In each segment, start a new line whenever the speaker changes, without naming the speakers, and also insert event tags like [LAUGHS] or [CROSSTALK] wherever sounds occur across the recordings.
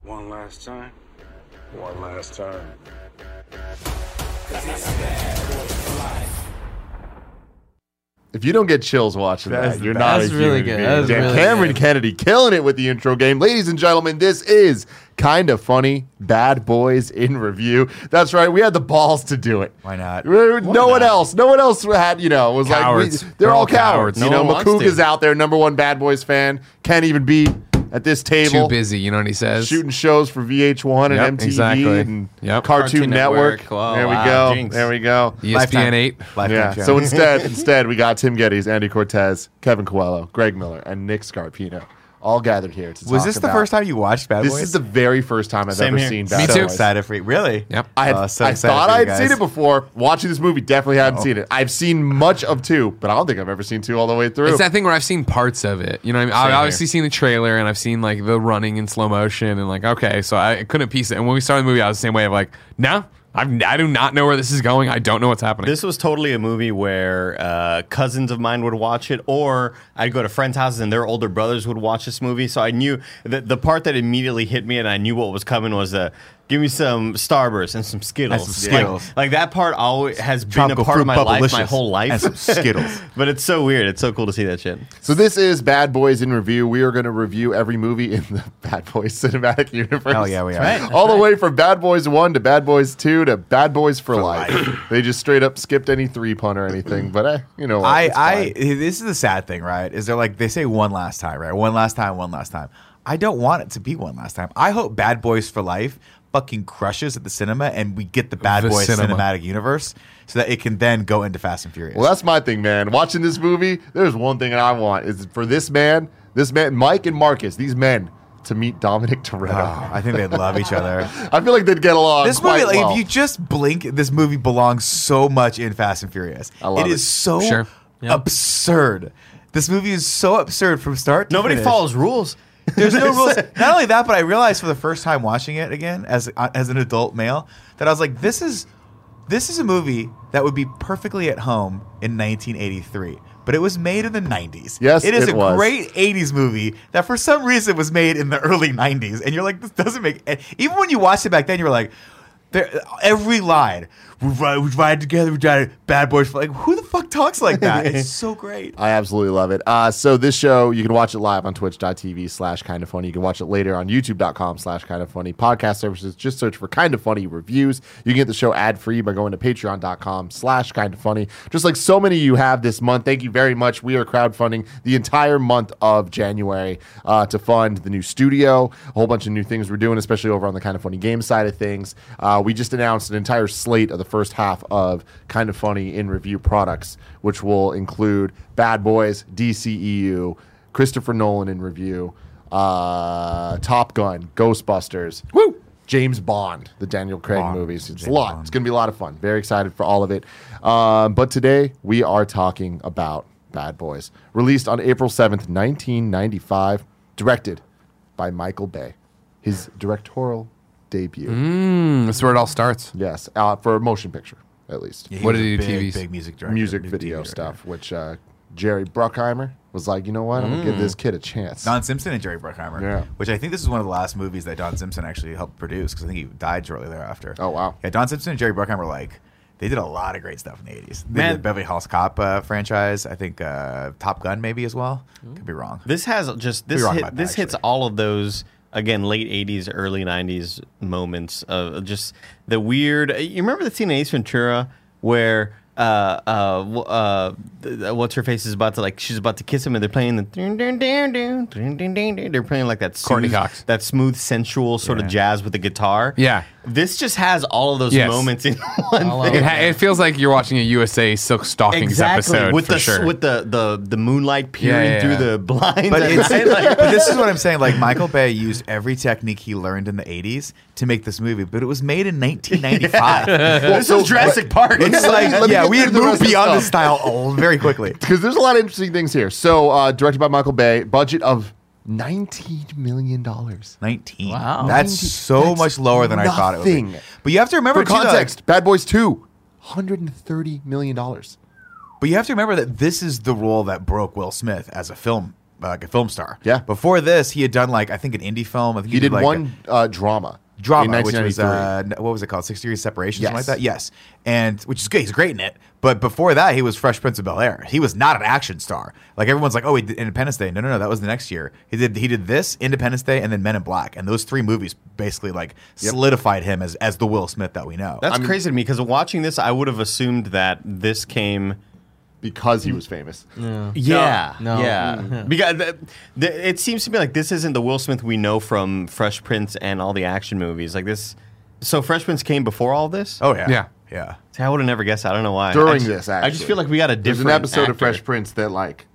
One last time. One last time.
If you don't get chills watching
That's
that,
the
you're not
best.
a
That's
human
really
being.
good. That's
Damn,
really
Cameron
good.
Kennedy killing it with the intro game. Ladies and gentlemen, this is kind of funny. Bad Boys in Review. That's right. We had the balls to do it.
Why not?
We- no one else. No one else had. You know, was
Cowards.
like we, they're
They're
all
all
cowards.
cowards.
You
No
know,
one wants
Makuga's
to.
out there, number one Bad Boys fan. Can't even be at this
Too
table.
busy, you know what he says?
Shooting shows for VH1 and
Yep,
MTV
exactly.
and
Yep.
Cartoon,
Cartoon
Network.
Network. Wow,
there we
wow,
go.
jinx.
There we go.
ESPN
Lifetime.
8.
Lifetime
yeah.
channel.
So
[LAUGHS]
instead, instead, we got Tim Geddes, Andy Cortez, Kevin Coelho, Greg Miller, and Nick Scarpino all gathered here. To
was
talk
this the
about-
first time you watched Bad
This
Boys?
is the very first time I've
Same
ever
here.
seen
Me
Bad
too.
Boys.
Excited for you. Really?
Yep.
I, had,
Uh, so
I
excited
thought
for
I
you
had seen
guys. Oh.
it before. Watching this movie, definitely hadn't seen it. I've seen much of two, but I don't think I've ever seen two all the way through.
It's that thing where I've seen parts of it. You know, what I mean, I've
here.
obviously seen the trailer and I've seen like the running in slow motion and like okay, so I couldn't piece it. And when we started the movie, I was the same way of like, no, I've, I do not know where this is going. I don't know what's happening.
This was totally a movie where uh, cousins of mine would watch it, or I'd go to friends' houses and their older brothers would watch this movie. So I knew the, the part that immediately hit me and I knew what was coming was the give me some Starburst and some Skittles.
And some
Like-
Skittles.
Like, that part always has been
Tropical
a part
fruit
of my life my
bubblicious.
whole life.
And some Skittles.
[LAUGHS] but it's so weird. It's so cool to see that shit.
So this is Bad Boys in Review. We are going to review every movie in the [LAUGHS] Bad Boys cinematic universe.
Hell yeah, we are. That's
All the way from Bad Boys 1 to Bad Boys 2 to Bad Boys for, life. [CLEARS THROAT] they just straight up skipped any three pun or anything, but eh, you know what?
I,
it's
I,
fine.
this is the sad thing, right? Is they're like, they say one last time, right? One last time, one last time. I don't want it to be one last time. I hope Bad Boys for Life fucking crushes at the cinema and we get the Bad
The
Boys
cinema.
cinematic universe so that it can then go into Fast and Furious.
Well, that's my thing, man. Watching this movie, there's one thing that I want is for this man, this man, Mike and Marcus, these men, to meet Dominic
Oh,
Toretto.
I think they'd love each
[LAUGHS]
other.
I feel like they'd get along.
This
quite
movie, like,
well.
if you just blink, this movie belongs so much in Fast and Furious.
I love
it
it.
is so
Sure. Yeah.
absurd. This movie is so absurd from start to
Nobody
finish.
follows rules.
There's no rules. Not only that, but I realized for the first time watching it again as uh, as an adult male that I was like, this is this is a movie that would be perfectly at home in 1983. But it was made in the 90s.
Yes,
it is
it
a
was.
great 80s movie that for some reason was made in the early 90s, and you're like, this doesn't make. a- Even when you watched it back then, you were like. There, every line, we ride, we ride together, we ride bad boys. for-" Like, who the fuck talks like
[LAUGHS]
that? It's so great.
I absolutely love it. Uh, so this show, you can watch it live on twitch.tv slash kind of funny. You can watch it later on youtube.com slash kind of funny. Podcast services, just search for kind of funny reviews. You can get the show ad free by going to patreon.com slash kind of funny. Just like so many of you have this month, thank you very much. We are crowdfunding the entire month of January uh, to fund the new studio, a whole bunch of new things we're doing, especially over on the kind of funny game side of things. Uh, we just announced an entire slate of the first half of kind of funny in review products, which will include Bad Boys, DCEU, Christopher Nolan in review, uh, Top Gun, Ghostbusters, Woo! James Bond, the Daniel Craig
Bond.
movies. It's a
James
lot.
Bond.
It's going to be a lot of fun. Very excited for all of it. Um, but today we are talking about Bad Boys, released on April 7th, 1995, directed by Michael Bay. His directorial debut.
Mm-hmm.
Mm, That's where it all starts.
Yes, uh, for a motion picture, at least.
Yeah, he
What
was
did
a
he do,
Big,
TVs?
big music director.
Music
big
video
TV director.
stuff, which uh, Jerry Bruckheimer was like, you know what? I'm going to
Mm.
give this kid a chance.
Don Simpson and Jerry Bruckheimer.
Yeah.
Which I think this is one of the last movies that Don Simpson actually helped produce because I think he died shortly thereafter.
Oh, wow.
Yeah, Don Simpson and Jerry Bruckheimer like they did a lot of great stuff in the eighties. They
Man.
did the Beverly Hills Cop uh, franchise. I think uh, Top Gun maybe as well.
Hmm.
Could be wrong.
This has just this
You're wrong
hit,
about that,
this hits
actually.
all of those again late '80s, early '90s moments of just the weird. You remember the scene in Ace Ventura where uh uh w- uh th- what's her face is about to like she's about to kiss him and they're playing the dun, dun, dun, dun, dun, dun, dun, dun. they're playing like that
Courtney
smooth-
Cox.
that smooth sensual sort of jazz with the guitar
Yeah.
this just has all of those
Yes.
moments in one thing
It, ha- it feels like you're watching a USA silk stockings episode
with
for
the
sure.
with the the the moonlight peering
yeah, yeah.
through the blinds
But,
at
it's,
night, like-
but this is what I'm saying. Like Michael Bay used every technique he learned in the 80s to make this movie, but it was made in
[LAUGHS]
1995.
this is Jurassic Park.
It's like,
Let me
yeah,
get
we
through the
had moved
rest of the
beyond the style oh, very quickly.
because there's a lot of interesting things here. So, uh, directed by Michael Bay, budget of 19 million dollars.
19.
Wow.
That's
19.
so
That's
much lower than I thought it would be.
nothing.
But you have to remember
For
too, though-
context, Bad Boys 2, 130 million dollars.
but you have to remember that this is the role that broke Will Smith as a film like a film star.
Yeah.
Before this, he had done like I think an indie film. I think
He did
like,
one uh, drama.
drama, which was
1993.
uh, n- what was it called? Sixty Years Separation, something
Yes.
like that. Yes, and which is good. He's great in it. But before that, he was Fresh Prince of Bel Air. He was not an action star. Like everyone's like, oh, he did Independence Day. No, no, no, that was the next year. He did he did this Independence Day and then Men in Black, and those three movies basically like solidified him as as the Will Smith that we know.
That's crazy to me because watching this, I would have assumed that this came.
because he was
Hmm.
famous.
Yeah,
No.
yeah. Because th- th- it seems to me like this isn't the Will Smith we know from Fresh Prince and all the action movies. Like this, so Fresh Prince came before all this.
oh yeah,
Yeah.
yeah.
See, I would have never guessed. I don't know why.
During
I just-
this,
I just
actually.
feel like we got a
There's
different
an episode
actor.
of Fresh Prince that like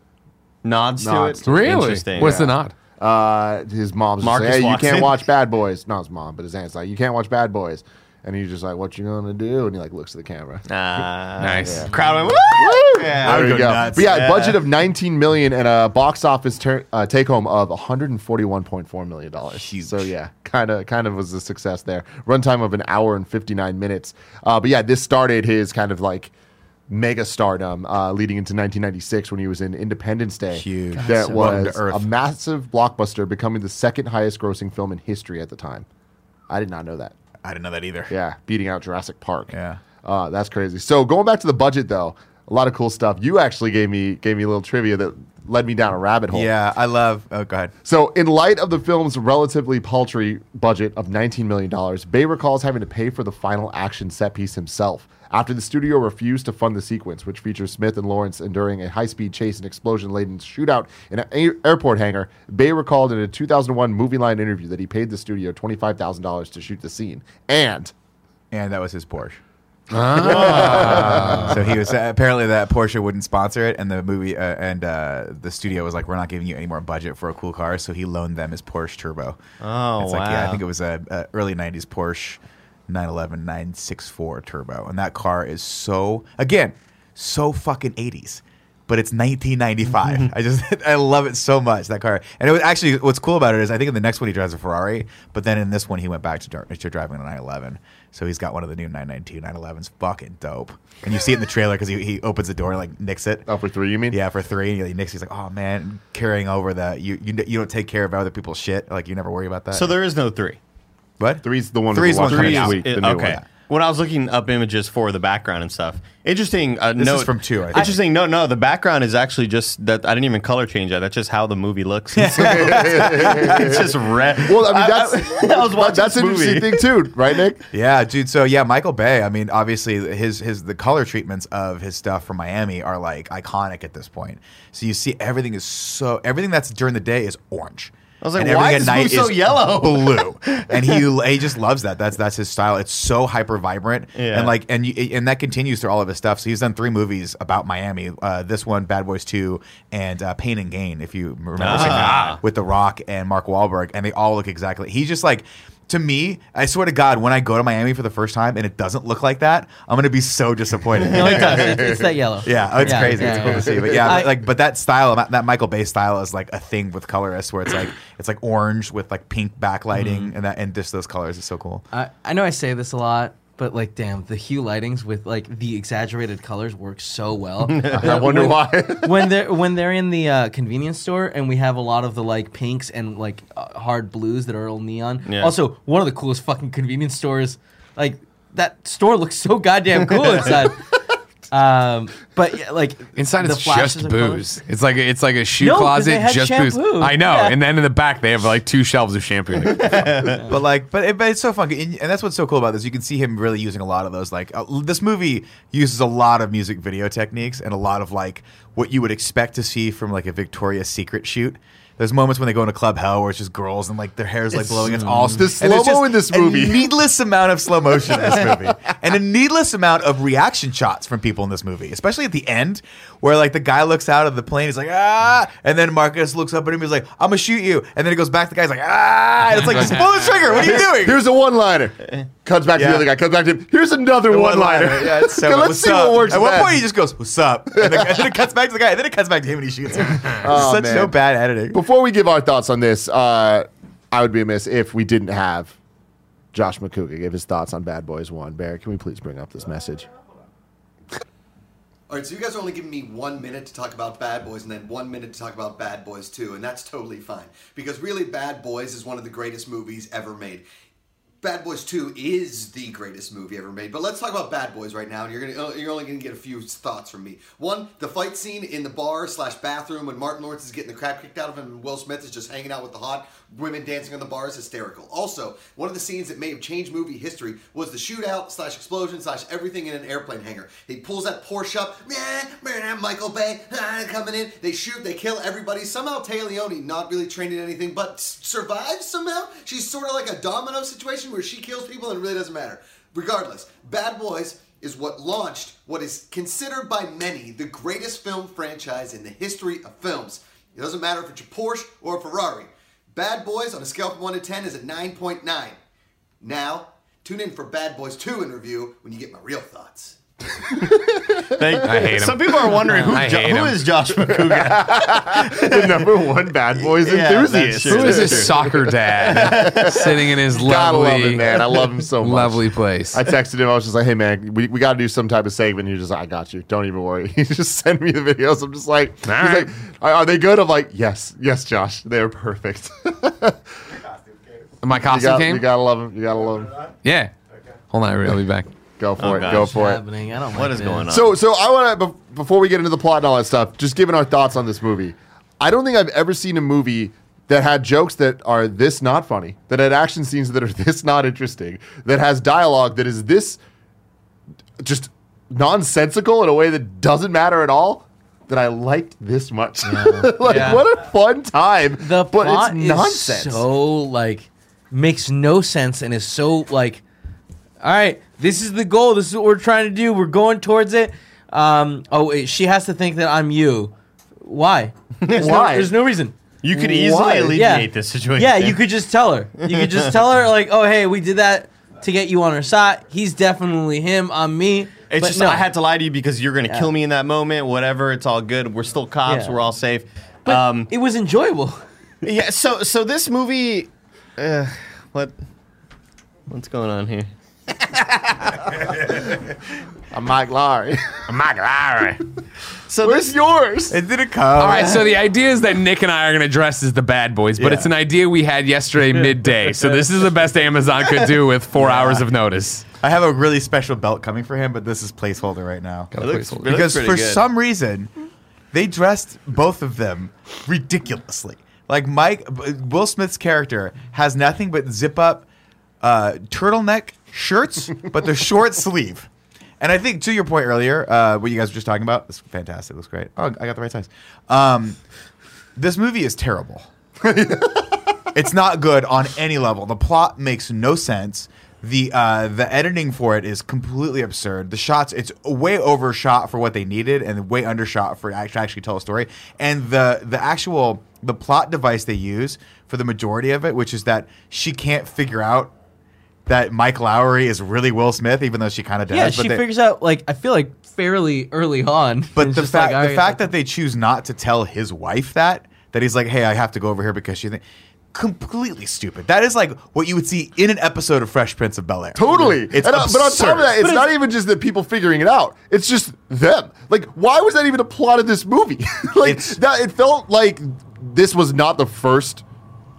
nods,
Nods
to
to
it.
it.
Really?
Interesting.
What's the nod?
uh, his mom's just
Marcus
like, hey, you
walks
can't
in.
watch Bad Boys. Not his mom, but his aunt's like, you can't watch Bad Boys. And he's just like, what you gonna do? And he like looks at the camera.
Ah.
Nice.
Crowd went. Woo! Yeah.
there
would
you
go
go.
nuts.
But yeah,
Yeah.
budget of 19 million and a box office turn uh, take home of 141.4 million dollars. So yeah, kind of kind of was a success there. Runtime of an hour and 59 minutes. Uh, but yeah, this started his kind of like mega stardom uh, leading into 1996 when he was in Independence Day.
Huge.
That
Welcome to
was
Earth.
a massive blockbuster, becoming the second highest grossing film in history at the time. I did not know that.
I didn't know that either.
Yeah, beating out Jurassic Park.
Yeah.
uh, that's crazy. So going back to the budget though, a lot of cool stuff. You actually gave me gave me a little trivia that led me down a rabbit hole.
Yeah, I love. Oh, go ahead.
So in light of the film's relatively paltry budget of 19 million dollars, Bay recalls having to pay for the final action set piece himself. After the studio refused to fund the sequence, which features Smith and Lawrence enduring a high-speed chase and explosion-laden shootout in an air- airport hangar, Bay recalled in a 2001 Movie Line interview that he paid the studio $25,000 to shoot the scene. And
And that was his Porsche. so he was apparently that Porsche wouldn't sponsor it, and the movie uh, and uh, the studio was like, "We're not giving you any more budget for a cool car." So he loaned them his Porsche Turbo.
Oh,
it's like, yeah, I
wow.
think it was a, a early '90s Porsche 911 964 Turbo, and that car is so again so fucking '80s. But it's 1995.
Mm-hmm.
I just [LAUGHS] I love it so much that car. And it was actually what's cool about it is I think in the next one he drives a Ferrari, but then in this one he went back to, dri- to driving a 911. So he's got one of the new 992 911s. Fucking dope. And you see it in the trailer because he, he opens the door and like nicks it.
oh, for three, you mean?
Yeah, for three, and he nicks. He's like, "Oh man, carrying over that you you you don't take care of other people's shit. Like you never worry about that."
So there is no three.
what?
Three's the one.
Three's
we're
one
watching
coming
this
out.
week.
It-
the new
okay.
one.
When I was looking up images for the background and stuff, interesting. Uh, this note,
is from two, I think.
Interesting. No, no, the background is actually just that. I didn't even color change that. That's just how the movie looks. [LAUGHS]
[LAUGHS]
it's just red.
Well, I mean, that's
[LAUGHS] I, I was watching
that's
this
an
movie.
interesting thing too, right, Nick?
Yeah, dude. So yeah, Michael Bay. I mean, obviously his his the color treatments of his stuff from Miami are like iconic at this point. So you see everything is so everything that's during the day is orange.
I was like, why is this movie so yellow?
blue? [LAUGHS] and he he just loves that. That's that's his style. It's so hyper vibrant
Yeah.
and like and you, and that continues through all of his stuff. So he's done three movies about Miami. Uh, this one, Bad Boys Two, and uh, Pain and Gain. If you remember seeing that, with The Rock and Mark Wahlberg, and they all look exactly. He's just like. To me, I swear to God, when I go to Miami for the first time and it doesn't look like that, I'm gonna be so disappointed.
No, it does. It's, it's that yellow.
[LAUGHS] Yeah, oh, it's crazy. it's
yeah,
cool
yeah.
to see, but yeah,
I-
like, but that style, that- that Michael Bay style, is like a thing with colorists, where it's like it's like orange with like pink backlighting, and that and just those colors is so cool.
I, I know I say this a lot, but like, damn, the hue lightings with like the exaggerated colors work
[LAUGHS]
so well.
I wonder
When-
why.
[LAUGHS] when they're when they're in the uh, convenience store and we have a lot of the like pinks and like uh, hard blues that are all neon.
Yeah.
Also, one of the coolest fucking convenience stores. Like that store looks so goddamn
[LAUGHS]
cool inside. um, but yeah, like
Inside
the
it's
flashes
just
of colors.
booze. It's like it's like a shoe
No, 'cause they
closet,
had
just
shampoo.
booze. I know.
Yeah.
And then in the back they have like two shelves of shampoo.
[LAUGHS]
But like, but, it, but it's so funky, and, and that's what's so cool about this. You can see him really using a lot of those. Like, uh, this movie uses a lot of music video techniques and a lot of like what you would expect to see from like a Victoria's Secret shoot. There's moments when they go into Club Hell where it's just girls and like their hair's like blowing. It's all
The
and
slow-mo
there's just
in this
a
movie.
needless amount of slow motion
[LAUGHS]
in this movie, and a needless amount of reaction shots from people in this movie, especially at the end where like the guy looks out of the plane, he's like ah, and then Marcus looks up at him, he's like I'm gonna shoot you, and then he goes back, to the guy's like ah, and it's like just pull the trigger, what are you doing?
Here's a one-liner. Cuts back to
Yeah.
the other guy. Cuts back to him. Here's another one-liner.
Yeah, it's
[LAUGHS]
so
Okay, let's
what's
see
up?
what works.
At one
best.
point, he just goes, "What's up?" And then, and then it cuts back to the guy. And then it cuts back to him, and he shoots
[LAUGHS]
him.
Oh,
Such
man.
no bad editing.
Before we give our thoughts on this, uh, I would be amiss if we didn't have Josh McCouga give his thoughts on Bad Boys One. Barry, can we please bring up this message?
All right, so you guys are only giving me one minute to talk about Bad Boys and then one minute to talk about Bad Boys 2, and that's totally fine. Because really, Bad Boys is one of the greatest movies ever made. Bad Boys 2 is the greatest movie ever made, but let's talk about Bad Boys right now. And you're gonna, you're only gonna get a few thoughts from me. One, the fight scene in the bar slash bathroom when Martin Lawrence is getting the crap kicked out of him, and Will Smith is just hanging out with the hot women dancing on the bar is hysterical. Also, one of the scenes that may have changed movie history was the shootout slash explosion slash everything in an airplane hangar. He pulls that Porsche up, "Meh, meh, Michael Bay ah, [LAUGHS] coming in. They shoot, they kill everybody. Somehow Leone, not really trained in anything, but s- survives somehow. She's sort of like a domino situation where she kills people and it really doesn't matter. Regardless, Bad Boys is what launched what is considered by many the greatest film franchise in the history of films. It doesn't matter if it's a Porsche or a Ferrari. Bad Boys on a scale from 1 to 10 is a 9.9. Now, tune in for Bad Boys 2 in review when you get my real thoughts.
I hate him.
Some people are wondering who,
I
jo-
hate
who
him.
is Josh
[LAUGHS]
McCougar.
the number one bad [LAUGHS] boys
Yeah, that's
enthusiast.
true.
Who is this
[LAUGHS]
soccer dad sitting in his
Gotta
lovely,
love him, man. I love him so much.
lovely place?
I texted him. I was just like, "Hey, man, we, we got to do some type of segment." He's just like, "I got you. Don't even worry." [LAUGHS] He just sent me the videos. I'm just like, he's
All right.
like, "Are are they good?" I'm like, "Yes, yes, Josh, they're perfect." [LAUGHS] you,
My costume
gotta,
came.
you gotta love him. You gotta love him.
yeah. Hold on, I'll be back.
Go for
Oh,
it.
gosh.
Go for it.
happening. I don't.
[LAUGHS] What is going on?
So, so I want to before we get into the plot and all that stuff, just giving our thoughts on this movie. I don't think I've ever seen a movie that had jokes that are this not funny, that had action scenes that are [LAUGHS] this not interesting, that has dialogue that is this just nonsensical in a way that doesn't matter at all. That I liked this much. [LAUGHS] like
Yeah.
what a fun time.
The
but
plot
it's
is
nonsense.
so like makes no sense and is so like. All right, this is the goal. This is what we're trying to do. We're going towards it. Um, oh, wait, she has to think that I'm you. Why? There's
Why?
No, there's no reason.
you could easily
Why?
alleviate
Yeah.
this situation.
Yeah, you could just tell her. You could just tell her like, oh hey, we did that to get you on her side. He's definitely him. I'm me.
It's
But
just
no.
I had to lie to you because you're gonna
Yeah.
kill me in that moment. Whatever, it's all good. We're still cops.
Yeah.
We're all safe.
But
um,
it was enjoyable.
yeah. So so this movie, uh, what what's going on here?
I'm Mike [LAUGHS] Lowry.
Mike Lowry.
So
Where's
this
yours?
It didn't come.
All right, so the idea is that Nick and I are going to dress as the bad boys, but it's an idea we
[LAUGHS]
had yesterday midday. So this is the best Amazon could do with four hours of notice.
I have a really special belt coming for him, but this is placeholder right now.
Got a
looks-
placeholder.
it looks
because
pretty
for
good.
some reason they dressed both of them ridiculously like mike B- will smith's character has nothing but zip up uh, turtleneck shirts [LAUGHS] but they're short sleeve and i think to your point earlier uh, what you guys were just talking about it's fantastic looks great oh i got the right size um, this movie is terrible it's not good on any level. The plot makes no sense. The uh, the editing for it is completely absurd. The shots it's way overshot for what they needed and way undershot for actually actually tell a story. And the the actual the plot device they use for the majority of it, which is that she can't figure out that Mike Lowry is really Will Smith, even though she kind of does.
Yeah,
but
she
they-
figures out like I feel like fairly early on.
but
It's
the
just
fact
like,
the
I-
fact that they choose not to tell his wife that that he's like, hey, I have to go over here because she think completely stupid. That is like what you would see in an episode of Fresh Prince of Bel Air.
Totally.
It's
And, uh, but on top
absurd.
of that, it's not even just the people figuring it out. It's just them. Like, why was that even a plot of this movie? [LAUGHS] like
It's-
that it felt like this was not the first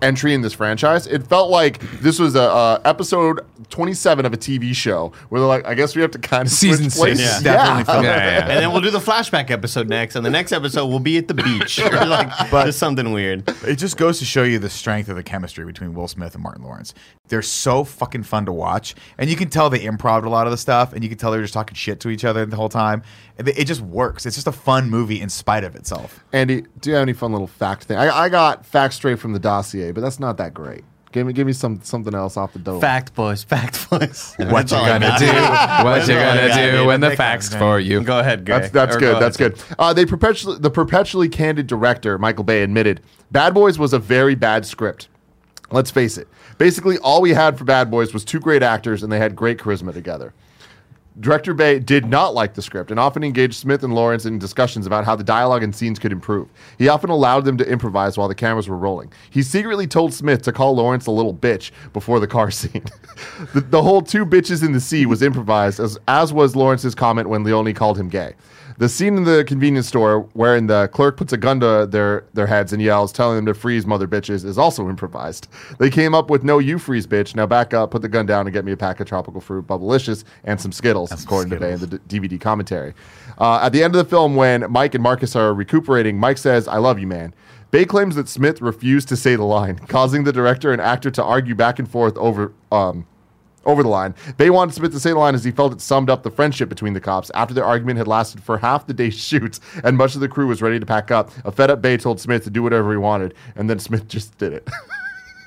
entry in this franchise. It felt like this was a uh, episode 27 of a TV show where they're like, I guess we have to kind of
Season
switch places.
six.
Yeah. Uh,
Definitely felt
Yeah, yeah, yeah.
and then we'll do the flashback episode next, and the next episode we'll be at the beach [LAUGHS] or like just something weird.
It just goes to show you the strength of the chemistry between Will Smith and Martin Lawrence. They're so fucking fun to watch, and you can tell they improv a lot of the stuff, and you can tell they're just talking shit to each other the whole time. And It it just works. It's just a fun movie in spite of itself.
Andy, do you have any fun little fact thing? I, I got facts straight from the dossier, but that's not that great. Give me give me some something else off the dome.
Fact boys, fact boys.
What you
all I
gonna
got.
Do what
That's
you're
all I
going to
got,
do
dude.
when the
Nick
facts
Hunt,
for you.
Go ahead, Gary.
That's that's
Or
good.
go
That's
ahead.
good. Uh, they perpetually the perpetually candid director Michael Bay admitted Bad Boys was a very bad script. Let's face it. Basically, all we had for Bad Boys was two great actors, and they had great charisma together. Director Bay did not like the script and often engaged Smith and Lawrence in discussions about how the dialogue and scenes could improve. He often allowed them to improvise while the cameras were rolling. He secretly told Smith to call Lawrence a little bitch before the car [LAUGHS] scene. the, the whole two bitches in the sea was improvised, as, as was Lawrence's comment when Leone called him gay. The scene in the convenience store wherein the clerk puts a gun to their, their heads and yells, telling them to freeze, mother bitches, is also improvised. They came up with no, you freeze, bitch. Now back up, put the gun down, and get me a pack of tropical fruit, bubblicious, and some Skittles, according to Bay in the d- DVD commentary. Uh, at the end of the film, when Mike and Marcus are recuperating, Mike says, I love you, man. Bay claims that Smith refused to say the line, [LAUGHS] causing the director and actor to argue back and forth over. Um, over the line. Bay wanted Smith to say the line as he felt it summed up the friendship between the cops. After their argument had lasted for half the day's [LAUGHS] shoot and much of the crew was ready to pack up, a fed up Bay told Smith to do whatever he wanted, and then Smith [LAUGHS] just did it.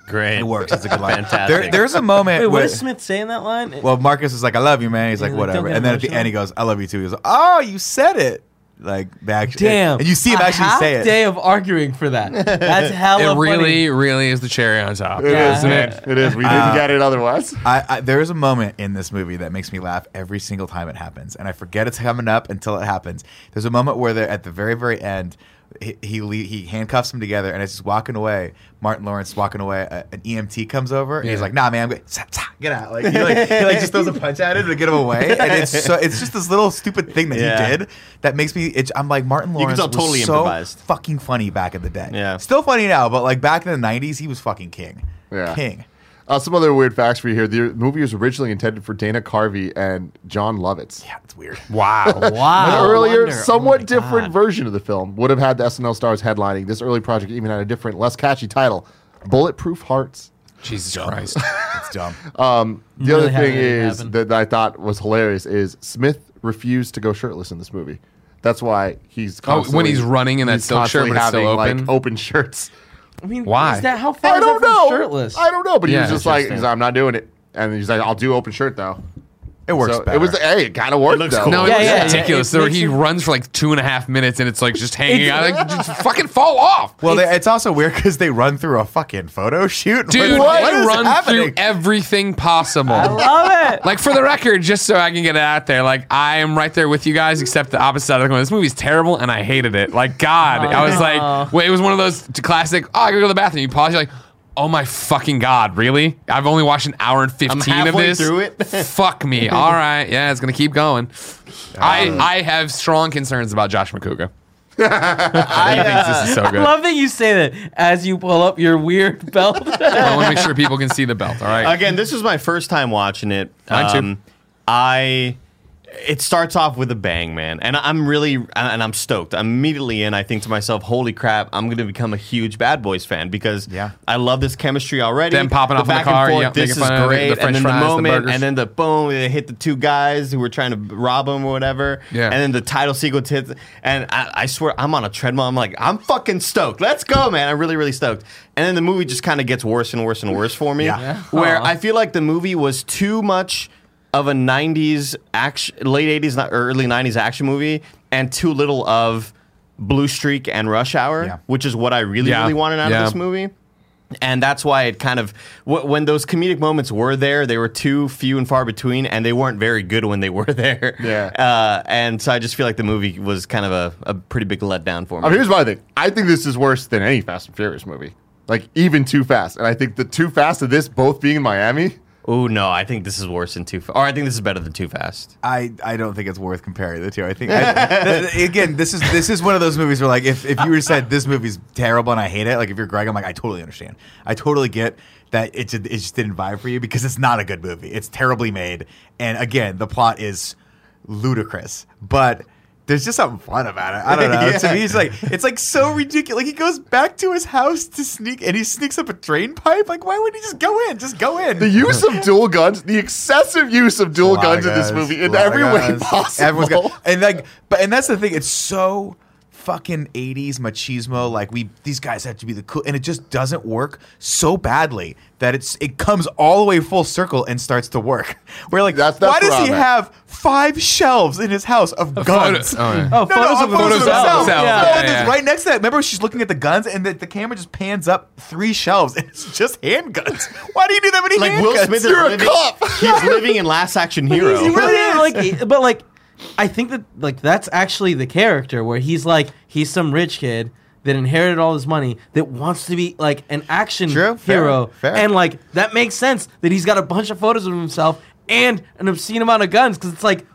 Great.
It works. It's a good line.
Fantastic.
There, there's a moment.
Wait, what
where-
does Smith say in that line?
Well, Marcus is like, "I love you, man." He's like,
like,
"Whatever,"
don't get
and then at the
emotional.
end, he goes, "I love you too." He goes, "Oh, you said it!" Like, they actually,
Damn.
And you see him
a
actually
half
say it.
day of arguing
[LAUGHS]
for that. That's hella
It really,
funny.
really is the cherry on top.
It
Yeah.
is, man. [LAUGHS] It Uh, is. We didn't get it otherwise.
I, I, there is a moment in this movie that makes me laugh every single time it happens, and I forget it's coming up until it happens. There's a moment where they're at the very, very end. He he, le- he handcuffs them together, and as he's walking away, Martin Lawrence walking away, a, an EMT comes over, and he's like, "Nah, man, I'm good. Sa- sa, get out!" Like he, like he like just throws a punch at him to get him away,
[LAUGHS]
and it's so, it's just this little stupid thing that
Yeah.
he did that makes me. It's, I'm like Martin
can
Lawrence
tell
was
totally
so
improvised.
fucking funny back in the day.
Yeah.
still funny now, but like back in the '90s, he was fucking king.
Yeah.
king.
Uh, some other weird facts for you here. The movie was originally intended for Dana Carvey and John Lovitz.
Yeah, it's weird.
[LAUGHS] Wow.
An
wow.
earlier,
wonder. Oh
somewhat
my
different
God.
version of the film would have had the SNL stars headlining. This early project even had a different, less catchy title Bulletproof Hearts.
Jesus Christ.
It's dumb.
The other
Really
thing
happy it
is
happened.
that I thought was hilarious is Smith refused to go shirtless in this movie. That's why he's
Oh, when
constantly-
he's running and that
he's
silk shirt,
constantly
but it's still
having,
open?
like open shirts.
I mean,
Why?
Is that how far
I
is that
don't
from
know.
shirtless?
I don't know, but he
Yeah,
was just like,
interesting.
he's like, I'm not doing it, and he's like, I'll do open shirt though.
It works.
So
better.
it was hey, it kind of worked
looks
though.
cool.
No, it
Oh, Yeah,
was
yeah, yeah.
ridiculous.
It
There
makes
he
you-
runs for like two and a half minutes, and it's like just hanging
It's-
out. Like,
[LAUGHS]
just fucking fall off.
Well, they, it's also weird because they run through a fucking photo shoot. [LAUGHS]
Dude,
What
they
is
run
happening?
through everything possible.
Love
[LAUGHS]
it.
Like for the record, just so I can get it out there, like I am right there with you guys, except the opposite side of the coin. This movie's terrible, and I hated it. Like
Oh,
God, I was like, wait, it was one of those t- classic. Oh, I gotta go to the bathroom. You pause, you're like, oh my fucking God, really? I've only watched an hour and fifteen of
halfway
this.
through it. [LAUGHS]
Fuck me. All right, yeah, it's gonna keep going. I I have strong concerns about Josh McCougar. he thinks this is so
I
good.
love that you say that as you pull up your weird belt. [LAUGHS]
I want to make sure people can see the belt. All right.
Again, this was my first time watching it. Um,
Mine too.
I it starts off with a bang, man, and I'm really and I'm stoked. I'm immediately in. I think to myself, "Holy crap! I'm going to become a huge Bad Boys fan because
Yeah.
I love this chemistry already."
Them popping
the
off in the
back and
car,
forth,
yep,
this
making
is
fun of it,
great.
the french
and then
fries,
the
the
moment,
burgers.
and then the boom, they hit the two guys who were trying to rob him or whatever.
Yeah.
and then the title sequence hits, and I, I swear I'm on a treadmill. I'm like, I'm fucking stoked. Let's go, man! I'm really, really stoked. And then the movie just kind of gets worse and worse and worse for me.
Yeah.
Where
Aw.
I feel like the movie was too much of a 90s action, late 80s, not early 90s action movie, and too little of Blue Streak and Rush Hour,
Yeah.
which is what I really,
Yeah.
really wanted out
Yeah.
of this movie. And that's why it kind of, wh- when those comedic moments were there, they were too few and far between, and they weren't very good when they were [LAUGHS] there.
Yeah.
Uh, and so I just feel like the movie was kind of a, a pretty big letdown for me.
I mean, here's my thing. I think this is worse than any Fast and Furious movie. Like even too fast, and I think the too fast of this both being in Miami.
oh, no, I think this is worse than Too Fast. Or I think this is better than Too Fast.
I, I don't think it's worth comparing the two. I think I, th- th- again, this is this is one of those movies where like if, if you were said this movie's terrible and I hate it, like if you're Greg, I'm like I totally understand. I totally get that it just, it just didn't vibe for you because it's not a good movie. It's terribly made, and again, the plot is ludicrous, but. There's just something fun about it. I don't know. To me, it's like it's like so ridiculous. Like he goes back to his house to sneak, and he sneaks up a drain pipe. Like why wouldn't he just go in? Just go in.
The use of dual guns, the excessive use of dual
lot
guns
of
in this
guys.
movie in
Lot of
every way
guys.
possible.
Everyone's got, and like, but and that's the thing. It's so fucking 80s machismo. Like we, these guys have to be the cool, and it just doesn't work so badly that it's it comes all the way full circle and starts to work. [LAUGHS] We're like,
That's- that's
why does
where
he
I'm at.
have five shelves in his house of guns? [LAUGHS]
Photo- all right.
No, no,
Oh, photos of
of photos of
themselves.
themselves.
Yeah,
No,
yeah,
and there's
yeah.
Right next to that, remember she's looking at the guns, and the, the camera just pans up three shelves, and it's just handguns. [LAUGHS] Why do you do that many
Like
handguns?
Will Smith is
You're a
living,
cop.
[LAUGHS] He's living in Last Action Hero.
He really
Yes.
like, but like, I think that like that's actually the character where he's like he's some rich kid that inherited all his money that wants to be like an action
True, fair,
hero,
fair.
and like that makes sense that he's got a bunch of photos of himself and an obscene amount of guns because it's like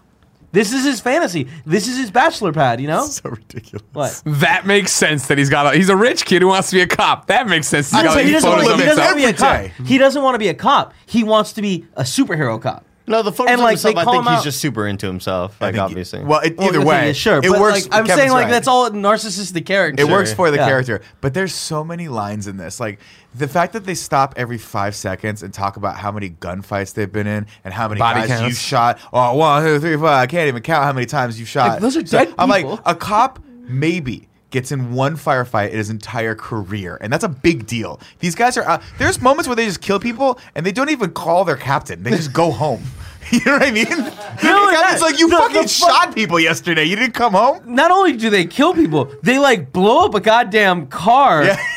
This is his fantasy. This is his bachelor pad. You know
[LAUGHS] so ridiculous.
what?
[LAUGHS] That makes sense that he's got. A, he's a rich kid who wants to be a cop. That makes sense. He's
No,
got
but
all
he
these
doesn't,
photos
want,
of
he doesn't
himself.
want to be a cop.
day.
He doesn't want to be a cop. He wants to be a superhero cop.
No, the photos
And,
of
like, they
himself. I
call
think
him
he's
out-
just super into himself.
I
Like
think-
obviously.
Well, it,
Well,
either
the thing
way,
is, sure.
It
but
works.
Like, I'm
Kevin's
saying, like
right.
that's all narcissistic character.
It works for the
Yeah.
character, but there's so many lines in this. Like the fact that they stop every five seconds and talk about how many gunfights they've been in and how many
Body
guys
counts.
you shot. Oh, one, two, three, four. I can't even count how many times you shot.
Like, those are dead
I'm like
people.
a cop, maybe. Gets in one firefight in his entire career, and that's a big deal. These guys are out. There's moments where they just kill people, and they don't even call their captain. They just
[LAUGHS]
go home. [LAUGHS] you know what I mean?
No,
it's
that-
like you
no, the
fucking
fu-
shot people yesterday. You didn't come home.
Not only do they kill people, they like blow up a goddamn car.
Yeah.
[LAUGHS]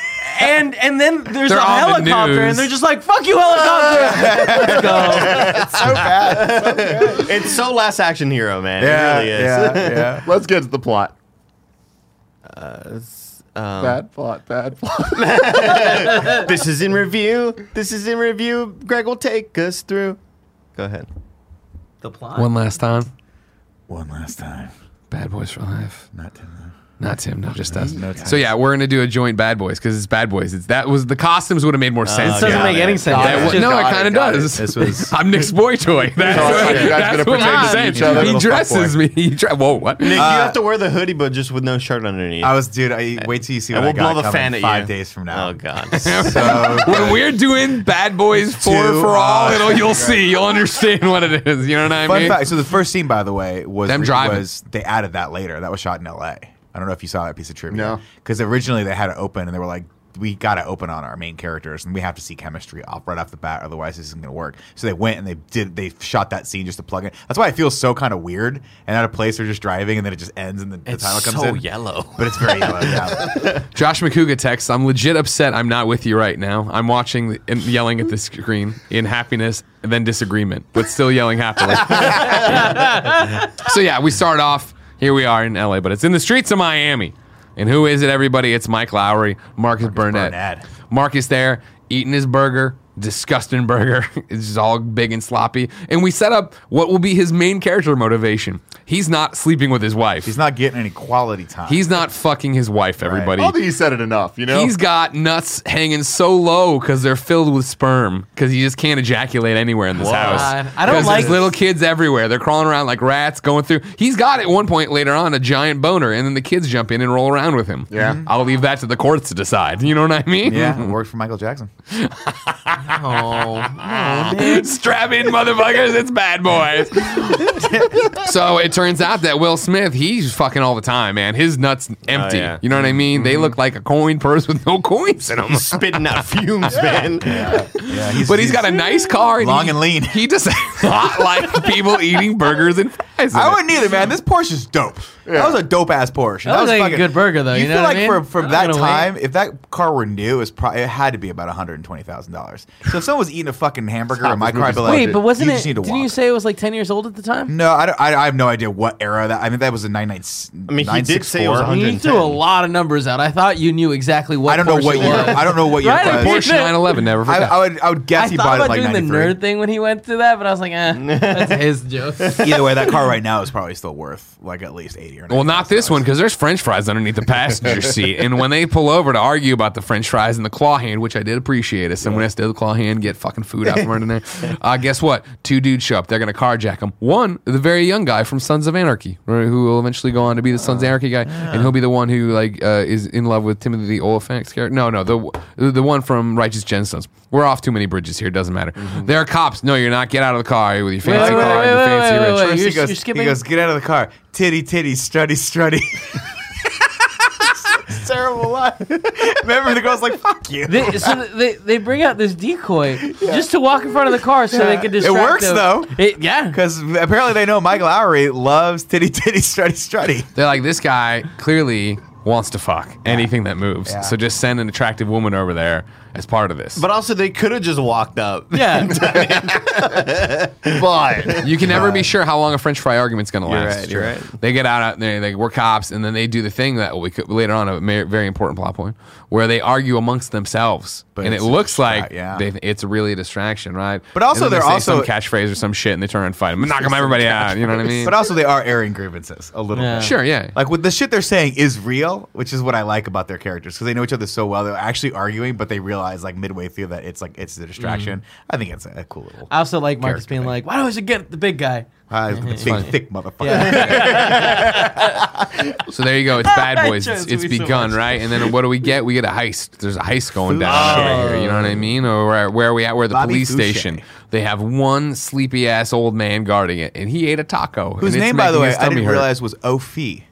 And and then there's
They're
a
on the
helicopter,
news.
and they're just like, "Fuck you, [LAUGHS] helicopter!" Let's go.
it's so last action hero, man.
Yeah,
it really is.
yeah,
[LAUGHS]
yeah.
[LAUGHS] Let's get to the plot.
Uh,
Um,
Bad plot. Bad
[LAUGHS]
plot.
this is in review. This is in review. Greg will take us through. Go ahead.
The plot.
One last time.
One last time.
Bad boys for life.
Not Tim.
Not Tim. No, just us.
No, Tim.
So yeah, we're gonna do a joint Bad Boys because it's Bad Boys. It's that was the costumes would have made more sense.
This doesn't
got
make
it.
any sense.
Got
That
it.
was-
Just
no, it
got
kind of
got it.
does.
This was-
[LAUGHS] I'm Nick's boy toy. That's,
So,
what,
you guys
that's
gonna
what
pretend
I'm
to
saying.
each other,
He
little
dresses
fuckboy.
me. He dre- Whoa, what?
Nick, you have to wear the hoodie, but just with no shirt underneath.
I was, dude. I wait till you see.
and
What
we'll
I got
blow the
coming
fan at
five
you.
days from now. Uh,
Oh god. [LAUGHS]
[LAUGHS]
So
when we're doing Bad Boys Four
Two,
for all,
uh,
it'll, you'll see. You'll understand what it is. You know what I
fun
mean?
fact. So the first scene, by the way, was
Them
re-
driving.
was they added that later. That was shot in L.A. I don't know if you saw that piece of trivia.
No.
Because originally they had it open, and they were like, "We got to open on our main characters, and we have to see chemistry off right off the bat, otherwise this isn't going to work." So they went and they did. They shot that scene just to plug in. That's why it feels so kind of weird and out of place. They're just driving, and then it just ends, and the, the title comes in.
yellow.
But it's very yellow.
[LAUGHS]
Yeah.
Josh McCouga texts, I'm legit upset I'm not with you right now. I'm watching the- and yelling at the screen in happiness and then disagreement, but still yelling happily. [LAUGHS] so, yeah, we start off. Here we are in LA, but it's in the streets of Miami. And who is it, everybody? It's Mike Lowry, Marcus, Burnett.
Burnett.
Mark is there eating his burger, disgusting burger. [LAUGHS] it's just all big and sloppy. And we set up what will be his main character motivation. He's not sleeping with his wife.
He's not getting any quality time.
He's not fucking his wife, everybody.
I think he said it enough. You know.
He's got nuts hanging so low because they're filled with sperm because he just can't ejaculate anywhere in this house.
God. I don't
'Cause
like
there's
this.
little kids everywhere. They're crawling around like rats, going through. He's got at one point later on a giant boner, and then the kids jump in and roll around with him.
Yeah.
Mm-hmm.
Mhm.
I'll leave that to the courts to decide. You know what I mean?
yeah, it [LAUGHS] worked for Michael Jackson.
[LAUGHS] Strap in, motherfuckers. It's bad boys. so it turns out that Will Smith, he's fucking all the time, man. His nuts empty.
yeah.
You know what I mean?
Mm-hmm.
They look like a coin purse with no coins in them.
Spitting out [LAUGHS] fumes, man.
Yeah, he's,
But he's got a nice car.
Long
he-
and lean.
He does [LAUGHS] not like people eating burgers and fries. in
I
it.
wouldn't either, man. This Porsche is dope. That was a dope ass Porsche.
That was like a good burger, though, you know
feel
what
like
I
for
mean?
from
I'm
that
gonna wait.
time, if that car were new, it was probably it had to be about one hundred and twenty thousand dollars. So if someone was eating a fucking hamburger in my car, I'd be like,
Wait, but wasn't
you
it?
Just need to
Didn't
walk. Mm,
you say it was like ten years old at the time?
No, I, don't, I, I have no idea what era that. I mean, that was a nine nine.
I mean, he did say it was
You
110.
threw a lot of numbers out. I thought you knew exactly what.
I don't know
Porsche
what
it
year.
was.
I don't know what year.
Right,
it
I
was.
Porsche
Yeah.
911. Never
I,
forget.
I would. I would guess
[LAUGHS] I
he
thought
bought it
about
like
doing
ninety
the
three.
nerd thing when he went through that, but I was like, eh,
[LAUGHS]
that's his joke.
Either way,
[LAUGHS]
that car right now is probably still worth like at least eighty or.
well, not this one because there's French fries underneath the
[LAUGHS]
passenger seat, and when they pull over to argue about the French fries and the claw hand, which I did appreciate, as someone has to do the claw hand, get fucking food out from under
[LAUGHS]
there. Uh, guess what? Two dudes show up. They're gonna carjack him. One, the very young guy from Sons of Anarchy, right, who will eventually go on to be the Sons of Anarchy guy, and he'll be the one who like uh, is in love with Timothy the Olyphant's character. No, no, the the one from Righteous Gemstones. We're off too many bridges here. Doesn't matter. There are cops. No, you're not. Get out of the car with your fancy
Mm-hmm. wait,
car
wait,
and your
wait,
fancy
wait,
rich.
wait, wait.
First
You're-
he goes,
you're skipping-
He goes, get out of the car. Titty, titty, strutty, strutty. [LAUGHS] terrible line. Remember, the girl's like, fuck you.
They, so they, they bring out this decoy [LAUGHS] just to walk in front of the car so they can
It
distract
works,
them.
though.
It, yeah.
Because apparently they know Mike Lowry loves titty, titty, strutty, strutty.
They're like, this guy clearly wants to fuck anything that moves.
Yeah.
So just send an attractive woman over there as part of this.
But also, they could have just walked
Uh,
[LAUGHS]
up.
Yeah. [LAUGHS]
But
[LAUGHS] You
[LAUGHS]
can never be sure how long a French fry argument's going to last.
right, you're right.
They get out, out there, they, we're cops, and then they do the thing that we could later on a ma- very important plot point where they argue amongst themselves, and it
it's a
looks like
yeah.
they, it's really a distraction, right?
But also
and then they
they're
say some
also-
catchphrase or some shit, and they turn and fight them, knock them everybody out. You know what I mean?
But also, they are airing grievances a little
Yeah.
bit.
sure, yeah.
Like with the shit they're saying is real, which is what I like about their characters because they know each other so well. They're actually arguing, but they realize like midway through that it's like it's a distraction. I think it's a, a cool little.
Mm. I also like Marcus
Character
being
thing.
like, why do I always get the big guy? [LAUGHS]
Uh, big, thick motherfucker. [LAUGHS]
So there you go. It's Bad Boys.
That
It's,
shows
it's
me so
begun,
much.
right? And then what do we get? We get a heist. There's a heist going down over here. You know what I mean? Or where, where are we at? We're at the
Bobby
police
Fouché.
station. They have one sleepy ass old man guarding it, and he ate a taco.
Whose
and it's
name, by the
making
way,
his
I didn't
tummy hurt.
realize was Ofi,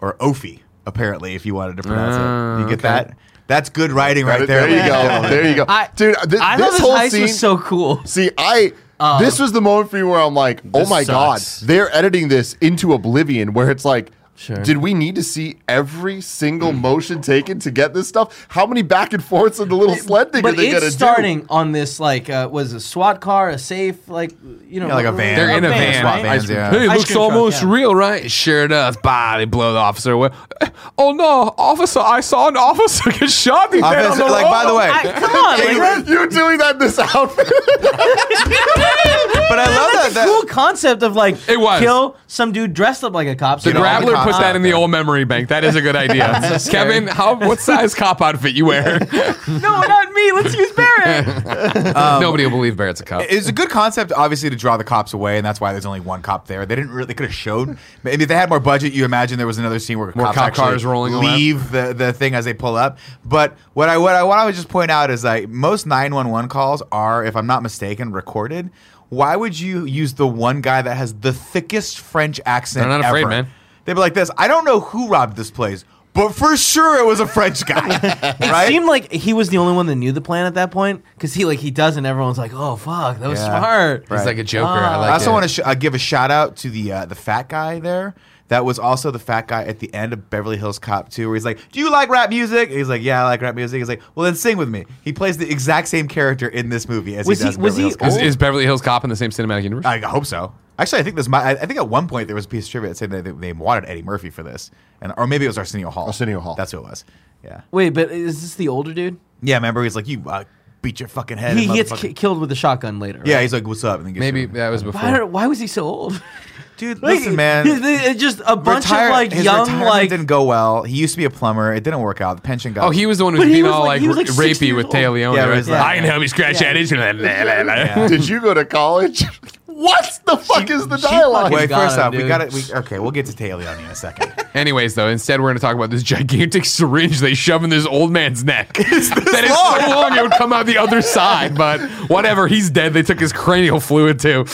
or Ofi. Apparently, if you wanted to pronounce
Ah,
it, you get
okay.
that. That's good writing right there.
there you go. There you go.
I-
Dude, th-
I
this
thought this
whole
heist
scene
was so Um, cool.
See, I this was the moment for me where I'm like, oh
This
my
sucks.
god, they're editing this into oblivion. Where it's like,
Sure. Mm.
did we need to see every single motion taken to get this stuff? How many back and forths in the little sled thing are
But
they gonna
it's starting on this like uh, was a SWAT car, a safe, like you know,
Yeah, like a van.
They're in a
Van,
van.
SWAT
right?
vans, yeah.
Hey,
Ice
looks
cream truck,
almost
yeah.
real, right? It Sure does. Bah, they blow the officer away. Oh no, officer! I saw an officer get shot. He dead on
Officer,
the
like by the
road.
way,
I-
[LAUGHS]
come on, like,
do? You're doing that in this [LAUGHS] outfit.
[LAUGHS]
but I love that.
that's a
that
cool concept of like
It was.
kill some dude dressed up like uh, a cop.
The
Get all the
Graveler put
cops
that
out
in the
there.
old memory bank. That is a
[LAUGHS]
good idea. Kevin, how what size cop outfit you wear?
no, not me. Let's
[LAUGHS]
use Barrett.
Nobody will believe Barrett's a cop.
It's a good concept, obviously, to draw the cops away, and that's why there's only one cop there. They didn't really they could have showed. Maybe if they had more budget, you imagine there was another scene where
More
cops
cop
actually
cars rolling around.
leave the, the thing as they pull up. But what I what I what I would just point out is like most 911 calls are, if I'm not mistaken, recorded. Why would you use the one guy that has the thickest French accent?
They're not afraid,
ever?
man.
They'd be like this. I don't know who robbed this place, but for sure it was a French guy. right?
It seemed like he was the only one that knew the plan at that point because he like he does, and everyone's like, oh fuck, that was
Yeah.
smart.
He's
Right.
like a joker. I
Ah.
like
I also
it.
want to sh- uh, give a shout out to the uh, the fat guy there. That was also the fat guy at the end of Beverly Hills Cop 2, where he's like, "Do you like rap music?" And he's like, "Yeah, I like rap music." He's like, "Well, then sing with me." He plays the exact same character in this movie as
Was
he
he-
does. in
was
Beverly
he
Hills Cop
Is,
2.
is Beverly Hills Cop in the same cinematic universe?
I hope so. Actually, I think this. Might, I, I think at one point there was a piece of trivia that said that they, they wanted Eddie Murphy for this, and or maybe it was Arsenio Hall.
Arsenio Hall.
That's who it was. Yeah.
Wait, but is this the older dude?
Yeah. Remember, he's like, "You uh, beat your fucking head."
He, he gets
motherfucker."
ki- killed with a shotgun later. right?
Yeah. He's like, "What's up?" And then gets
Maybe
shot.
that was before.
Why, are, why was he so old?
Dude,
[LAUGHS] Like,
listen, man.
it- it- it's just a bunch
Retire-
of like
his
young
retirement
like.
didn't go well. He used to be a plumber. It didn't work out. The pension got.
Oh, he was the one who was
But he
being
was
all
like-
like,
he was like 60
rapey
years
with
old.
Taleone.
Yeah,
right?
it was like-
I can help you scratch that itch. La, la, la, la.
Did you go to
[LAUGHS]
college? what the fuck is the
she
dialogue?
Wait,
fucking got
first
him,
off, we
dude.
got it. We, okay, we'll get to Taleon in a
[LAUGHS]
second.
Anyways, though, instead we're going to talk about this [LAUGHS] gigantic syringe they shove in this old man's neck. That is so long it would come out the other side. But whatever, he's dead. They took his cranial fluid too.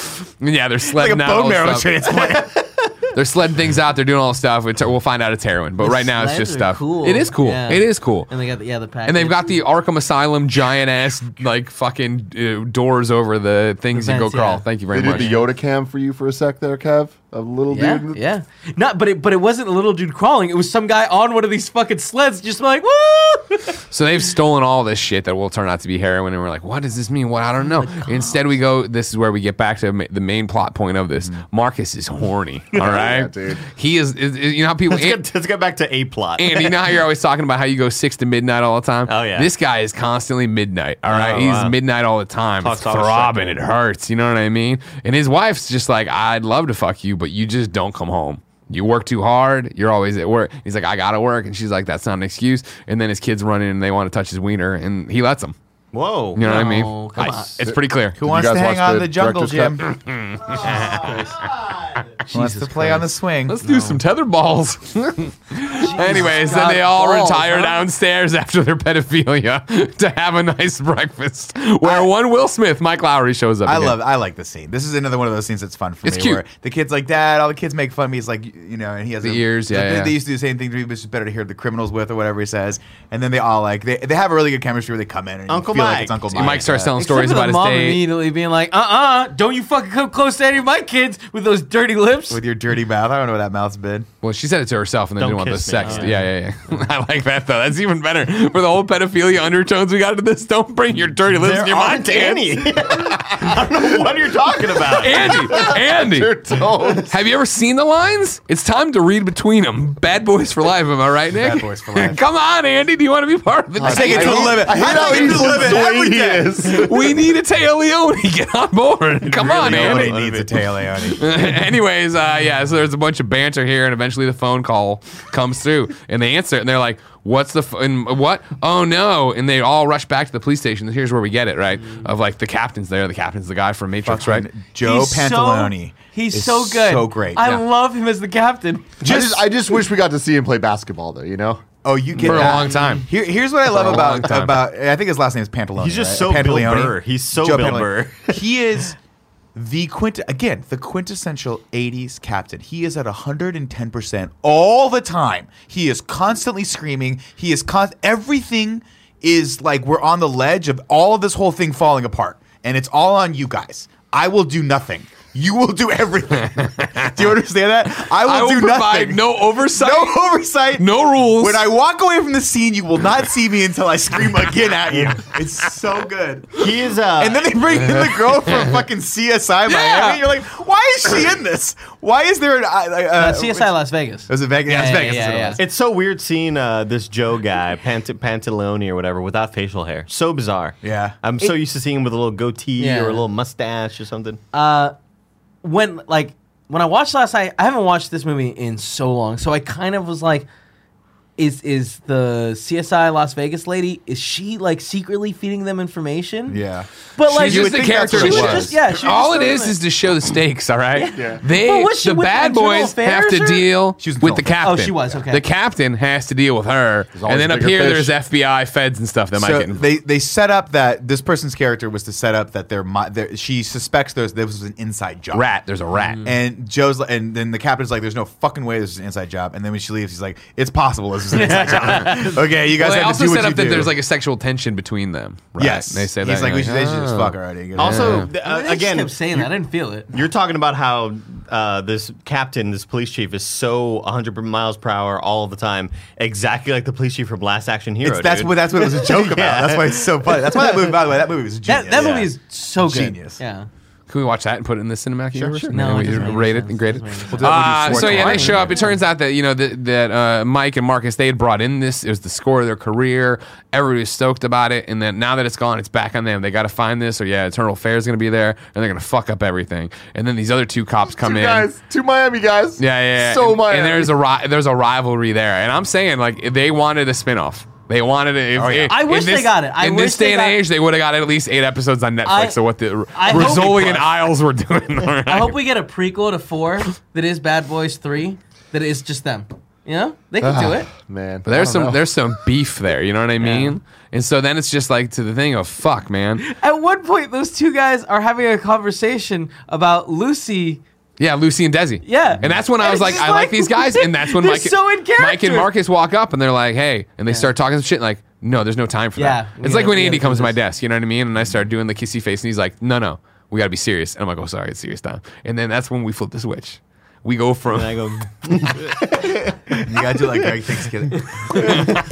And yeah,
like a
they're sledding out all
bone
this
marrow
stuff.
transplant.
[LAUGHS] They're sledding things out. They're doing all this stuff. It's- we'll find out it's heroin, but right now it's just
sleds are
stuff.
cool.
It is cool.
Yeah.
It is cool.
and they got the, yeah the package.
And they've got the Arkham Asylum giant ass like fucking uh, doors over the things
The
you go
vents, yeah.
crawl. Thank you very
They did
much.
the Yoda cam for you for a sec there, Kev. A little
yeah,
dude.
yeah. Not, but it, but it wasn't a little dude crawling. It was some guy on one of these fucking sleds, just like woo.
So they've stolen all this shit that will turn out to be heroin, and we're like, what does this mean? What I don't know. Instead, we go. This is where we get back to ma- the main plot point of this. Marcus is horny. All right,
dude.
He is, is, is- You know how people.
Let's get, let's get back to A plot.
And you know how you're always talking about how you go six to midnight all the time?
Oh, yeah.
This guy is constantly midnight. All right.
Oh,
He's
wow.
midnight all the time.
Talks
it's
all the
throbbing. It
second.
hurts. You know what I mean? And his wife's just like, I'd love to fuck you, but you just don't come home. You work too hard. You're always at work. He's like, I got to work. And she's like, that's not an excuse. And then his kids run in and they want to touch his wiener and he lets them.
Whoa.
You know what I
No,
Oh,
mean?
come
I-
on.
It's pretty clear.
Who wants
guys
to hang
watch
on
the
the, jungle,
director's
Jim?
cut?
Who wants to play on the swing.
Let's do some tether balls. [LAUGHS] Anyways, then they
God,
all
balls,
retire
huh?
downstairs [LAUGHS] after their pedophilia [LAUGHS] to have a nice breakfast. Where one Will Smith, Mike Lowry shows up.
I
again.
love. I like this scene. This is another one of those scenes that's fun for
It's
me.
cute.
Where the kid's like, "Dad, all the kids make fun of me." He's like, y- you know, and he has
The
a-
ears, yeah,
They,
yeah.
they used to do the same thing to me, but it's just better to hear the criminals with or whatever he says. And then they all like they, they have a really good chemistry where they come in and you
Uncle
feel
Mike.
Like it's Uncle
Mike
Mike. uh,
starts
Yeah.
telling
Except
stories
for the
about his
mom
day.
immediately being like, uh uh-uh, uh, do not you fucking come close to any of my kids with those dirty
lips?
with your dirty mouth. I don't know where that mouth's been.
Well, she said it to herself and then
Don't
didn't want the
kiss me.
sex.
Oh,
yeah, yeah, yeah. [LAUGHS] I like that though. That's even better for the whole pedophilia undertones we got into this. Don't bring your dirty lips
There
in your mind,
aren't
to
any.
Andy.
[LAUGHS] I don't know what you're talking about.
Andy, Andy.
Don't.
Have you ever seen the lines? It's time to read between them. Bad boys for life. Am I right, Nick?
Bad boys for life.
[LAUGHS] Come on, Andy. Do you want to be part of the
Take it to the
team?
limit.
I hate how
take it
he's
to the limit
just the way
every
he
day.
is.
We need a Teo Leone. [LAUGHS] Get on board. Come on,
Really,
Andy.
[LAUGHS] nobody needs a tail, Leone.
Anyways, uh, yeah, so there's a bunch of banter here, and eventually the phone call comes through, and they answer, it, and they're like, "What's the f- and what? Oh no!" And they all rush back to the police station. Here's where we get it, right?
Mm.
Of like the captain's there, the captain's the guy from Matrix, right?
Joe
He's so-
Pantalone.
he's
is
so good.
So great.
I
Yeah.
love him as
[LAUGHS]
the captain.
I, just, I just wish we got to see him play basketball, though. You know,
oh, you get
For a
that.
long time.
Here, here's what I love
a long
about
time.
about. I think his last name is Pantalone.
He's just
right?
so Bill
Pantaleone.
Burr. He's so Bill
Pantaleone. [LAUGHS]
Burr.
he is the quint again the quintessential 80s captain. He is at 110 percent all the time. He is constantly screaming. He is con- everything is like we're on the ledge of all of this whole thing falling apart, and it's all on you guys. I will do nothing. You will do everything. [LAUGHS] do you understand that? I will,
I will
do
provide
nothing.
no oversight,
No
no,
oversight.
rules.
When I walk away from the scene, you will not see me until I
[LAUGHS]
scream again at you. It's so good.
He is. Uh,
And then they bring in the
[LAUGHS]
girl from fucking CSI Miami.
Yeah.
You're like, why is she in this? Why is there an uh,
Uh,
uh,
CSI Las Vegas.
Was it Vegas? Yeah,
Yeah,
it's
yeah,
Vegas.
yeah,
is what it
yeah.
was.
It's so weird seeing uh, this Joe guy, Pant- Pantalone or whatever, without facial hair. So bizarre.
Yeah.
I'm so used to seeing him with a little goatee
Yeah.
or a little mustache or something.
when like when I watched last night, I haven't watched this movie in so long, so I kind of was like, is is the CSI Las Vegas lady? Is she like secretly feeding them information?
Yeah.
but like
She's
you
just
would
the
think that's
character
what
she
it
was.
was. She was just-
yeah, she was
All
just
it
doing
is
it.
is to show the stakes. All right,
Yeah.
they
But was she
the
with
bad
Internal
boys
Affairs
have to
or-
deal
She was with
with the
Internal
captain.
Affairs. Oh, she was, okay.
The captain has to deal with her,
always
and then
a
up
bigger
here
fish.
there's FBI, feds, and stuff that might
So
get involved.
they, they set up that this person's character was to set up that their, mi- their she suspects there's this was an inside job.
rat. There's a rat.
And Joe's like, and then the captain's like, "There's no fucking way this is an inside job." And then when she leaves, he's like, "It's possible this is an
[LAUGHS]
inside job." [LAUGHS] okay, you guys
Well, they
have
also
to do
set
what
up
you
that
do.
there's like a sexual tension between them. Right?
yes,
They say that.
he's like,
and
"Oh." "We
you're "Oh."
should, they should just fuck already." You know?
Also, th-
I
uh,
mean, they just
again,
kept saying that. I didn't feel it.
you're talking about how uh, this captain, this police chief, is so 100 miles per hour all the time, exactly like the police chief from Last Action Hero.
It's, that's
dude.
what that's what it was a joke about. That's why it's so funny. That's why that movie. By the way, that movie was genius.
That, that movie is so good.
Genius.
Yeah.
Can we watch that and put it in the cinematic universe?
sure.
And then
No,
we
it doesn't make
rate it
sense.
and grade it.
Doesn't make
Uh, so yeah, they
Schwartz.
show up. It turns out that you know that, that uh, Mike and Marcus they had brought in this. It was the score of their career. Everybody was stoked about it, and then now that it's gone, it's back on them. They got to find this, or yeah, Eternal Affairs is going to be there, and they're going to fuck up everything. And then these other two cops come
two
in.
guys, two Miami guys.
Yeah, yeah, yeah.
So
and,
Miami.
and there's a ri- there's a rivalry there, and I'm saying like they wanted a spinoff. They wanted it. If, if-
Oh, I wish
in
they
this-
got it. I
in
wish
this
they
day and
got-
age, they would have got at least eight episodes on Netflix
I-
of what the
I hope
Rizzoli
they-
and Isles were doing. all
I
right?
hope we get a prequel to four that is Bad Boys three that is just them. You know they can
Uh-huh.
do it.
man.
But there's some there's some beef there. You know what I mean? And so then it's just like to the thing of fuck, man.
At one point, those two guys are having a conversation about Lucy.
Yeah, Lucy and Desi.
Yeah.
And that's when
And
I was
it's
like,
just
I like
like,
these guys. And that's when
[LAUGHS] they're
Mike,
so in
Mike
character.
and Marcus walk up and they're like, hey. And they start talking some shit. Like, no, there's no time for
Yeah,
that.
we
It's like
gotta-
when
we
Andy
gotta do
comes to my
this.
desk, you know what I mean? And I start doing the kissy face. And he's like, no, no, we got to be serious. And I'm like, oh, sorry, it's serious time. And then that's when we flip the switch. We go from.
And I go,
You gotta do like Greg Thanksgiving.
[LAUGHS]
well,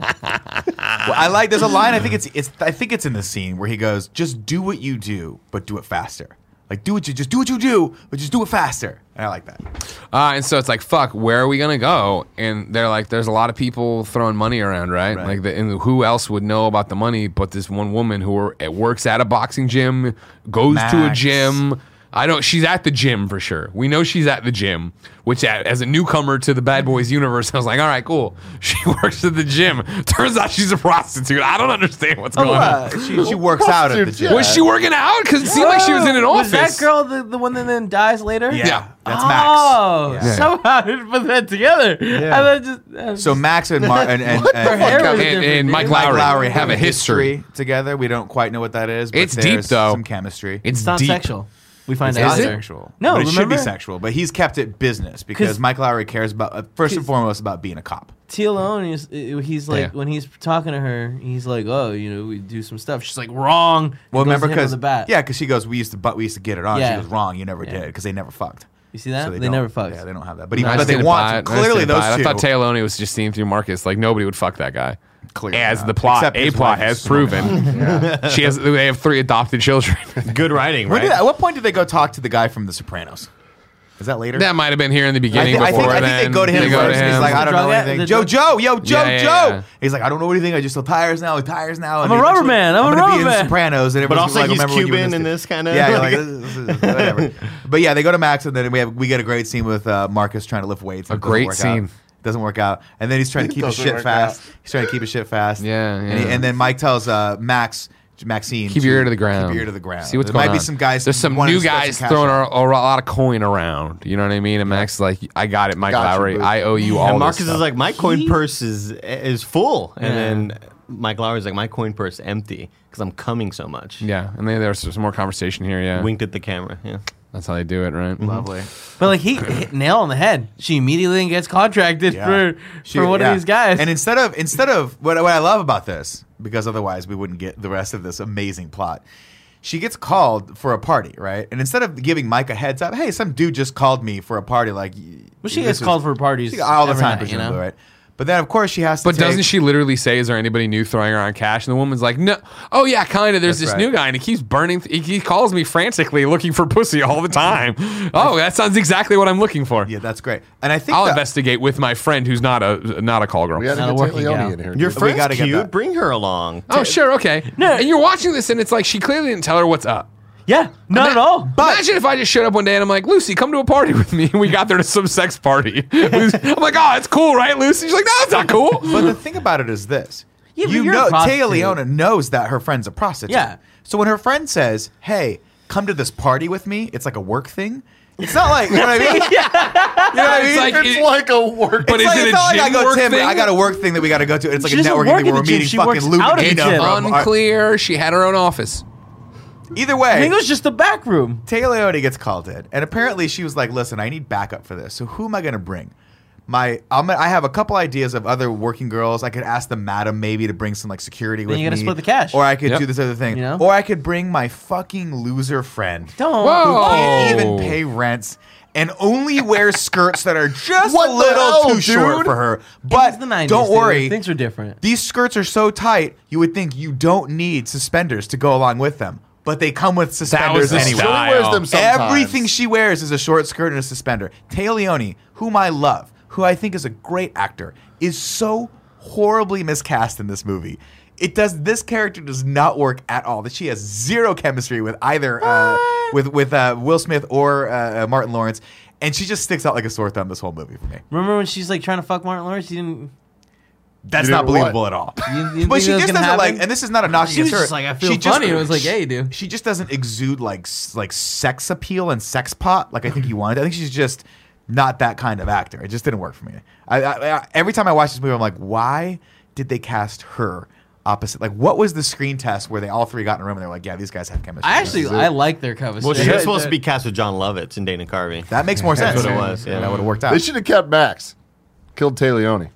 I like. There's a line. I think it's it's. I think it's in the scene where he goes, "Just do what you do, but do it faster. Like do what you just do what you do, but just do it faster." And I like that.
Uh, and so it's like, fuck, where are we gonna go? And they're like, there's a lot of people throwing money around, right?
Right.
Like, the, and who else would know about the money but this one woman who are, it works at a boxing gym, goes to a
Max.
gym. I don't. She's at the gym for sure. We know she's at the gym, which a- as a newcomer to the Bad Boys universe, I was like, all right, cool. [LAUGHS] She works at the gym. Turns out she's a prostitute. I don't understand
Oh,
what's going on.
Uh, she, she works out at the gym.
Was she working out? Because it seemed like she was in an
Oh, Was
office.
that girl the, the one that then dies later?
Yeah,
Yeah.
that's
Oh,
Max. Yeah.
somehow did put that together. Yeah. I thought just, uh,
So Max and Mar- and and,
the
and,
hell
and
is-
and, and Mike
Mike
Lowry,
Lowry
have a history.
together. We don't quite know what that is. But
It's deep,
there's
though.
Some chemistry.
It's,
it's not
deep.
sexual. We find
It's
out
not
Is it?
later.
sexual.
No,
but it should be
remember?
sexual. But he's kept it business because
'Cause-
Mike Lowry cares about uh, first and foremost about being a cop.
Tialone is uh, he's like
Yeah.
when he's talking to her, he's like, oh, you know, we do some stuff. She's like, wrong.
Well,
He goes
remember
to hit her with
because
a bat.
yeah, because she goes, we used to but we used to get it on.
Yeah.
She goes, wrong, you never
Yeah.
did because they never fucked.
You see that?
So
they
don't-
never fucked.
Yeah, they don't have that. But, he,
I
but
just
they
didn't
want
buy
to.
it. I just
Clearly,
didn't buy
those
it.
two.
I thought Taylor was just seeing through Marcus. Like nobody would fuck that guy.
Clearly
as
not.
the plot,
Except
a
his
plot
wife
has
is- [LAUGHS]
proven. She has. They have three adopted children.
Good writing,
When
right?
did, at what point did they go talk to the guy from The Sopranos? Is that later?
that might have been here in the
I,
beginning.
think, I, think,
before
I think
then.
they go to him
go
first. He's
him.
like, I don't
The
know
drug-
anything.
the
Joe,
drug-
Joe, yo, Joe,
Yeah, yeah,
Joe.
yeah.
He's like, I don't know anything. I just sell tires now. I tires now. and
I'm a rubber
eventually
man, I'm
gonna
a
be
rubber
in
man.
Sopranos, and
But
everyone's
also
like,
he's
remember when you were
Cuban in
kid.
this kind of.
Yeah, you're like, this is-
[LAUGHS]
whatever. But yeah, they go to Max, and then we have we get a great scene with uh, Marcus trying to lift weights. and
A
it doesn't
great
work
scene.
Out. Doesn't work out, and then he's trying to keep his
doesn't
shit
work
fast. He's trying to keep his shit fast.
Yeah,
And, he-
yeah.
and then Mike tells uh, Max. Maxine,
Keep your ear to the
keep
ground.
your ear to the ground.
See what's
there
going
might
on.
be some guys.
There's some
wanting
new
to spend
guys
some cash
throwing
on
a, a lot of coin around. You know what I mean? And Max is like, I got it, Mike
Gotcha,
Lowry.
boo.
I owe you all.
and
this
Marcus is
stuff."
like, my coin purse is is full, and
Yeah.
then Mike Lowry's like, my coin purse empty because I'm coming so much.
yeah. And then there's some more conversation here. Yeah,
Winked at the camera. Yeah.
that's how they do it, right?
Lovely.
But
[LAUGHS]
like he hit nail on the head. She immediately gets contracted for
She-
for one
yeah.
of these guys.
And instead of instead of what, what I love about this, because otherwise we wouldn't get the rest of this amazing plot. She gets called for a party, right? And instead of giving Mike a heads up, hey, some dude just called me for a party. Like, y-
Well, she
this
gets called for parties
she got- all the
every
time,
night, you
presumably,
know?
right? But then, of course, she has to.
But doesn't
take-
she literally say, "Is there anybody new throwing around cash?" And the woman's like, "No, oh yeah, kind of. There's
That's right.
this new guy, and he keeps burning. Th- he calls me frantically looking for pussy all
[LAUGHS]
the time. oh, that sounds exactly what I'm looking for.
Yeah, that's great. And I think
I'll
the-
investigate with my friend who's not a not a call girl.
We got
Not
to
a
get
working
Leone
gal.
in here.
Your
dude.
we
friend's
gotta get
cute.
that.
Bring her along.
Oh sure, okay.
No.
and you're watching this, and it's like she clearly didn't tell her what's up.
yeah, not
[LAUGHS]
at all.
Imagine if I just showed up one day and I'm like, Lucy, come to a party with me, [LAUGHS] and we got there to some
[LAUGHS]
sex party. [LAUGHS] Lucy- I'm like, oh, it's cool, right, Lucy? She's like, no, it's
[LAUGHS]
not cool. [LAUGHS]
But the thing about it is this:
Yeah, but
you
you're a
know, Taya
prostitute.
Leona knows that her friend's a prostitute.
Yeah.
So when her friend says, "Hey, come to this party with me," it's like a work thing. It's not like you know
[LAUGHS]
what I mean. You know what I mean?
It's like,
it's
it-
like a work.
but
It's
is
like-
it
it's
a
not like
gym
I go,
work
Tim,
thing?
I got a work thing that we got to go to. It's like
She
a
doesn't
networking
work
thing
at
where we're
the gym.
meeting
She
fucking
works out of the
Lumina
gym.
from. our-
Unclear. She had her own office.
Either
I
way,
think it was just the back room.
Taylor Leone gets called in, and apparently she was like, "Listen, I need backup for this. So who am I going to bring? My, I'm, I have a couple ideas of other working girls. I could ask the madam maybe to bring some like security with
you gotta
me,
split the cash.
or I could
Yep.
do this other thing,
You know?
or I could bring my fucking loser friend
Don't.
Whoa.
who can't even
Oh.
pay rents." And only wears skirts that are just
What
a
the
little
hell,
too
dude?
short for her.
It's
But
the 90s,
don't
dude.
worry,
Things are different.
these skirts are so tight, you would think you don't need suspenders to go along with them, but they come with suspenders
the
anyway.
She only wears them sometimes.
Everything she wears is a short skirt and a suspender. Taya Leone, whom I love, who I think is a great actor, is so horribly miscast in this movie. It does this character does not work at all. That she has zero chemistry with either uh, with with uh, Will Smith or uh, uh, Martin Lawrence, and she just sticks out like a sore thumb this whole movie for me.
Remember when she's like trying to fuck Martin Lawrence? You didn't.
That's
You
not
didn't what?
believable
[LAUGHS]
at all.
You, you
But
think
she
that was
just doesn't
gonna
like,
happen?
and this is not a knock
She was
against her.
just like, I feel
she
funny. and I was like, hey, dude.
she just doesn't exude like s- like sex appeal and sex pot like I think you wanted. I think she's just not that kind of actor. It just didn't work for me. I, I, I, every time I watch this movie, I'm like, why did they cast her opposite? Like, what was the screen test where they all three got in a room and they're like, yeah, these guys have chemistry.
I actually I like their conversation.
[LAUGHS] Well, she
Yeah.
was supposed to be cast with John Lovitz and Dana Carvey.
that makes
[LAUGHS]
more sense.
That's what it was, yeah.
that would have worked out.
They should have kept Max. Killed Tay Leone.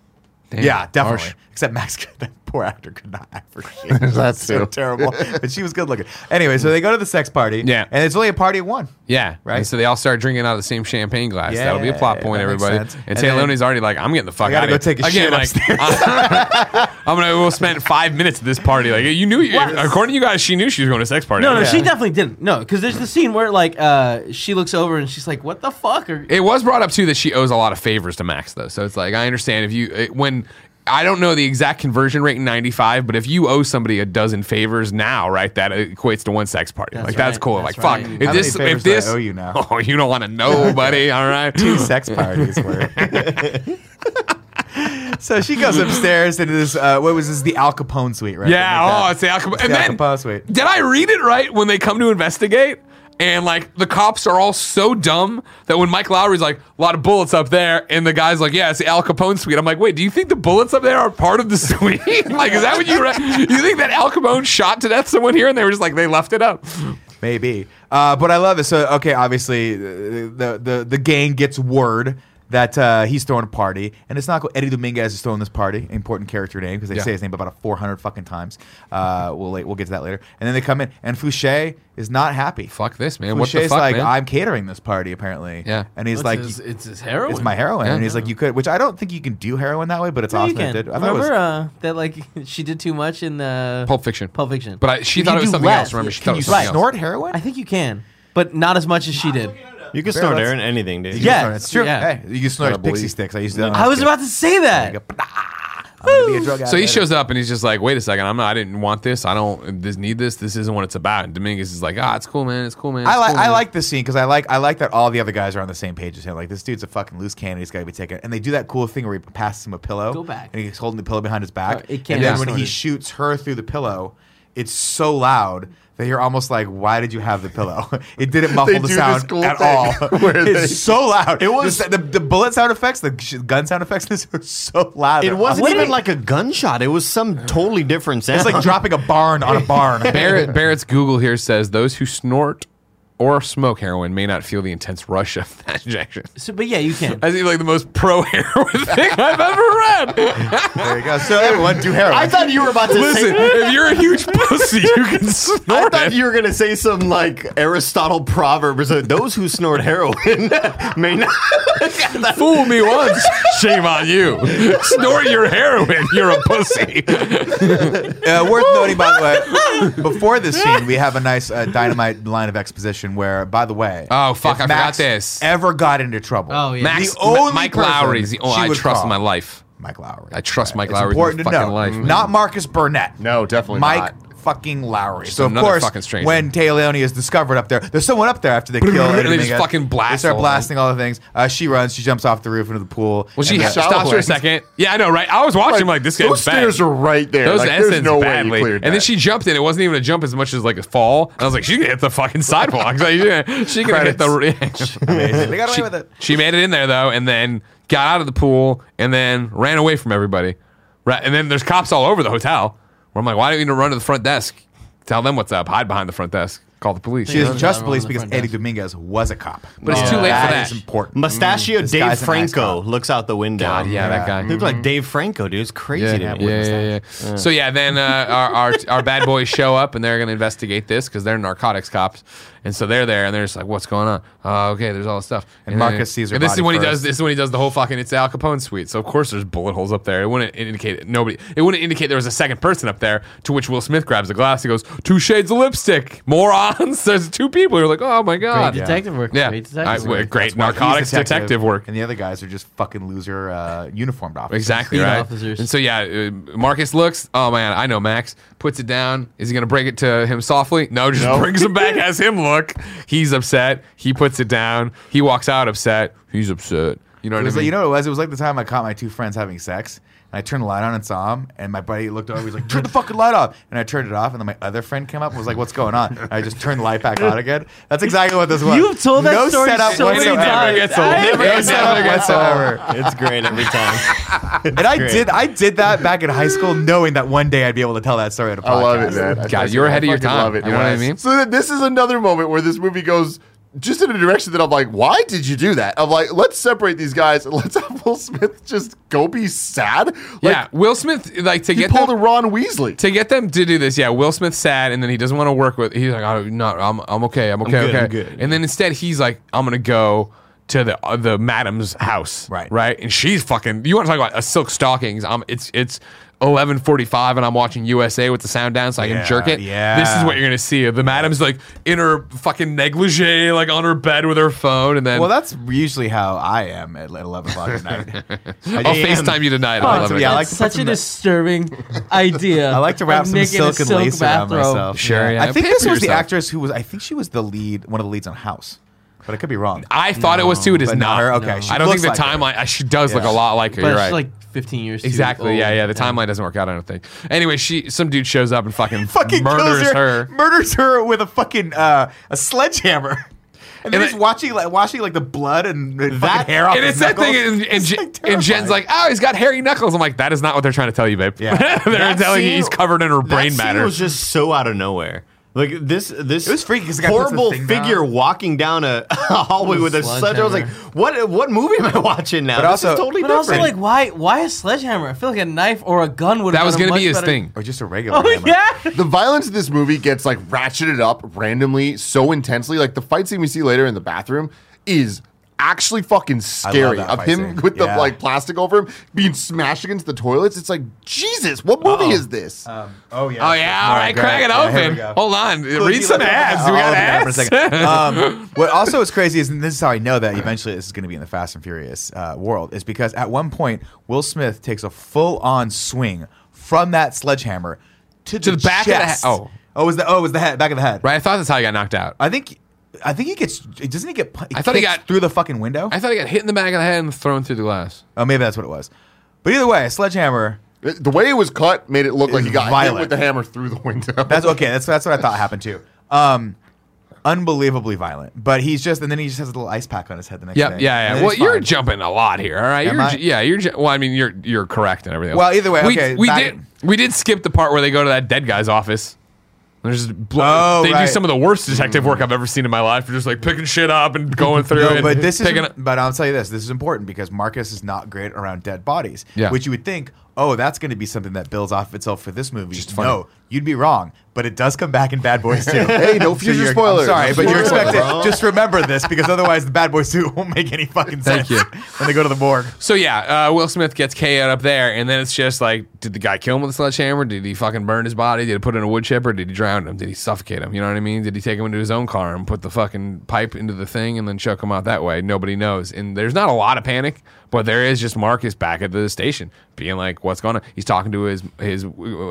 Damn,
yeah, definitely.
harsh.
Except Max, [LAUGHS] that poor actor could not act for
[LAUGHS]
shit.
That's
so
true.
terrible. But she was good looking. Anyway, so they go to the sex party.
Yeah.
and it's only a party of
[COUGHS]
one.
Yeah,
Right?
And so they all start drinking out of the same champagne glass. that would be a plot
Yeah,
point,
that makes
everybody.
sense.
And,
And
Taylor
then-
Leone's already like, "I'm getting the fuck
I gotta
out of
go
here."
take a shit upstairs.
[LAUGHS] I'm gonna. We'll spend five minutes at this party. Like you knew. You, according to you guys, she knew she was going to a sex party.
No, no,
Yeah.
she definitely didn't. No, because there's the scene where like uh, she looks over and she's like, "What the fuck?" Or,
It was brought up too that she owes a lot of favors to Max though. So it's like I understand if you it, when I don't know the exact conversion rate in 95, but if you owe somebody a dozen favors now, right, that equates to one sex party.
That's
like that's
right.
cool.
That's
like
right.
fuck.
How
If
many
this
favors
if
do I
this
owe you now?
[LAUGHS] Oh, you don't want to know, buddy. All right.
[LAUGHS] two sex parties were. [LAUGHS] so she goes upstairs into this. Uh, what was this? The Al Capone suite, right? Something
Yeah,
like
oh,
that.
it's the Al Capone. And
the Al
then,
Capone suite.
did I read it right when they come to investigate? And like the cops are all so dumb that when Mike Lowry's like, a lot of bullets up there, and the guy's like, yeah, it's the Al Capone suite. I'm like, wait, do you think the bullets up there are part of the [LAUGHS] suite? like, is that what you read? You think that Al Capone shot to death someone here and they were just like, they left it up?
maybe. Uh, but I love it. So okay, obviously uh, the the the gang gets word that uh, he's throwing a party, and it's not cool. Eddie Dominguez is throwing this party, important character name because they
Yeah.
say his name about four hundred fucking times. Uh, we'll la- we'll get to that later. And then they come in, and Fouché is not happy.
Fuck this, man. What the
Fouché's
fuck,
like,
man?
I'm catering this party apparently.
Yeah.
and he's
It's
like,
his, it's his heroin.
it's my heroin,
Yeah.
and he's like, you could, which I don't think you can do heroin that way, but it's
No, you
awesome. that
can.
it did. I thought it
Remember
was-
uh, that like [LAUGHS] she did too much in uh,
Pulp Fiction.
Pulp Fiction.
But I, she
You
thought
can
it was
do
something
less.
else. Remember, she
can
thought it
you
was something
snort
else.
heroin?
I think you can, but not as much as she did.
You can
Fair,
snort
that's-
Aaron anything, dude.
Yeah,
snort.
it's true.
Yeah.
Hey, you can snort
Gotta
pixie
believe.
sticks. I used to. do that when
I was
kid.
about to say that.
I'm gonna be a drug
So he
addict.
shows up and he's just like, "Wait a second, I'm not. I didn't want this. I don't this need this. This isn't what it's about." And Dominguez is like, "Ah, it's cool, man. It's cool, man.
I
It's
like
cool,
I
man."
like this scene because I like I like that all the other guys are on the same page as him. Like this dude's a fucking loose cannon. He's got to be taken. And they do that cool thing where he passes him a pillow.
Go back.
And he's holding the pillow behind his back.
Uh, it can't
and
be
then when he
snorted.
shoots her through the pillow, it's so loud that you're almost like, why did you have the pillow? [LAUGHS] it didn't muffle
They do
the
this
sound
cool
at
thing
all.
where
it's
they-
so loud. It was the, the bullet sound effects, the sh- gun sound effects. [LAUGHS] This are so loud.
It wasn't
What
even
did-
like a gunshot. It was some totally different sound.
It's like
[LAUGHS]
dropping a barn on a barn.
Barrett, Barrett's Google here says those who snort or smoke heroin may not feel the intense rush of that injection.
So, but yeah, you can.
I think like the most pro heroin [LAUGHS] thing I've ever read.
There you go. So everyone do heroin.
I thought you were about to
Listen,
say.
if you're
[LAUGHS]
a huge pussy, you can
I
snort
thought
it.
you were gonna say some like Aristotle proverb or something. Those who snort heroin [LAUGHS] may not.
[LAUGHS] Fool me once, shame on you. Snort your heroin, you're a pussy.
Uh, worth noting, by
[LAUGHS]
the way, before this scene, we have a nice uh, dynamite line of exposition where, by the way,
[LAUGHS] Oh, fuck,
if
I forgot
Max
this.
Ever got into trouble?
Oh, yeah.
Max,
The only
M- Mike
person
Lowry is the only
she
I
would
trust
call.
in my life.
Mike Lowry.
I trust Mike
It's
Lowry with
important
my
to
fucking
know.
life, man.
Not Marcus Burnett.
No, definitely
Mike
not.
fucking Lowry. So of
another
course,
fucking stranger.
when Taleone is discovered up there, there's someone up there after they kill.
And they
Eddie
just
Dominguez.
fucking blast
They start
all of them.
blasting all the things. Uh, she runs. She jumps off the roof into the pool.
Well, she
And
ha-
that-
stops for a
Southland.
second. Yeah, I know, right? I was watching like this
Those
guy's bad.
stairs are right there.
Those
like,
essence
there's no
badly.
way you cleared
and then
that.
she jumped in. It wasn't even a jump as much as like a fall. And I was like, she can hit the fucking [LAUGHS] sidewalk. Like, yeah, she can hit [LAUGHS] the.
[LAUGHS] Amazing. They got away with it.
she made it in there though, and then got out of the pool, and then ran away from everybody. Right, and then there's cops all over the hotel. Where I'm like, why don't you run to the front desk? Tell them what's up. Hide behind the front desk. Call the police.
She is
Yeah.
just
Yeah.
police
Yeah.
because Eddie Dominguez was a cop.
but it's too late for
That is
that.
Mm,
important.
Mustachio
This
Dave
guy's a nice
Franco
guy.
looks out the window.
God, yeah, that guy.
He looked like Dave Franco, dude. It's crazy
Yeah,
to
yeah,
me.
yeah, yeah, yeah. So yeah, then uh, our, our our bad boys show up and they're gonna investigate this because they're narcotics cops, and so they're there and they're just like, "What's going on? Uh, okay, there's all this stuff."
And
then-
Marcus sees her
And this
body
is when he
first.
does. This is when he does the whole fucking. It's Al Capone suite. So of course there's bullet holes up there. It wouldn't indicate nobody. It wouldn't indicate there was a second person up there. To which Will Smith grabs a glass. He goes, two shades of lipstick, morons." [LAUGHS] There's two people. You're like, "Oh my god."
Great detective work.
Yeah,
Great
I-
detective
w-
work.
great
That's why he's
narcotics
detective,
detective work.
And the other guys are just fucking loser uh, uniformed officers.
Exactly
Speed
right.
officers.
And so yeah, uh, Marcus looks. Oh man, I know Max puts it down. Is he gonna break it to him softly? No, just brings him back. Has him look. He's upset. He puts it down. He walks out upset. He's upset. You know
It
what I
was
mean?
like, you know what it was? It was like the time I caught my two friends having sex. And I turned the light on and saw him, and my buddy looked over. He's like, "Turn the fucking light off!" And I turned it off, and then my other friend came up and was like, "What's going on?" And I just turned the light back on again. That's exactly what this was.
You've told that
no
story
setup
so many
whatsoever.
times.
gets old.
I-
Never
No
gets
setup
old.
whatsoever.
It's great every time.
[LAUGHS] And I
Great.
did, I did that back in high school, knowing that one day I'd be able to tell that story at a podcast.
I love it, man. I-
God,
I-
you're
I
ahead of your
fucking
time.
Love it.
You know what I mean?
So then this is another moment where this movie goes just in a direction that I'm like, why did you do that? I'm like, let's separate these guys [LAUGHS] and let's have Will Smith just go be sad. Like,
yeah, Will Smith like to
he
get
pulled
them,
a Ron Weasley.
to get them to do this. Yeah, Will Smith sad, and then he doesn't want to work with. He's like, I'm not. I'm I'm okay. I'm okay.
good,
okay.
I'm good.
And then instead he's like, I'm gonna go. To the uh, the madam's house,
Right.
right, and she's fucking. You want to talk about a silk stockings? I'm. It's it's eleven forty five, and I'm watching USA with the sound down, so I
Yeah,
can jerk it.
yeah.
this is what you're gonna see. The madam's like in her fucking negligee, like on her bed with her phone, and then
Well, that's usually how I am at eleven o'clock at [LAUGHS] night.
I'll Facetime you tonight.
Fuck,
I love it.
yeah, I like
that's
to put
such
some
a
ma-
disturbing
[LAUGHS]
idea.
I like to wrap
of
some
Nick in a
silk and lace around
bathrobe.
myself.
Sure, yeah.
I think
Pay
this
for
was the
yourself.
actress who was. I think she was the lead, one of the leads on House, but I could be wrong.
I thought it was too. It is
But not
not.
her? Okay, No. she
I don't think
looks
the
like her.
timeline. uh, She does look
Yeah.
a lot like her.
But
you're
it's
right.
like 15 years. too
exactly. Yeah.
old.
Yeah. The timeline doesn't work out. I don't think. Anyway, she some dude shows up and
[LAUGHS]
fucking,
fucking
murders
kills her, [LAUGHS]
her.
murders her with a fucking uh, a sledgehammer, [LAUGHS] and then
And
he's
it-
watching like watching like the blood and and fucking hair off.
And
his
it's that thing,
knuckles.
and, and,
It's,
Je-
like,
and
terrifying.
Jen's like, "Oh, he's got hairy knuckles." I'm like, "That is not what [LAUGHS] they're trying to tell you, babe.
Yeah.
they're
That
telling you
scene-
he's covered in her
That
brain
scene
matter."
was just so out of nowhere. Like this, this
It was freaky 'cause the guy puts the
horrible
thing down.
figure walking down a, [LAUGHS] a hallway with a sledgehammer. I was like, what? What movie am I watching now?
But
this
also-
is totally
But
different.
also, like, why? Why a sledgehammer? I feel like a knife or a gun would.
That was
going
gonna
to
be his thing.
Or just a regular.
[LAUGHS] Oh
hammer.
yeah. [LAUGHS]
the violence in this movie gets like ratcheted up randomly so intensely. Like the fight scene we see later in the bathroom is actually fucking scary.
that
Of
fight
him
scene.
with
Yeah.
the like plastic over him being smashed against the toilets. It's like Jesus, what movie is this?
Um, oh yeah.
Oh yeah, all right,
go
crack
ahead.
it
Yeah, here
open.
we go.
Hold on, read
you
some
look-
ads. Do we
I'll
got
look it up for a
ads?
second. [LAUGHS] Um, what also is crazy is, and this is how I know that eventually this is going to be in the Fast and Furious uh, world, is because at one point Will Smith takes a full-on swing from that sledgehammer to,
To the back of the
chest.
head. Oh.
oh, it was the oh, it was the head, back of the head.
Right, I thought that's how he got knocked out.
I think, I think he gets. Doesn't he get? pu-
I thought he
kicked
got-
through the fucking window.
I thought he got hit in the back of the head and thrown through the glass.
oh, maybe that's what it was. But either way, a sledgehammer.
It- the way it was cut made it look like
It's
he got
violent.
hit with the hammer through the window.
That's okay. That's that's what I thought happened too. Um, unbelievably violent. But he's just, and then he just has a little ice pack on his head the next
Yep,
day.
yeah, yeah.
And
Well,
it's
you're
fine.
jumping a lot here. All right,
Am
you're,
I?
ju- yeah, you're. Ju- well, I mean, you're you're correct and everything.
Well,
else.
either way,
we,
okay,
we
back-
did we did skip the part where they go to that dead guy's office. There's just bl-
Oh,
they do
right.
some of the worst detective work I've ever seen in my life. Just like picking shit up and going
[LAUGHS]
through.
No,
and
but this is.
picking up-
But I'll tell you this: this is important because Marcus is not great around dead bodies.
Yeah.
Which you would think, oh, that's going to be something that builds off itself for this movie.
funny.
no, you'd be wrong. But it does come back in Bad Boys 2.
Hey, no future
you're- I'm
spoilers.
sorry,
No
but you're
spoilers,
expected.
bro.
Just remember this because otherwise, the Bad Boys 2 [LAUGHS] won't make any fucking sense
Thank you.
[LAUGHS] when they go to the morgue.
So yeah, uh, Will Smith gets KO'd up there, and then it's just like, did the guy kill him with a sledgehammer? Did he fucking burn his body? Did he put it in a wood chipper? Did he drown him? Did he suffocate him? You know what I mean? Did he take him into his own car and put the fucking pipe into the thing and then choke him out that way? Nobody knows. And there's not a lot of panic, but there is just Marcus back at the station being like, "What's going on?" He's talking to his his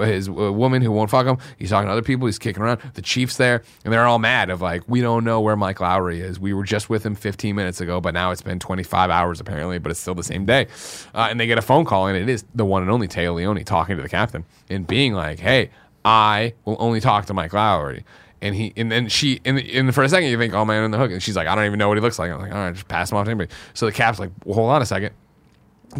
his uh, woman who won't fuck him. He's talking to other people. He's kicking around. The chief's there, and they're all mad of like, "We don't know where Mike Lowry is. We were just with him 15 minutes ago, but now it's been 25 hours apparently, but it's still the same day." Uh, and they get a phone call, and it is the one and only Teo Leone talking to the captain and being like, "Hey, I will only talk to Mike Lowry." And he and then she and, and for a second you think, "Oh man, on the hook," and she's like, "I don't even know what he looks like." I'm like, "All right, just pass him off to anybody." So the cap's like, well, "Hold on a second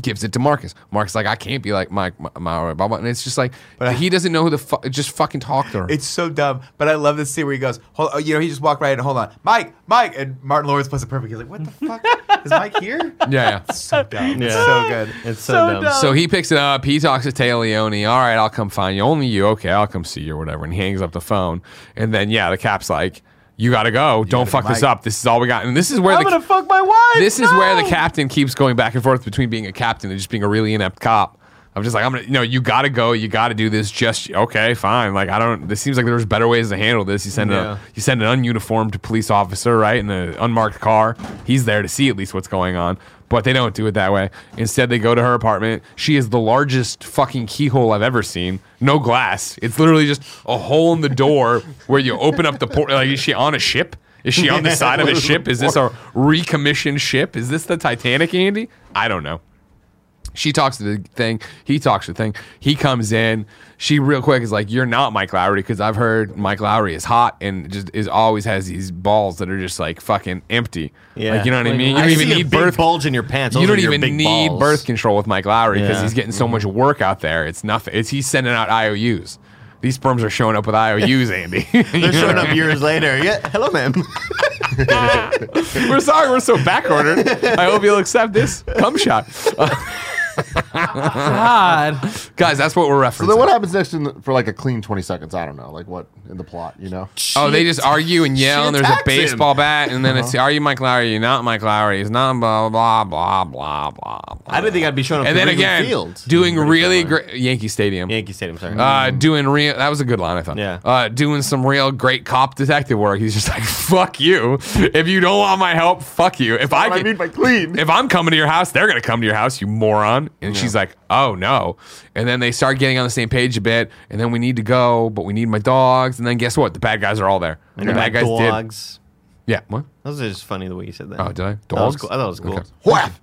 gives it to Marcus. Marcus like I can't be like Mike my, my, blah blah, and it's just like he doesn't know who the fuck. Just fucking talk to her.
It's so dumb, but I love this scene where he goes, "Hold, oh, you know, he just walked right in. Hold on, Mike, Mike," and Martin Lawrence plays it perfect. He's like, "What the fuck is Mike here?"
[LAUGHS] yeah, yeah.
So dumb. It's
Yeah.
so good.
it's so,
So
dumb.
dumb.
So he picks it up. He talks to Taya Leone. All right, I'll come find you. Only you. Okay, I'll come see you or whatever. And he hangs up the phone. And then yeah, the cap's like, "You gotta go. Don't
gotta
fuck
go,
this
Mike."
up. This is all we got." And this is where
I'm
the
gonna fuck my wife.
this is where the
no!
captain keeps going back and forth between being a captain and just being a really inept cop. I'm just like, I'm gonna, no, you gotta go, you gotta do this. Just okay, fine. Like I don't. This seems like there's better ways to handle this. You send
Yeah.
a, you send an ununiformed police officer, right, in an unmarked car. He's there to see at least what's going on, but they don't do it that way. Instead, they go to her apartment. She is the largest fucking keyhole I've ever seen. No glass. It's literally just a hole in the door where you open up the port. Like is she on a ship? Is she on the side of a ship? Is this a recommissioned ship? Is this the Titanic, Andy? I don't know. She talks to the thing. He talks to the thing. He comes in. She real quick is like, "You're not Mike Lowry," because I've heard Mike Lowry is hot and just is always has these balls that are just like fucking empty.
Yeah.
like you know what I
Like,
mean. You
I
don't even
see a
need
big
birth
bulge in your pants.
You
Those
don't
are your
even
big
need
balls.
birth control with Mike Lowry because
Yeah. Mm-hmm.
he's getting so much work out there. It's nothing. It's he's sending out IOUs. These sperms are showing up with IOUs, Andy.
[LAUGHS]
[LAUGHS]
They're showing up years later. Yeah, hello, ma'am.
we're sorry, we're so backordered. I hope you'll accept this
[LAUGHS]
cum shot, [LAUGHS]
God.
guys. That's what we're referencing.
[LAUGHS] So then what happens next in the, for like a clean 20 seconds? I don't know. Like what in the plot, you know?
Oh, they just argue and yell,
she
and there's a
attacks him. Uh-huh.
baseball bat, and then it's are you Mike Lowry? You're not Mike Lowry. He's not blah blah blah blah blah. blah.
I didn't think I'd be showing up.
And
to
then
Wrigley
again,
Field.
doing
Pretty
really
similar.
great Yankee Stadium.
Yankee Stadium. Sorry.
Uh, doing real. That was a good line, I thought.
Yeah.
Uh, doing some real great cop detective work. He's just like, [LAUGHS] "Fuck you! If you don't want my help, fuck you! If I
what I
can,
mean by
[LAUGHS]
clean.
if I'm coming to your house, they're gonna come to your house, you moron." And she's like, "Oh no!" And then they start getting on the same page a bit. And then we need to go, but we need my dogs. And then guess what? The bad guys are all there. And the
My
bad guys did.
dogs.
Yeah. What?
That was just funny the way you said that.
Oh, did I?
That was
Dogs?
cool. I thought it was cool.
Okay.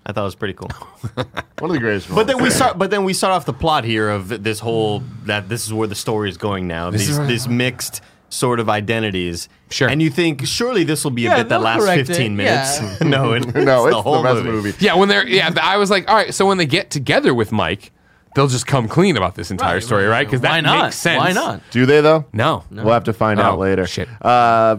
I thought it was pretty cool.
One of the greatest.
But then
[LAUGHS]
we start. But then we start off the plot here of this whole that this is where the story is going now.
is
these
where-
these mixed sort of identities.
Sure.
And you think surely this will be
Yeah,
a bit that
they'll
lasts
correct it.
fifteen minutes. [LAUGHS]
Yeah.
no, it,
No, it's the,
whole
best
movie.
movie.
Yeah, when they're yeah, I was like, all right. So when they get together with Mike, they'll just come clean about this entire
Right,
story, right? Because that
Why not?
makes sense.
Why not?
Do they though?
No.
We'll have to find
Oh,
out later.
shit.
Uh,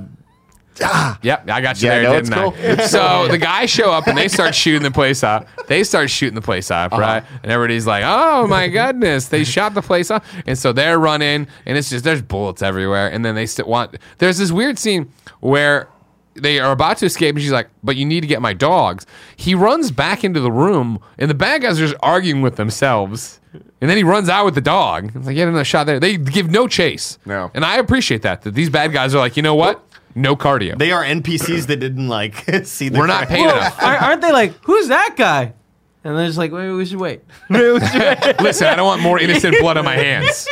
Yep, I got you
Yeah,
there,
no, it's
didn't I?
[LAUGHS]
So the guys show up and they start shooting the place up. They start shooting the place up,
Uh-huh.
right? And everybody's like, "Oh my goodness, they shot the place up!" And so they're running, and it's just there's bullets everywhere. And then they st- want there's this weird scene where they are about to escape, and she's like, "But you need to get my dogs." He runs back into the room, and the bad guys are just arguing with themselves. And then he runs out with the dog. It's like, "Yeah, another shot there." They give no chase.
No.
and I appreciate that. That these bad guys are like, you know what? No cardio.
They are NPCs that didn't like [LAUGHS] see. The
We're not
crowd.
paid
[LAUGHS] Well,
enough.
aren't aren't they like, who's that guy? And they're just like, wait, we should wait. We should wait.
Listen, I don't want more innocent blood on my hands.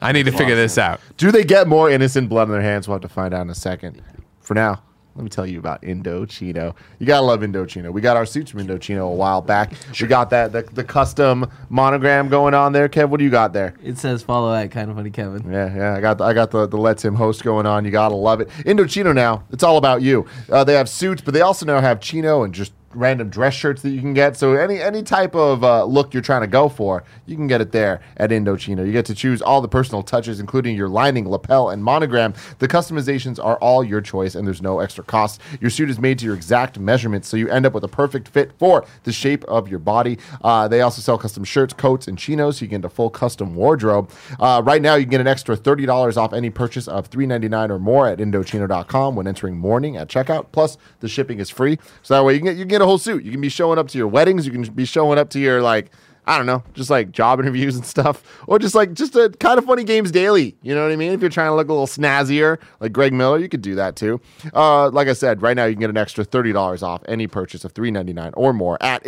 I need to figure this out.
do they get more innocent blood on their hands? We'll have to find out in a second. For now, let me tell you about Indochino. You gotta love Indochino. We got our suits from Indochino a while back. We got that the, the custom monogram going on there. Kev, what do you got there?
It says follow at kind of funny Kevin.
Yeah, yeah, I got the, I got the the Let's Him host going on. You gotta love it. Indochino now, it's all about you. Uh, they have suits, but they also now have chino and just random dress shirts that you can get. So any any type of uh, look you're trying to go for, you can get it there at Indochino. You get to choose all the personal touches, including your lining, lapel, and monogram. The customizations are all your choice, and there's no extra cost. Your suit is made to your exact measurements, so you end up with a perfect fit for the shape of your body. Uh, they also sell custom shirts, coats, and chinos, so you can get a full custom wardrobe. Uh, right now, you can get an extra $30 off any purchase of $3.99 or more at Indochino.com when entering morning at checkout. Plus, the shipping is free. So that way, you can, get, you can get a whole suit. You can be showing up to your weddings. You can be showing up to your, like, I don't know, just like job [LAUGHS] interviews and stuff, or just like just a kind of funny games daily. You know what I mean? If you're trying to look a little snazzier, like Greg Miller, you could do that too. Uh, like I said, right now you can get an extra thirty dollars off any purchase of three ninety nine or more at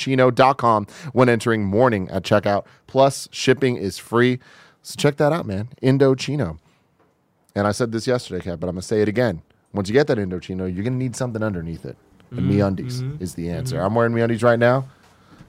Indochino.com when entering morning at checkout. Plus, shipping is free. So check that out, man. Indochino. And I said this yesterday, Kev, but I'm gonna say it again. Once you get that Indochino, you're gonna need something underneath it. And MeUndies is the answer. I'm wearing MeUndies right now.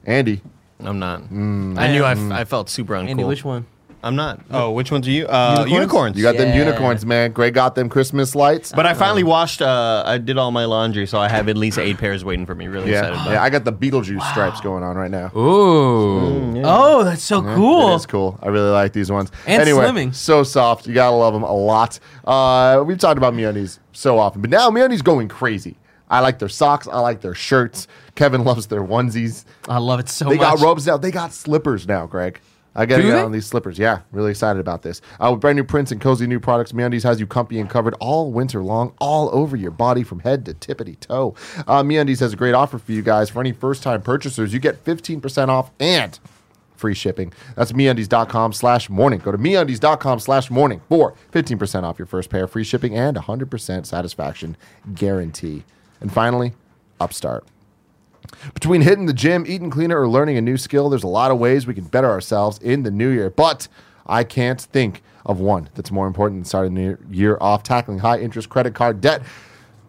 Andy,
I'm not. I knew I, f- I felt super uncool.
Andy, which one?
I'm not. Oh, which ones are you? Uh, unicorns.
You got them
Yeah.
unicorns, man. Gray got them Christmas lights.
but I finally washed. Uh, I did all my laundry, so I have at least eight pairs waiting for me. Really
yeah,
excited about.
yeah, I got the Beetlejuice stripes going on right now.
Ooh.
Oh, that's so cool.
It's cool. I really like these ones.
And
anyway,
slimming.
so soft. You gotta love them a lot. Uh, we've talked about Mioni's so often, but now Mioni's going crazy. I like their socks. I like their shirts. Kevin [LAUGHS] loves their onesies.
I love it so
they
much.
got robes now. They got slippers now, Greg. I gotta
Do
get
they?
on these slippers. Yeah, really excited about this. Uh, with brand new prints and cozy new products, MeUndies has you comfy and covered all winter long, all over your body from head to tippity toe. Uh, MeUndies has a great offer for you guys. For any first time purchasers, you get 15% off and free shipping. That's MeUndies.com slash morning. Go to MeUndies.com slash morning for 15% off your first pair, free shipping, and 100% satisfaction guarantee. And finally, Upstart. Between hitting the gym, eating cleaner, or learning a new skill, there's a lot of ways we can better ourselves in the new year. But I can't think of one that's more important than starting the new year off tackling high interest credit card debt.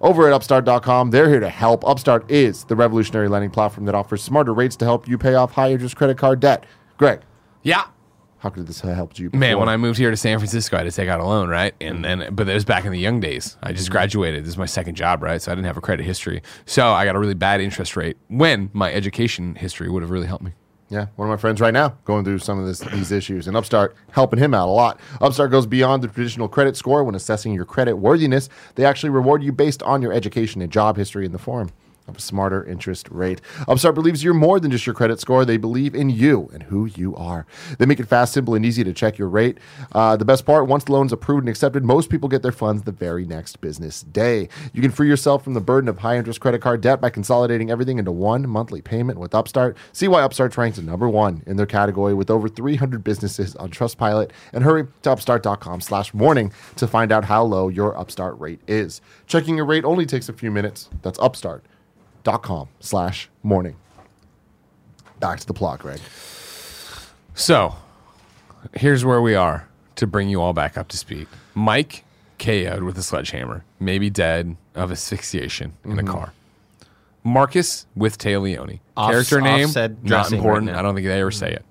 Over at Upstart.com, they're here to help. Upstart is the revolutionary lending platform that offers smarter rates to help you pay off high interest credit card debt. Greg,
Yeah.
how could this have helped you?
Man,
before?
when I moved here to San Francisco, I had to take out a loan, right? And then, but it was back in the young days. I just graduated. This is my second job, right? So I didn't have a credit history. So I got a really bad interest rate when my education history would have really helped me.
Yeah, one of my friends right now going through some of this, these issues, and Upstart helping him out a lot. Upstart goes beyond the traditional credit score when assessing your credit worthiness. They actually reward you based on your education and job history in the form of a smarter interest rate. Upstart believes you're more than just your credit score. They believe in you and who you are. They make it fast, simple, and easy to check your rate. Uh, the best part, once the loan's approved and accepted, most people get their funds the very next business day. You can free yourself from the burden of high interest credit card debt by consolidating everything into one monthly payment with Upstart. See why Upstart ranks number one in their category with over 300 businesses on Trustpilot. And hurry to upstart.com slash morning to find out how low your Upstart rate is. Checking your rate only takes a few minutes. That's upstart.com slash morning. Back to the plot, Greg.
So here's where we are to bring you all back up to speed. Mike KO'd with a sledgehammer, maybe dead of asphyxiation in a car. Marcus with Taleone.
Mm-hmm. Off-
Character name,
offset
not
dressing
important.
right now. Oh.
I don't think they ever say it.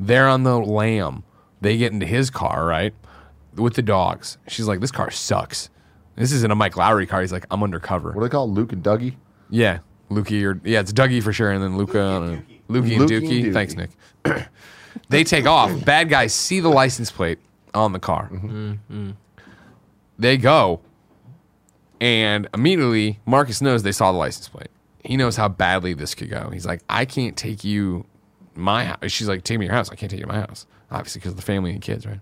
They're on the lam. They get into his car, right? With the dogs. She's like, this car sucks. This isn't a Mike Lowry car. He's like, I'm undercover.
What do they call it? Luke and Dougie?
Yeah, Lukey or yeah, it's Dougie for sure, and then Luca, I don't know. Lukey
Lukey
and
and
Dookie.
Dookie.
Thanks, Nick. [CLEARS THROAT] They take off. Bad guys see the license plate on the car. Mm-hmm. They go, and immediately Marcus knows they saw the license plate. He knows how badly this could go. He's like, I can't take you my house. She's like, take me to your house. I can't take you to my house, obviously because of the family and kids, right?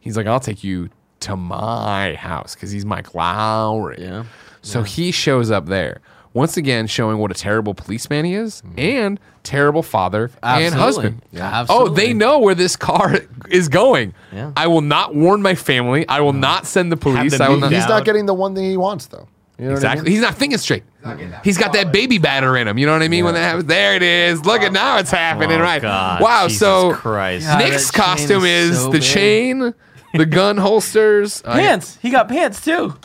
He's like, I'll take you to my house because he's Mike Lowry.
Yeah.
So he shows up there. Once again, showing what a terrible policeman he is and terrible father and
Mm-hmm. Absolutely.
husband.
Yeah,
Oh,
absolutely.
they know where this car [LAUGHS] is going.
Yeah.
I will not warn my family. I will not send the police.
them
I will
move
not.
down.
He's not getting the one thing he wants though. You know what I
Exactly. He's not thinking straight. He's got that baby batter in him. You know what I mean? When that happens, there it is. Look at now it's happening,
Oh,
right?
God,
wow.
Jesus
so
Christ.
God,
Nick's
that chain
costume
is
is,
so
the
big.
chain, the
[LAUGHS]
gun holsters, uh,
Pants. He got pants too,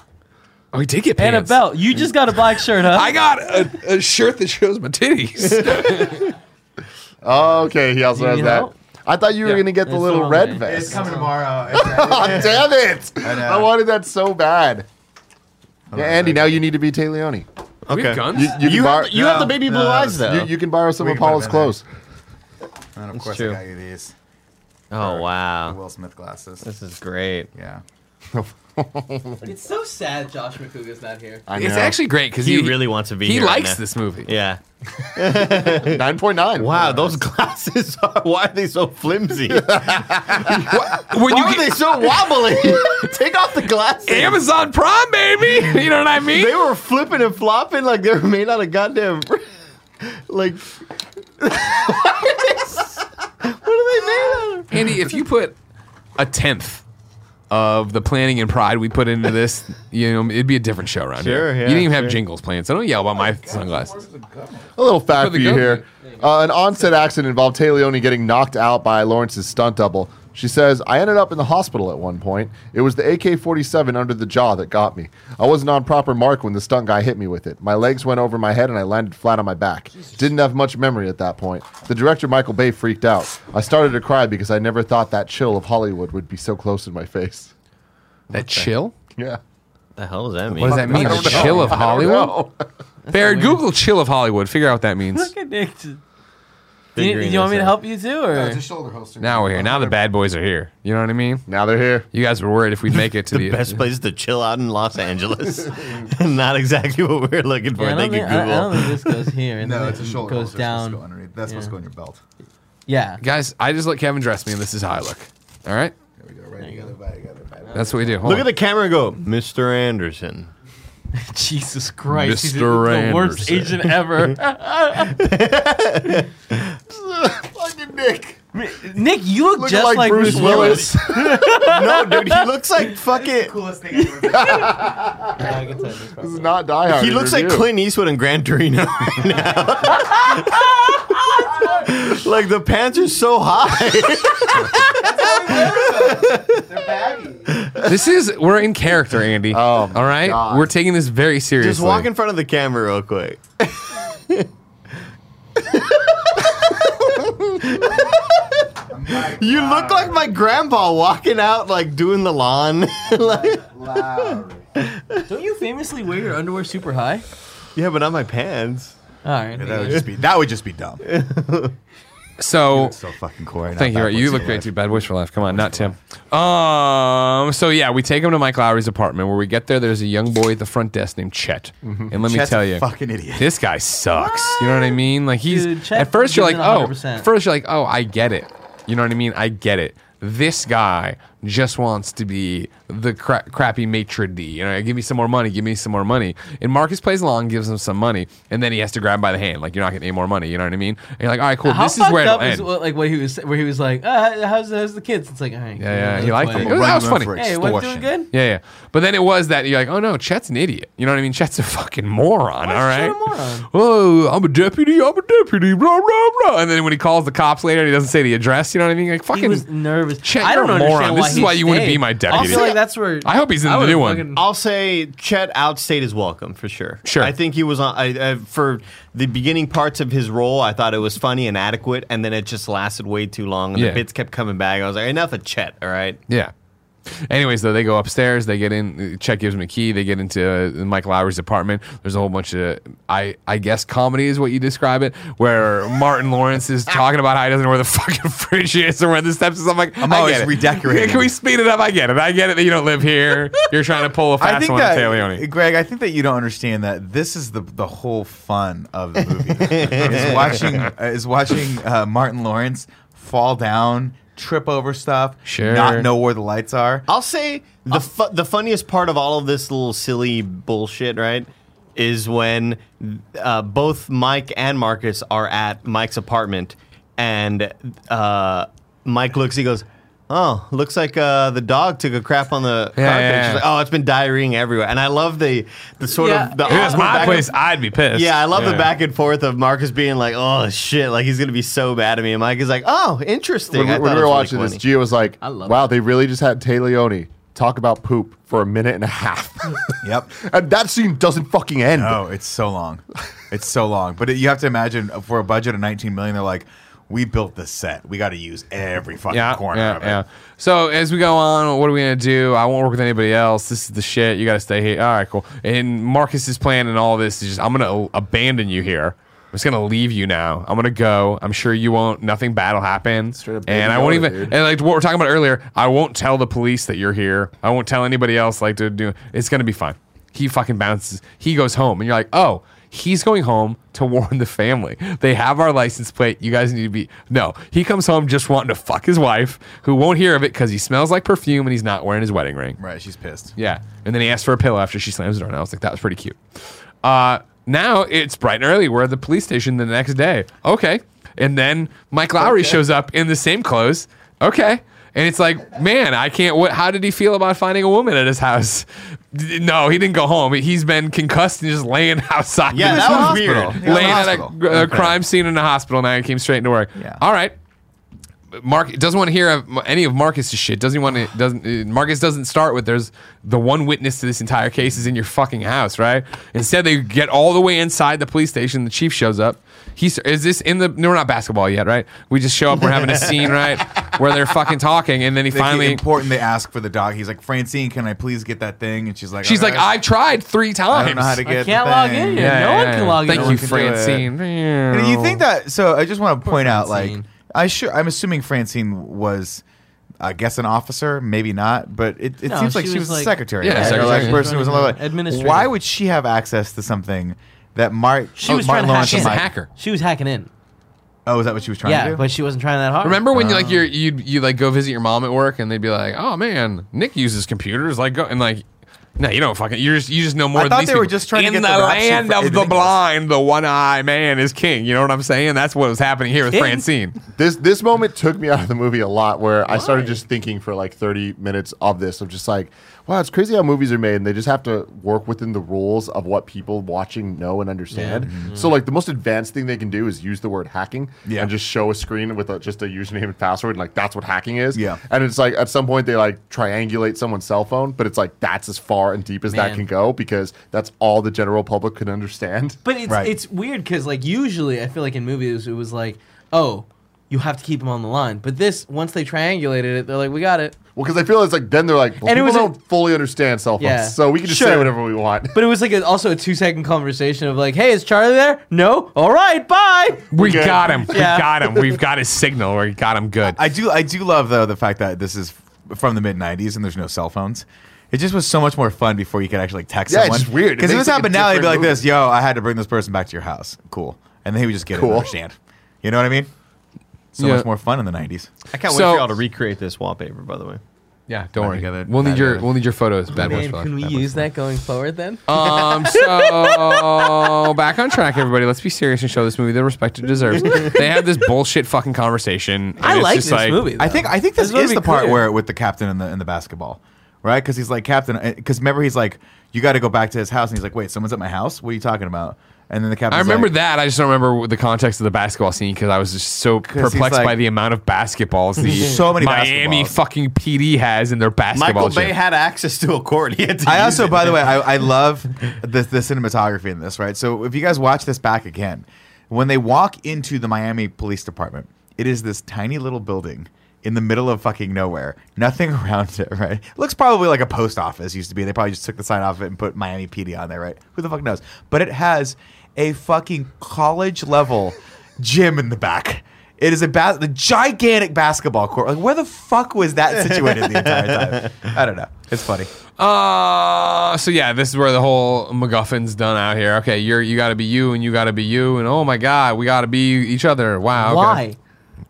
oh, he did get
and
pants.
a belt. You just got a black shirt,
[LAUGHS]
huh?
I got a, a shirt that shows
[LAUGHS]
my titties.
Oh, okay. He also
You
has that.
know?
I thought you were
Yeah.
gonna get the
It's
little
all
red
right.
vest.
coming [LAUGHS] tomorrow. It's-
Oh, damn it!
I know.
I, wanted that so bad. Yeah, Andy, now you need to be Tay Leone.
We have guns.
You can
You,
borrow.
have, you have the baby
No,
blue
no,
eyes though.
you, you can borrow some
We
of
can put
Paula's
them in there.
clothes.
and of course,
true.
I got you these
oh wow,
Will Smith glasses.
this is great.
yeah.
[LAUGHS]
It's so sad Josh McCouga's not here.
I
It's actually great because
He really wants to be.
He
here right
likes
now.
this movie.
[LAUGHS] Yeah.
nine point nine.
Wow, those [LAUGHS] glasses are. Why are they
[LAUGHS]
so flimsy? why
When you
are they
get
[LAUGHS]
so wobbly? Take off the glasses.
Amazon Prime, baby, [LAUGHS] you know what I mean?
They were flipping and flopping like they were made out of goddamn. [LAUGHS] Like. [LAUGHS] what are they made out of?
Andy, if you put a tenth of the planning and pride we put into this, you know, it'd be a different show around
Sure, yeah,
here. you didn't even have
sure.
jingles playing, so don't yell about my sunglasses.
A little fact
For
for
the
you
government.
here. Uh, an onset accident involved Tay Leone getting knocked out by Lawrence's stunt double. She says, I ended up in the hospital at one point. It was the AK 47 under the jaw that got me. I wasn't on proper mark when the stunt guy hit me with it. My legs went over my head and I landed flat on my back. Didn't have much memory at that point. The director, Michael Bay, freaked out. I started to cry because I never thought that chill of Hollywood would be so close in my face. [LAUGHS]
That chill?
Yeah.
The hell does that mean?
What does that mean? The chill of Hollywood? [LAUGHS] Barrett, Google chill of Hollywood. Figure out what that means.
Look at Nick. Do you, do you want me to help you too, or
shoulder holster.
Now we're here. Now the bad boys are here. You know what I mean?
Now they're here.
You guys were worried if we'd make it to
[LAUGHS]
the,
the best place to chill out in Los [LAUGHS] Angeles. Not exactly what we're looking for.
Yeah, I,
they
don't
could
think,
Google.
I, I don't think this goes here.
[LAUGHS]
and
No,
then
it's a
it
shoulder
goes
holster. It's supposed to go
down.
underneath. That's what's
Yeah.
going on your belt. [LAUGHS]
Yeah,
Guys, I just let Kevin dress me, and this is how I look. All right,
There we go. Right together, by together. By together.
that's what we do. Hold
Look at
on.
the camera and go, Mr. Anderson.
Jesus Christ, he's
Mr.
the worst
Anderson.
[LAUGHS]
agent ever.
Fucking Nick.
Nick, you look
Looking
just
like, Bruce Willis.
no, dude, he looks like fucking.
Coolest thing I've ever
this is not Die Hard.
He looks like
interview.
Clint Eastwood in Gran Torino [LAUGHS] right now. like the pants are so high.
This is we're in character, Andy.
Oh, my
all right,
God.
we're taking this very seriously.
Just walk in front of the camera real quick. you look like my grandpa walking out, like doing the lawn. [LAUGHS] Like-
Lowry.
Don't you famously wear your underwear super high?
yeah, but not my pants.
All right.
That would just be that would just be
[LAUGHS]
dumb.
So
So fucking Corey.
Thank you. Right. You look great too. Bad boys for life. Come on, not Tim. Um. So yeah, we take him to Mike Lowry's apartment. Where we get there, there's a young boy at the front desk named Chet.
Mm-hmm.
And let me tell you,
[LAUGHS]
fucking idiot.
this guy sucks. You know what I mean? Like he's
Dude, Chet
at first you're like,
gives it
oh,
100%.
at first you're like, oh, I get it. You know what I mean? I get it. This guy just wants to be the cra- crappy maitre d. You know, give me some more money, give me some more money. And Marcus plays along, gives him some money, and then he has to grab him by the hand, like you're not getting any more money. You know what I mean? And you're like, all right, cool.
How
this is
fucked
where it'll
up
end.
is what, like what he was where he was like, uh, how's, how's the kids? It's like, all right. cool,
Yeah, yeah, he
that's
liked
funny.
him. That was funny.
Hey, what's doing good?
Yeah, yeah. But then it was that you're like, oh no, Chet's an idiot. You know what I mean? Chet's a fucking moron. all
is
right.
Chet a moron?
Oh, I'm a deputy. I'm a deputy. Blah blah blah. And then when he calls the cops later, he doesn't say the address. You know what I mean? Like
He
fucking.
was nervous.
Chet,
I don't
you're a
understand
moron.
why
This is
he
why you wouldn't
stayed.
be my
I
deputy.
feel like that's where
I hope he's in the
would've
new one.
fucking-
I'll say Chet outstayed his welcome for sure.
Sure.
I think he was on I, I, for the beginning parts of his role. I thought it was funny and adequate, and then it just lasted way too long, and
Yeah.
the bits kept coming back. I was like, enough of Chet. All right.
yeah. Anyways, though, they go upstairs. They get in. Chuck gives them a key. They get into uh, Mike Lowry's apartment. There's a whole bunch of, I, I guess, comedy is what you describe it, where Martin Lawrence is talking about how he doesn't know where the [LAUGHS] fucking fridge is or where the steps is. I'm like,
I'm
I
always
get it.
redecorating.
Can we speed it up? I get it. I get it that you don't live here. You're trying to pull a fast
I think
one
that
at Leone.
Greg, I think that you don't understand that this is the the whole fun of the movie [LAUGHS] is watching is watching uh, Martin Lawrence fall down, trip over stuff,
Sure.
not know where the lights are.
I'll say the fu- the funniest part of all of this little silly bullshit, right, is when uh, both Mike and Marcus are at Mike's apartment, and uh, Mike looks, he goes. Oh, looks like uh, the dog took a crap on the
Yeah,
carpet.
yeah,
She's
yeah.
like, oh, it's been diarrheaing everywhere. And I love the the sort
Yeah.
of the
If it was
awkward back
my
and
place, I'd be pissed.
yeah, I love the back and forth of Marcus being like, "Oh shit!" Like he's gonna be so mad at me, and Mike is like, "Oh, interesting."
When,
I
when
thought
we
it
were
was
watching
really
this,
funny.
Gio was like,
I love
"Wow,
it.
they really just had Tay Leone talk about poop for a minute and a half, [LAUGHS]
Yep.
and that scene doesn't fucking end."
Oh, it's so long. It's so long. But it, you have to imagine uh, for a budget of 19 million, they're like, we built this set. We got to use every fucking corner
yeah,
of it.
yeah. So as we go on, what are we gonna do? I won't work with anybody else. This is the shit. You gotta stay here. All right, cool. And Marcus's plan and all this is just I'm gonna abandon you here. I'm just gonna leave you now. I'm gonna go. I'm sure you won't. Nothing bad will happen.
Straight up
and I
baby
won't
Yoda,
even.
dude.
And like what we we're talking about earlier, I won't tell the police that you're here. I won't tell anybody else. Like to do. It's gonna be fine. He fucking bounces. He goes home, and you're like, oh. He's going home to [LAUGHS] warn the family. They have our license plate. You guys need to be. No, he comes home just wanting to fuck his wife, who won't hear of it because he smells like perfume and he's not wearing his wedding ring.
Right. She's pissed.
Yeah. And then he asked for a pillow after she slams the door. And I was like, that was pretty cute. Uh, now it's bright and early. We're at the police station the next day. Okay. And then Mike Lowry shows up in the same clothes. Okay. And it's like, man, I can't. What? How did he feel about finding a woman at his house? [LAUGHS] D- No, he didn't go home. He's been concussed and just laying [LAUGHS] outside.
Yeah,
He
that
in the
was
hospital.
weird.
He was in
Laying
the
at a,
hospital.
a crime scene in a hospital. Now he came straight into work.
Yeah.
All right. Mark doesn't want to hear of any of Marcus's shit. Doesn't want to. Doesn't uh, Marcus doesn't start with there's the one witness to this entire case is in your fucking house, right? Instead, they get all the way inside the police station. The chief shows up. He's is this in the? No, we're not basketball yet, right? We just show up.
[LAUGHS]
We're having a scene, right, where they're fucking talking, and then he
They
finally.
important. They ask for the dog. He's like, Francine, can I please get that thing? And she's like,
She's like,
"Alright."
I've tried three times.
I don't know how to get.
I
the
can't log
thing."
in. No one can log in.
Thank
No
you,
one
can do it.
Francine.
And you think that? So I just want to point out, like,
Francine.
I sure I'm assuming Francine was, I guess, an officer, maybe not, but it, it
No,
seems like
she
she was,
was
a
like-
secretary,
Yeah,
right? Or,
secretary.
like person who was on the
Administrator.
Why would she have access to something that Mark?
She
oh,
was
Martin
trying to hack
Lawrence
she's
and
a
in.
Mike-
hacker?
She was hacking in.
Oh, is that what she was trying to
Yeah,
do?
but she wasn't trying that hard.
Remember when you
Um,
like you're, you'd you like go visit your mom at work and they'd be like, "Oh man, Nick uses computers." Like go and like, no, you don't fucking. You just you just know more.
I
than
thought
these
they were
people.
just trying to
in
get
the,
the rap sheet
land
for
of
Ed
the
Nichols.
blind. The one eye man is king. You know what I'm saying? That's what was happening here with
[LAUGHS]
King?
Francine.
This this moment took me [LAUGHS] out of the movie a lot, where I started just thinking for like thirty minutes of this of just like, wow, it's crazy how movies are made, and they just have to work within the rules of what people watching know and understand. So like the most advanced thing they can do is use the word hacking
Mm-hmm. Yeah.
and just show a screen with a, just a username and password, and like that's what hacking is.
Yeah.
and it's like at some point they like triangulate someone's cell phone, but it's like that's as far and deep as that
Man.
can go because that's all the general public can understand.
But it's
Right.
it's weird because like usually I feel like in movies it was like, oh, you have to keep them on the line. But this once they triangulated it, they're like, we got it.
Well, because I feel it's like then they're like, well,
And it
people
was a-
don't fully understand cell phones,
Yeah.
so we can just say
Sure.
whatever we want. [LAUGHS]
But it was like a, also a two second conversation of like, hey, is Charlie there? No. All right, bye.
We got him.
Yeah.
We got him. We've got his signal. We got him good.
I do I do love though the fact that this is f- from the mid '90s and there's no cell phones. It just was so much more fun before you could actually text
Yeah, it's
someone.
just weird. It
Because if
makes like
this
a
happened now, they'd be
different
like this: "Yo, I had to bring this person back to your house. Cool." And then he would just get it
Cool.
and understand. You know what I mean? So
Yeah.
much more fun in the '90s.
I can't
So-
wait for y'all to recreate this wallpaper. By the way,
yeah, don't
I
worry.
think of it.
We'll need
I
your
got it.
we'll need your photos. Bad boys.
Man,
photos.
can we
Bad boys
use that going forward then?
[LAUGHS]
Um, so [LAUGHS] back on track, everybody. Let's be serious and show this movie the respect it
[LAUGHS]
deserves. They have this bullshit fucking conversation. and
I
it's
like
just
this movie.
I think I think this,
This would
is
be
the part
clear.
where with the captain and the and the basketball, right? Because he's like captain. Because remember he's like, "You got to go back to his house," and he's like, "Wait, someone's at my house. What are you talking about?" And then the captain.
I remember
like,
that. I just don't remember the context of the basketball scene because I was just so
'Cause he's
perplexed by
like-
the amount of basketballs the
[LAUGHS] So many
Miami
basketballs.
fucking PD has in their basketball.
Michael Bay
gym.
had access to a court. [LAUGHS] He had to
I
use
also,
it.
by the way, I, I love the, the cinematography in this, right? So if you guys watch this back again, when they walk into the Miami Police Department, it is this tiny little building in the middle of fucking nowhere. Nothing [LAUGHS] around it, right? Looks probably like a post office used to be. They probably just took the sign off of it and put Miami PD on there, right? Who the fuck knows? But it has a fucking college level gym in the back. It is a bas- the gigantic basketball court. Like where the fuck was that situated the entire time? I don't know. It's funny.
Uh, so yeah, this is where the whole MacGuffin's done out here. Okay, you're you got to be you, and you got to be you, and oh my god, we got to be each other. Wow. okay.
Why?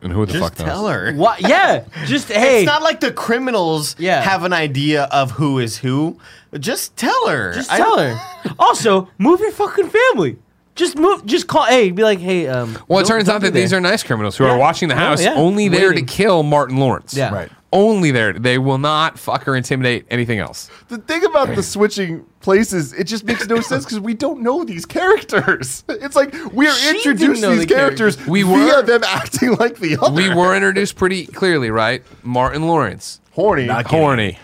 And who the
Just
fuck knows?
tell her.
[LAUGHS]
Why? Yeah. Just hey.
It's not like the criminals
Yeah.
have an idea of who is who. Just tell her.
just
I-
tell her. also, move your fucking family. Just move. Just call. Hey, be like, hey. Um.
Well, it
don't-
turns
don't
out
do
that these are nice criminals who
Yeah.
are watching the
No,
house,
yeah.
only there
Waiting.
to kill Martin Lawrence.
Yeah.
Right.
Only there. They will not fuck or intimidate anything else.
The thing about the switching places, it just makes no sense because we don't know these characters. [LAUGHS] It's like we're
She didn't
introduced to
know
these
the
characters,
We
via
were.
them [LAUGHS] acting like the other.
We were introduced pretty clearly, right? Martin Lawrence,
horny.
horny.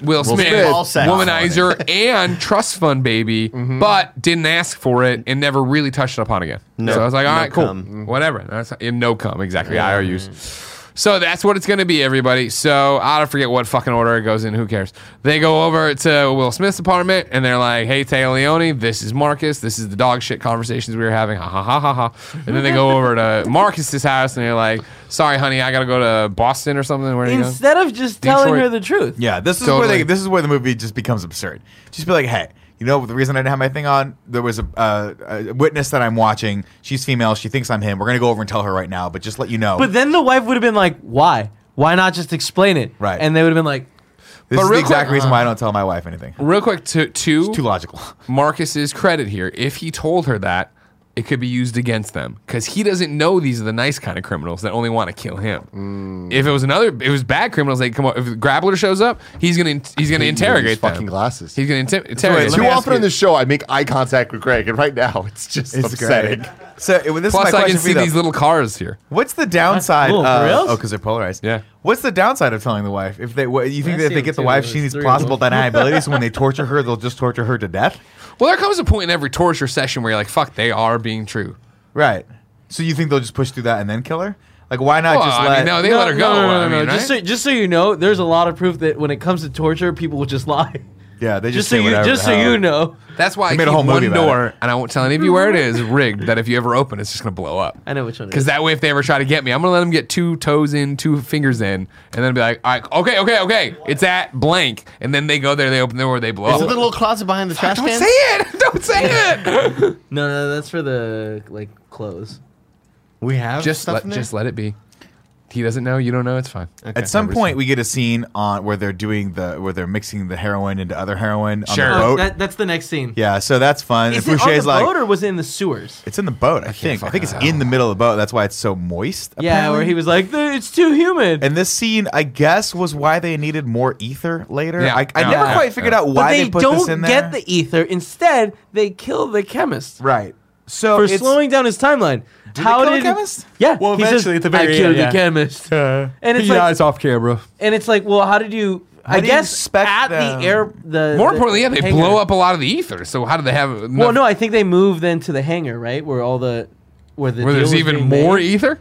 Will Smith,
Smith. All Mm-hmm. sex.
womanizer, and trust fund baby, but didn't ask for it and never really touched it upon again.
No.
so I was like, all
No
right, cool,
cum. Mm-hmm.
whatever. That's in no cum exactly. IOUs. So that's what it's going to be, everybody. So I don't forget what fucking order it goes in. Who cares? They go over to Will Smith's apartment and they're like, "Hey, Taylor Leone, this is Marcus. This is the dog shit conversations we were having." Ha ha ha ha ha. And then they go over to Marcus's house and they're like, "Sorry, honey, I got to go to Boston or something." Where do you go?
Instead of just telling
Detroit.
her the truth.
Yeah, this is where
Totally.
they, this is where the movie just becomes absurd. Just be like, hey, you know the reason I didn't have my thing on? There was a, uh, a witness that I'm watching. She's female. She thinks I'm him. We're gonna go over and tell her right now. But just let you know.
But then the wife would have been like, why? Why not just explain it?
Right.
And they would have been like,
this
but
is the
real uh-huh.
exact
quick-
reason why I don't tell my wife anything.
Real quick, to two,
It's too logical.
Marcus's credit here. If he told her that, it could be used against them because he doesn't know these are the nice kind of criminals that only want to kill him.
Mm.
If it was another, if it was bad criminals. They come up. If Grappler shows up, he's gonna
hate
he's gonna
you with these
interrogate them.
fucking glasses.
He's gonna inti- interrogate.
let
them.
Too
me ask
often
you-
on this show, I make eye contact with Greg, and right now [LAUGHS] it's
[LAUGHS]
just upsetting.
So it, this
Plus,
is my
I
question
can
for
see
you, though.
these little cars here.
What's the downside?
cool. For
uh,
reals?
oh, because they're polarized.
Yeah.
What's the downside of telling the wife? If they, what, you think that
I
if
see
they
them
get the
too.
wife,
There's
she needs
three
[LAUGHS]
of
plausible
them.
deniability. so when they torture her, they'll just torture her to death.
Well, there comes a point in every torture session where you're like, "Fuck, they are being true."
Right. So you think they'll just push through that and then kill her? Like, why not
Well,
just
I
let?
mean, no, they let her go.
No, no, no,
I
no,
mean,
Just,
right?
so, just so you know, there's a lot of proof that when it comes to torture, people will just lie.
yeah, they
[LAUGHS] Just,
just,
so
say
you,
whatever
just
the
so
hell.
you know.
That's why I
They made a
keep
whole movie
one
about
door, and I won't tell any of you where it is, rigged. That if you ever open, it's just gonna blow up.
I know which one. it
Because
is.
that way, if they ever try to get me, I'm gonna let them get two toes in, two fingers in, and then be like, All right, okay, okay, okay, it's at blank, and then they go there, they open the door, they blow
Is it
up.
the little closet behind the trash
Don't
can?
say it! [LAUGHS] Don't say it!
no, no, that's for the like clothes.
We have
just
stuff
let,
in there?
just let it be. He doesn't know. You don't know. It's fine.
At some point, we get a scene on where they're doing the where they're mixing the heroin into other heroin on
Sure.
the
Oh,
boat.
that, that's the next scene.
yeah, so that's fun.
Is
and
it on the
Fouché's like,
boat or was it in the sewers?
it's in the boat. I, think. I think it's in the middle of the boat. That's why it's so moist.
Yeah, where
apparently.
he was like, "The- it's too humid.
And this scene, I guess, was why they needed more ether later.
Yeah.
I, I
Yeah.
never
Yeah.
quite figured
Yeah.
out
but
why
they,
they, put
don't
this in there.
get the ether. Instead, they kill the chemist
right. So
for
it's,
slowing down his timeline.
they kill the chemist?
Yeah.
Well,
he says,
eventually at the very
I
end,
killed
yeah.
the chemist. and it's like,
off camera.
and it's like, well, how did you? I
do you
guess
expect
at
them-
the air. The
More
the
importantly, yeah, they
hangar.
blow up a lot of the ether. So how do they have? Enough,
Well, no, I think they moved then to the hangar, right, where all the where the
where
deal
there's
was
even
being
more e-
made.
ether.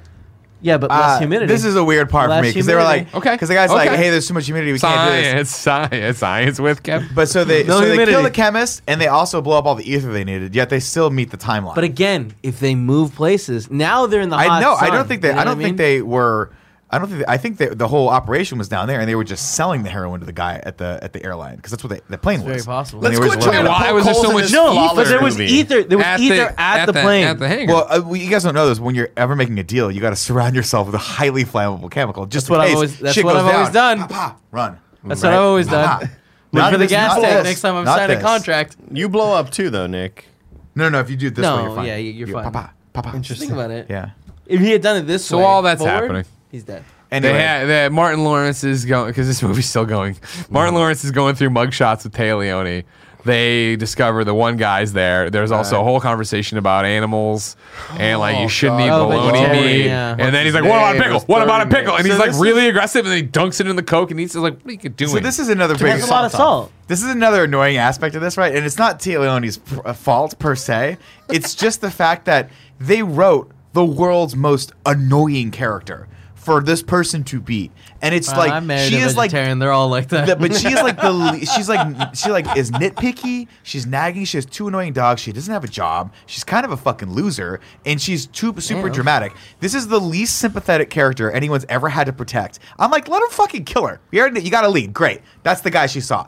yeah, but
Uh,
less humidity.
This is a weird part for
Less
me because they were like,
humidity.
Okay.
because the guy's like,
Okay.
hey, there's too much humidity, we can't do this.
Science, [LAUGHS] science, science with Kev.
But so they
No
so they kill
humidity.
the chemist and they also blow up all the ether they needed. Yet they still meet the timeline.
But again, if they move places, now they're in the
I
hot
know I
sun,
don't think they
you know
I
what
don't
mean?
think they were. I don't think they, I think they, the whole operation was down there and they were just selling the heroin to the guy at the at the airline because that's what they, the plane
very
was.
possible.
And they were
Let's quit
just
trying
looking at-
to
Why
[LAUGHS]
poke
was there
holes
so
in
much
this
No, but
flawless
there was
movie.
ether. There was ether at, the, plane.
at the hangar.
Well, uh, well, you guys don't know this. When you're ever making a deal, you got to surround yourself with a highly flammable chemical. Just
That's
in
what I've
case
always- that's
shit
what
goes
I've always
down. Pa,
done.
pa, run.
That's what I've always
Pa,
done.
pa.
Look
Not
for the
this-
gas
not
tank
this,
next time I'm
not
signing a
this.
contract.
You blow up too, though, Nick.
No, no, no. If you do it this way,
No,
you're fine.
yeah, you're
You-
fine.
Pa, pa, pa, pa.
Think about it.
Yeah.
If he had done it this
So
way,
all that's
forward,
happening.
He's dead.
Anyway,
They had, they had Martin Lawrence is going because this movie's still going.
Mm-hmm.
Martin Lawrence is going through mugshots with Tay Leone. They discover the one guy's there. There's also a whole conversation about animals and like you shouldn't eat
God. Oh,
bologna
vegetarian,
meat.
yeah.
And then he's like,
What's
"What
his
about a
name? It
pickle?
was
What about a
30
pickle?" And
minutes.
he's
So
like
this
really aggressive, and then he dunks it in the coke and eats. it. like, "What are you doing?"
So this is another big.
That's a lot of salt.
This is another annoying aspect of this, right? And it's not Tia Leone's pr- uh, fault per se. It's just the fact that they wrote the world's most annoying character for this person to beat, and it's
Well,
like
I'm married
she
to a
is like
vegetarian. They're all like that.
the- but she is like the le- she's like she like is nitpicky. She's nagging. She has two annoying dogs. She doesn't have a job. She's kind of a fucking loser, and she's too super
Damn.
dramatic. This is the least sympathetic character anyone's ever had to protect. I'm like, let him fucking kill her. You already you got a lead. Great, that's the guy she saw.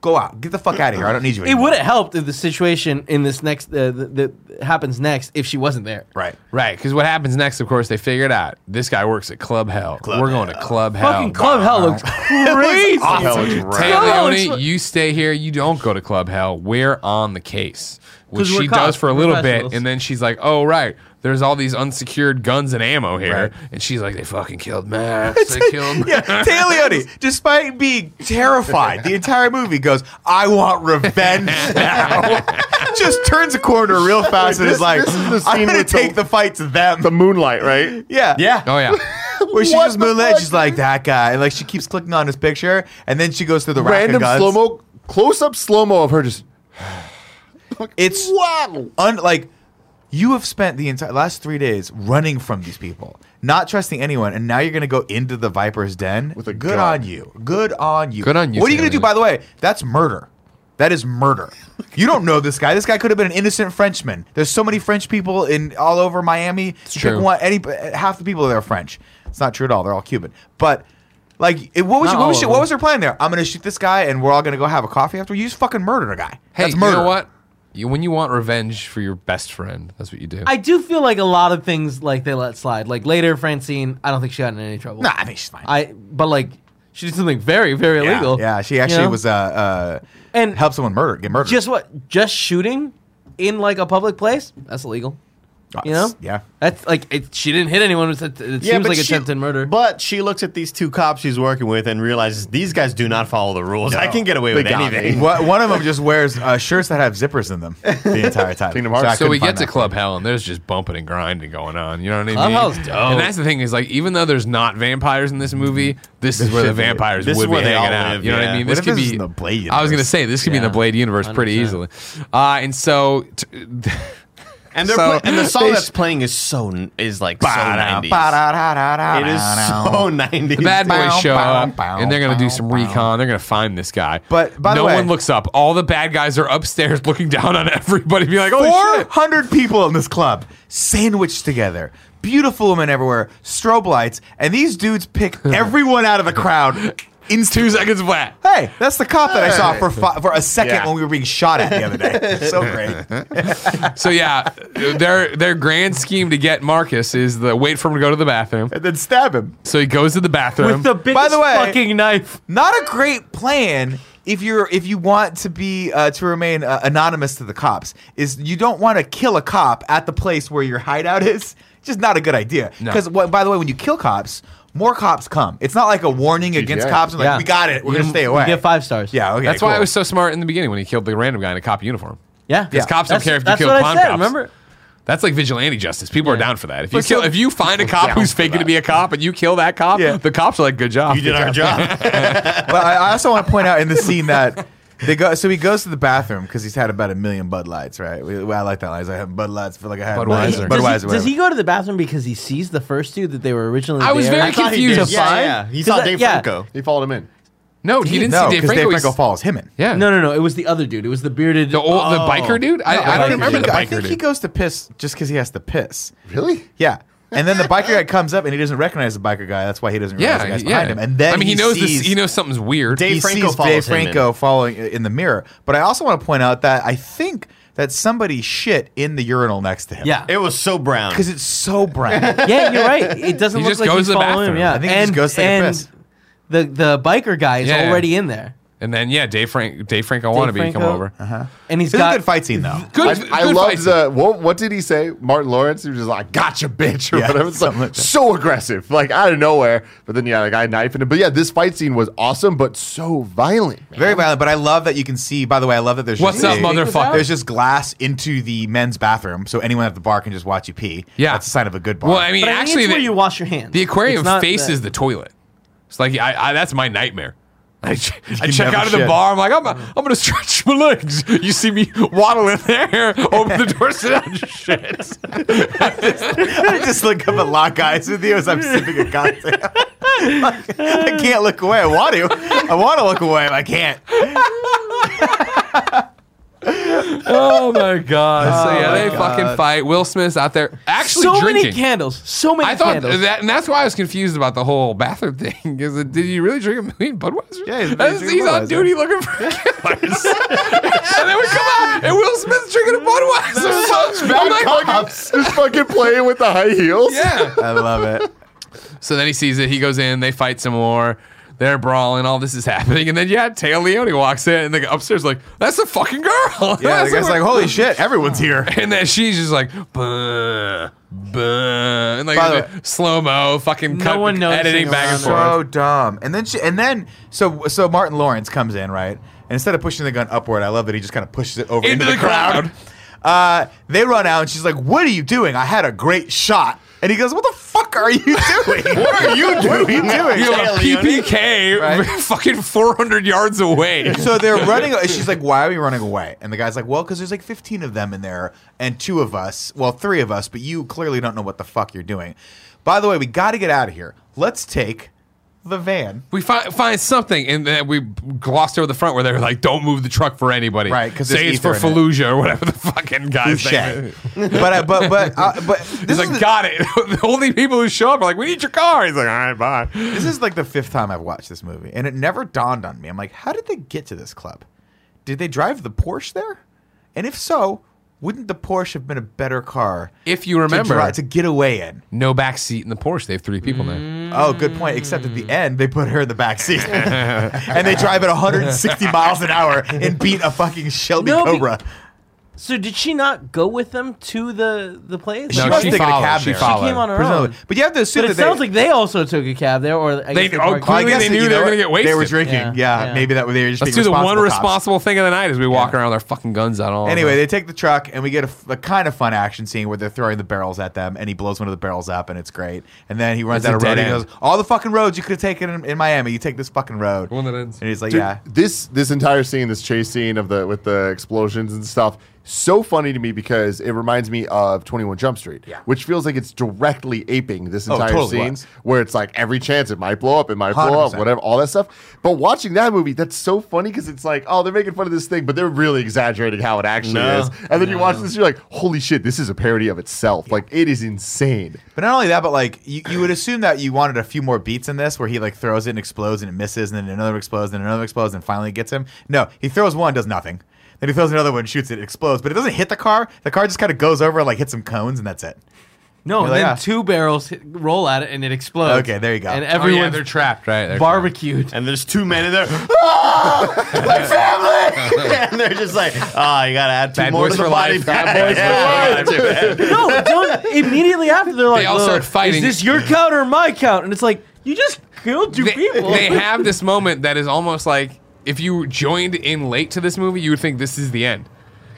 Go out. Get the fuck out of here. I don't need you.
it
anymore.
would have helped if the situation in this next uh, that happens next if she wasn't there.
Right.
Right, because what happens next, of course, they figure it out. This guy works at Club Hell. We're going to Club Hell.
Fucking Club
[LAUGHS]
Hell looks crazy.
Hell is right.
Taya
Hell
Leone,
looks-
you stay here. You don't go to Club Hell. We're on the case, which
'Cause we're
she
cops,
does for a
we're
little bit,
professionals.
and then she's like, "Oh right, there's all these unsecured guns and ammo here,"
Right.
and she's like, "They fucking killed Max. They killed."
[LAUGHS]
Max.
Yeah, Taya Leone, despite being terrified, the entire movie goes, I want revenge now. [LAUGHS] Just turns a corner real fast and
This-
is like,
this is the
I'm
scene
going to
with the-
take the, fight to them.
The moonlight, right?
yeah.
Yeah.
Oh yeah,
Where she
What
just
the
moonlit,
fuck,
she's like, that guy. And like, she keeps clicking on his picture, and then she goes through the
Random
rack of
slow
guns.
mo, close up slow mo of her just.
It's
Wow.
un- like you have spent the entire last three days running from these people, not trusting anyone, and now you're gonna go into the viper's den.
With a
good
gun.
on you, good on you,
Good on you,
What are you gonna do?
Taylor.
By the way, that's murder. That
[LAUGHS]
is murder. You don't know this guy. This guy could have been an innocent Frenchman. There's so many French people in all over Miami. You
true.
Pick one, any half the people there are French. It's not true at all. They're all Cuban. But like, it- what was
Not
you, what
all
was
of
you, what
them.
was her plan there? I'm gonna shoot this guy, and we're all gonna go have a coffee after. You just fucking murdered a guy.
hey,
that's
you
murder.
know what? You, when you want revenge for your best friend, that's what you do.
I do feel like a lot of things like they let slide. Like later, Francine, I don't think she got in any trouble.
Nah, I mean she's fine.
I but like she did something very very
Yeah,
illegal.
Yeah, she
you
actually
know?
was uh, uh
And-
helped someone murder get murdered.
Just what? Just shooting in like a public place? That's illegal.
Uh,
You know?
Yeah.
That's like it, she didn't hit anyone. It, it seems
but
like
she-
attempted murder.
But she looks at these two cops she's working with and realizes these guys do not follow the rules. I can get away
They
with
got
anything.
me.
Wha- One of them just wears uh, shirts that have zippers in them the entire time.
Kingdom Hearts.
I
so
couldn't
we get
find
to
that.
Club Hell and there's just bumping and grinding going on. You know what I
Club
mean?
Hell's dope.
And that's the thing is like even though there's not vampires in this movie, this is where the vampires
This is
would
where
be
they
hanging
all
out.
live,
you know what
yeah.
I mean?
What
This
if
could
this is
be
in the Blade
I was gonna
universe?
say this could be in
Yeah.
the Blade universe pretty
100%.
easily. Uh, and so
[LAUGHS]
t-
And, they're
So-
play- and the song
they
that's
sh-
playing is so n- is like so
Ba-da,
90s.
ba-da-da-da-da-da.
It is so [LAUGHS] 90s.
the bad boys
Bow,
show
bow,
up
bow,
and they're gonna
bow,
do some
bow.
recon. They're gonna find this guy.
But, by the
no
way-
one looks up. All the bad guys are upstairs [LAUGHS] looking down on everybody, be like, oh shit.
400 people in this club sandwiched together. Beautiful women everywhere, strobe lights, and these dudes
[LAUGHS]
pick everyone out of the crowd instantly.
Two seconds flat.
Hey, that's the cop that I saw for fi- for a second
Yeah.
when we were being shot at the other day.
[LAUGHS]
so great.
So yeah, [LAUGHS] their their grand scheme to get Marcus is the wait for him to go to the bathroom.
And then stab him.
So he goes to the bathroom.
With the biggest
the way-
fucking knife.
Not a great plan if you're if you want to be uh, to remain uh, anonymous to the cops. Is you don't want to kill a cop at the place where your hideout is. Just not a good idea.
No.
Because by the way, when you kill cops, more cops come. It's not like a warning against
GTA.
cops. and Like
Yeah.
we got it. We're
You
gonna
can-
stay
you
away.
Get five stars.
Yeah. Okay.
That's why I
cool.
was so smart in the beginning when he killed the random guy in a cop uniform.
Yeah.
Because cops don't
That's-
care if you
that's
kill
what I
clown
said,
cops.
Remember?
That's like vigilante justice. People are down for that. If you
But
kill,
so-
if you find a cop
down
who's
for
faking
that.
to be a cop and you kill that cop,
Yeah.
the cops are like, "Good job,
You did our job.
but I I also want to point out in the scene that they go. So he goes to the bathroom because he's had about a million Bud Lights, right? We, I like that line. He's like, I have Bud Lights for like I had
Budweiser.
Does he-
Budweiser.
Does, he,
whatever.
go to the bathroom because he sees the first two that they were originally?
I was
there?
very
I thought he did.
confused.
Yeah,
Fine.
yeah. He
'Cause
saw
that-
Dave
yeah.
Franco.
He followed him in.
No, he didn't
no,
see Dave
because
Franco.
Dave
He's-
Franco follows him in.
Yeah,
No, no, no. It was the other dude. It was the bearded. uh,
The old, the biker dude. I, I don't
think
remember
he-
the
I
biker
think he
dude.
goes to piss just because he has to piss.
Really?
Yeah. And then the biker guy comes up and he doesn't recognize the biker guy. That's why he doesn't realize the
Yeah,
guy's
yeah.
behind him. And then
I mean,
he,
he, knows
sees,
this. He knows something's weird.
Dave
he
Franco
sees
follows
Dave
him in.
Franco following in the mirror. But I also want to point out that I think that somebody shit in the urinal next to him.
Yeah.
It was so brown.
Because it's so brown.
yeah, you're right. It doesn't
He
look
just
like
goes
he's
to the
following him.
bathroom.
Yeah.
I think he just
And-
goes to take a
and
piss.
The the biker guy is
Yeah, yeah.
already in there,
and then yeah, Dave Frank, Dave Franco wannabe
Franco.
come over.
Uh-huh.
and he's
it's
got
a good fight scene, though.
Good.
I, I
good
love
fight.
the what, what did he say? Martin Lawrence, he was just like, "Gotcha, bitch," or
Yeah,
whatever. It's like,
something like that.
so aggressive, like out of nowhere. But then yeah, the guy knifing him. But yeah, this fight scene was awesome, but so violent. man.
Very violent, but I love that you can see. By the way, I love that there's
What's
just
up,
a-
motherfucker?
There's just glass into the men's bathroom, so anyone at the bar can just watch you pee.
Yeah.
that's a sign of a good bar.
Well, I mean,
But I think
actually,
it's where
the-
you wash your hands.
The aquarium
It's not
faces
that-
the toilet. It's like I, I that's my nightmare. I, ch- I
You
check
never
out of the
should.
bar. I'm like, I'm, I'm gonna stretch my legs. You see me waddle in there, [LAUGHS] open the door, sit down, shit.
I just look up and lock eyes with you as I'm sipping a cocktail. I can't look away. I want to. I want to look away. but I can't.
Oh my god! so yeah,
my
they fucking fight. Will Smith's out there actually
so
drinking.
many candles. So many
I thought
candles.
that, and that's why I was confused about the whole bathroom [LAUGHS] thing. Because did you really drink a million Budweisers?
Yeah, he's-
That's-
he's
he's,
drinking
on
Budweiser.
duty looking for killers. [LAUGHS] and then we come out, and Will Smith's drinking a Budweiser. so [LAUGHS] I'm like,
Cops Oh just fucking playing with the high heels.
yeah.
I love it.
So then he sees it. He goes in. They fight some more. They're brawling. All this is [LAUGHS] happening. And then yeah, Taylor Leone walks in, and the guy upstairs like, "That's the fucking girl." [LAUGHS]
Yeah, the
That's the
guy's like, holy shit, everyone's here.
And then she's just like, buh, buh, and
By the way-
like slow mo, fucking
No
cut,
one noticing
editing back and
around her.
forth.
So dumb. And then she, and then so so Martin Lawrence comes in right, and instead of pushing the gun upward, I love that he just kind of pushes it over into, the, crowd. Uh, they run out, and she's like, "What are you doing? I had a great shot." And he goes, "What the fuck are you [LAUGHS] doing? what are you doing? What are you doing?"
[LAUGHS] You have a
[LAUGHS]
PPK
Right.
[LAUGHS] fucking 400
[LAUGHS]
yards away.
so they're running. She's like, "Why are we running away?" And the guy's like, "Well, because there's like 15 of them in there, and two of us, well, three of us, but you clearly don't know what the fuck you're doing." By the way, we got to get out of here. Let's take the van,
We fi- find something, and then we glossed over the front where they were like, don't move the truck for anybody.
Right, 'cause
Say
there's
it's for
ether in
Fallujah or whatever the [LAUGHS] fucking guy's
Touche.
name
but I, but but uh,
[LAUGHS]
but this
He's
is
like, got it. [LAUGHS] the only people who show up are like, we need your car. He's like, all right, bye.
this is like the fifth time I've watched this movie, and it never dawned on me. I'm like, how did they get to this club? Did they drive the Porsche there? And if so, wouldn't the Porsche have been a better car?
If you
to
remember,
dri- to get away in.
no back seat in the Porsche. They have three people there.
Oh, good point. Except at
Mm.
the end, they put her in the back seat,
[LAUGHS]
and they drive at 160 miles an hour and beat a fucking Shelby
No, be-
Cobra.
so did she not go with them to the the
No,
place?
she
Like,
must
she
have taken a
followed.
cab
She
there.
followed.
came on her
Presumably.
own.
But you have to assume
But it
that they,
sounds like they also took a cab there, or I
They-
guess they
oh,
parked-
clearly-
I guess
they
you
knew they
know
were
what?
gonna get
They were
wasted.
drinking. Yeah,
Yeah, yeah.
maybe that they were just
Let's do
being
the one
responsible cops.
responsible thing of the night as we walk around with our fucking guns out all
Anyway,
over.
they take the truck and we get a, f- a kind of fun action scene where they're throwing the barrels at them and he blows one of the barrels up and it's great. And then he runs
It's a
down a road
dead
and he goes,
end.
All the fucking roads you could have taken in, in Miami, you take this fucking road.
One that ends.
And he's like,
Dude,
Yeah.
This this entire scene, this chase scene of the with the explosions and stuff, so funny to me because it reminds me of Twenty One Jump Street,
Yeah.
which feels like it's directly aping this
Oh,
entire
totally
scene,
was.
where it's like every chance it might blow up, it might blow up,
100%.
whatever, all that stuff. But watching that movie, that's so funny because it's like, oh, they're making fun of this thing, but they're really exaggerating how it actually
No.
is. And then you watch this, you're like, holy shit, this is a parody of itself. Like it is insane.
But not only that, but like you, you would assume that you wanted a few more beats in this where he like throws it and explodes and it misses and then another explodes and another explodes and finally gets him. No, he throws one, does nothing. Then he throws another one, shoots it, explodes, but it doesn't hit the car. The car just kind of goes over, like hits some cones, and that's it.
no,
You're
and
like,
then
ah.
two barrels hit, roll at it and it explodes.
Okay, there you go.
And
Oh,
Oh, yeah,
everyone's
they're trapped, right?
[LAUGHS]
They're
barbecued. [LAUGHS]
And there's two men in [LAUGHS] there. [LAUGHS] and they're just like, oh, you gotta add two
Bad
more
boys
to the
for
body. [LAUGHS]
life. Bad boys for life.
no, don't. Immediately after, they're like,
all
"Look,
start fighting."
Is this your count or my count? And it's like, you just killed two
They,
people.
they
[LAUGHS]
have this moment that is almost like if you joined in late to this movie, you would think this is the end.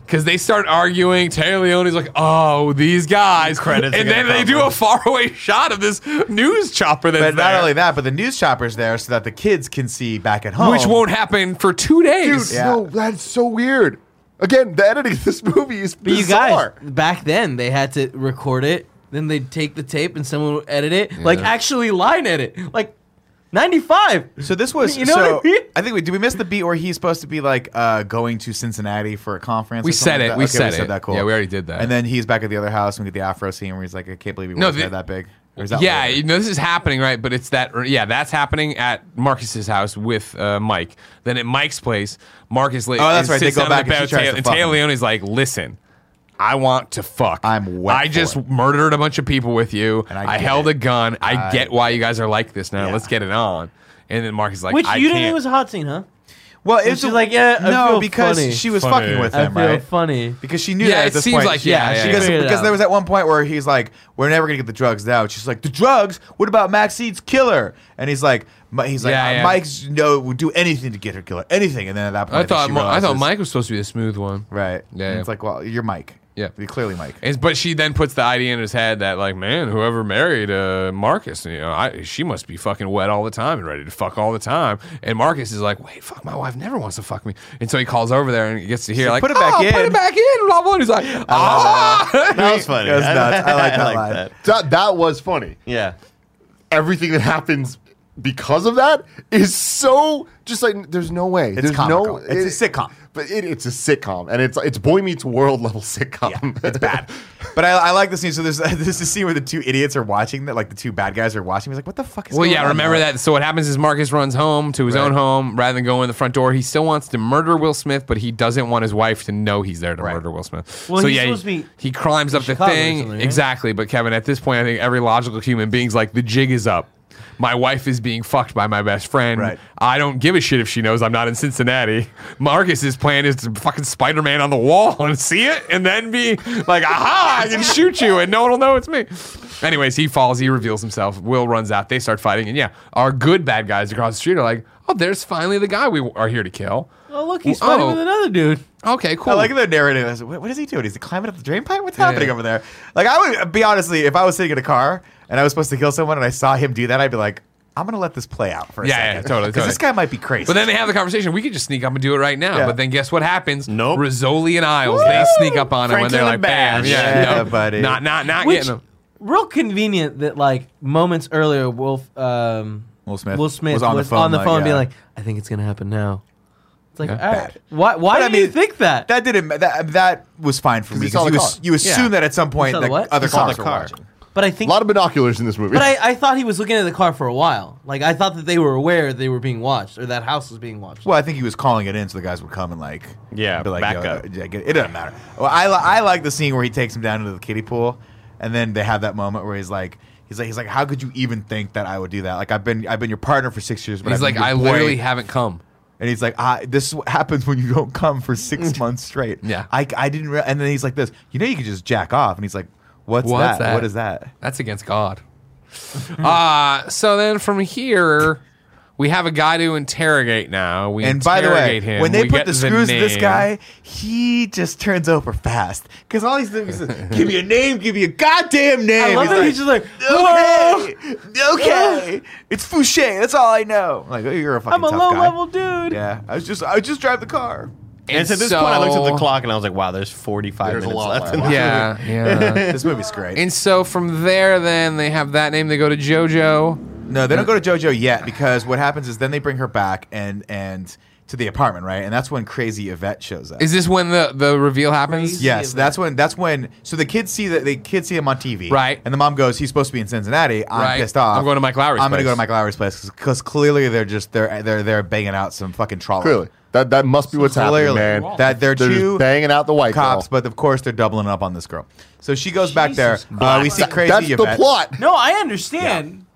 Because they start arguing, Taylor Leone's like, "Oh, these guys,"
Credits are
and
gonna
then they
come
do
up.
a faraway shot of this news chopper that's
But
there,
not only that, but the news chopper's there so that the kids can see back at home.
which won't happen for two days.
Dude,
Yeah.
no, that's so weird. Again, the editing of this movie is
But
bizarre.
you guys, back then, they had to record it. Then they'd take the tape and someone would edit it. Like, actually line edit. Like, 95.
So this was.
You know
so
what I mean?
think we did we miss the beat where he's supposed to be like uh, going to Cincinnati for a conference.
We
or something
said
like
it.
that?
We
Okay,
said
said
it.
that. Cool.
Yeah, we already did that.
And then he's back at the other house and we get the Afro scene where he's like, I can't believe your
No,
no,
the-
are that big. Or is that
yeah,
later?
you know, this is happening, right? But it's that, yeah, that's happening at Marcus's house with uh, Mike. Then at Mike's place, Marcus. Oh,
that's right, they go back and she tries to
and
fuck
Taylor
him.
Leone's like, "Listen, I want to fuck.
I'm wet
I
for
just
it."
murdered a bunch of people with you.
And
And
I
I,
get
held
it.
a gun. I,
I-
get why you guys are like this now.
Yeah.
Let's get it on." And then Marcus is like,
Which
I
you
can't.
didn't think was a hot scene, huh?
Well, it
she's like, yeah, I
no,
feel
because
funny.
she was
Funny.
fucking with
I
him,
feel
right?
funny.
Because she knew
Yeah,
that
it
at this
seems
point.
like- yeah, yeah,
she
yeah.
goes-
Figured it
because
out.
there was at one point where he's like, "We're never gonna get the drugs now." She's like, "The drugs? What about Maxine's killer?" And he's like, Mi- "He's like,
Yeah,
uh,
yeah.
Mike's no would do anything to get her killer, anything." And then at that point,
I thought
she
Ma- I thought
realizes-
Mike was supposed to be the smooth one.
right?
Yeah,
And
yeah.
it's like, well, you're Mike.
[LAUGHS] Yeah.
Clearly, Mike.
It's, but she then puts the idea in his head that like, man, whoever married uh, Marcus, you know, I, she must be fucking wet all the time and ready to fuck all the time. And Marcus is like, wait, fuck, my wife never wants to fuck me. And so he calls over there and he gets to hear like,
put it back
"Oh, put
in."
it back in, blah blah. And he's like, ah,
That was funny. [LAUGHS]
That's nuts. I like that line.
That, that was funny.
Yeah.
Everything that happens because of that is so just like there's no way.
It's
there's
comical.
no.
it's a
it-
sitcom.
But it, it's a sitcom, and it's it's Boy Meets World level sitcom. [LAUGHS] it's bad.
But I, I like the scene. So there's [LAUGHS] there's the scene where the two idiots are watching that, like the two bad guys are watching. He's like, "What the fuck is?"
[LAUGHS] Well,
going
yeah,
on
remember
now?"
that. So what happens is Marcus runs home to his own home rather than going in the front door. He still wants to murder Will Smith, but he doesn't want his wife to know he's there to murder Will Smith.
Well,
so
he's
yeah,
supposed
he,
to be
he climbs up the
Chicago or
thing
something, right?
exactly. But Kevin, at this point, I think every logical human being's like, the jig is up. My wife is being fucked by my best friend.
Right.
I don't give a shit if she knows I'm not in Cincinnati. Marcus's plan is to fucking Spider Man on the wall [LAUGHS] and see it and then be like, aha, I can shoot you and no one will know it's me. Anyways, he falls, he reveals himself. Will runs out, they start fighting. And yeah, our good bad guys across the street are like, oh, there's finally the guy we are here to kill.
Oh look, he's
Oh.
fighting with another dude.
Okay, cool.
I like their narrative. I was like, what, what is he doing? Is he climbing up the drain pipe? What's happening
yeah.
over there? Like, I would uh, be honestly, if I was sitting in a car and I was supposed to kill someone and I saw him do that, I'd be like, I'm gonna let this play out for a
Yeah, yeah,
second.
totally,
Because this
totally.
guy might be crazy.
But then they have the conversation. We could just sneak up and do it right now.
Yeah.
But then guess what happens?
Nope.
Rizzoli and Isles, they sneak up on him
Franklin
when they're like,
and
bam.
Bash.
Yeah,
Yeah,
no,
buddy.
Not, not, not
Which,
getting him.
real convenient that like moments earlier, Wolf, um,
Will Smith
Will Smith
was
was
on the phone, like,
being
yeah.
like, "I think it's gonna happen now." It's like,
Yeah.
all right,
Bad.
why? Why
But I
do you
mean-
think that?
that didn't that that was fine for me
he saw
because you,
the
as-
car.
you assume
Yeah.
that at some point
saw the
that
what?
other
He saw
cars
the
were
car.
watching.
but I
A
think.
lot of binoculars in this movie.
but I, I thought he was looking at the car for a while. Like I thought that they were aware they were being watched or that house was being watched.
Well, I think he was calling it in so the guys would come and like
Yeah,
be like,
back
yo,
up.
yeah, get- it doesn't matter. Well, I li- I like the scene where he takes him down into the kiddie pool, and then they have that moment where he's like. He's like, he's like, how could you even think that I would do that? Like, I've been, I've been your partner for six years, but
He's
I've been
like,
your
I
boy."
literally haven't come.
and he's like, I, this is what happens when you don't come for
[LAUGHS]
six months straight.
Yeah.
I, I didn't, re-. and then he's like, this, you know, you could just jack off, and he's like, what's, that?
What's that?
What is that?
That's against God. [LAUGHS] uh, so then from here, we have a guy to interrogate now. We
And by the way,
interrogate him.
when they
We
put
get
the screws to this
name.
guy, he just turns over fast because all he's doing is give me a name, give me a goddamn name.
I love
He's
that
like,
he's just like,
Okay,
"Hello,
okay, it's Fouché. That's all I know. I'm like, oh, you're a fucking
I'm a
tough
low
guy.
level dude.
Yeah, I was just, I just drive the car.
And, so at this point, I looked at the clock and I was like, wow, there's 45
There's a
minutes
lot
left.
left.
in this
[LAUGHS] Yeah, yeah.
This movie's great.
and so from there, then they have that name. They go to JoJo.
No, they don't go to JoJo yet because what happens is then they bring her back and and to the apartment, right? And that's when crazy Yvette shows up.
Is this when the the reveal happens?
Crazy.
Yes,
Yvette.
that's when that's when. So the kids see that the kids see him on TV,
Right.
And the mom goes, "He's supposed to be in Cincinnati. I'm
Right.
pissed off.
I'm going to Mike Lowry's
I'm going to go
place."
to Mike Lowry's place because clearly they're just they're they're they're banging out some fucking
[LAUGHS]
trolley.
clearly that that must be what's happening,
clearly
man.
that they're,
They're
two
just banging out the white
cops,
girl.
but of course they're doubling up on this girl. So she goes back there.
Jesus
Uh, we see
That-
crazy
that's
Yvette.
the plot.
No, I understand.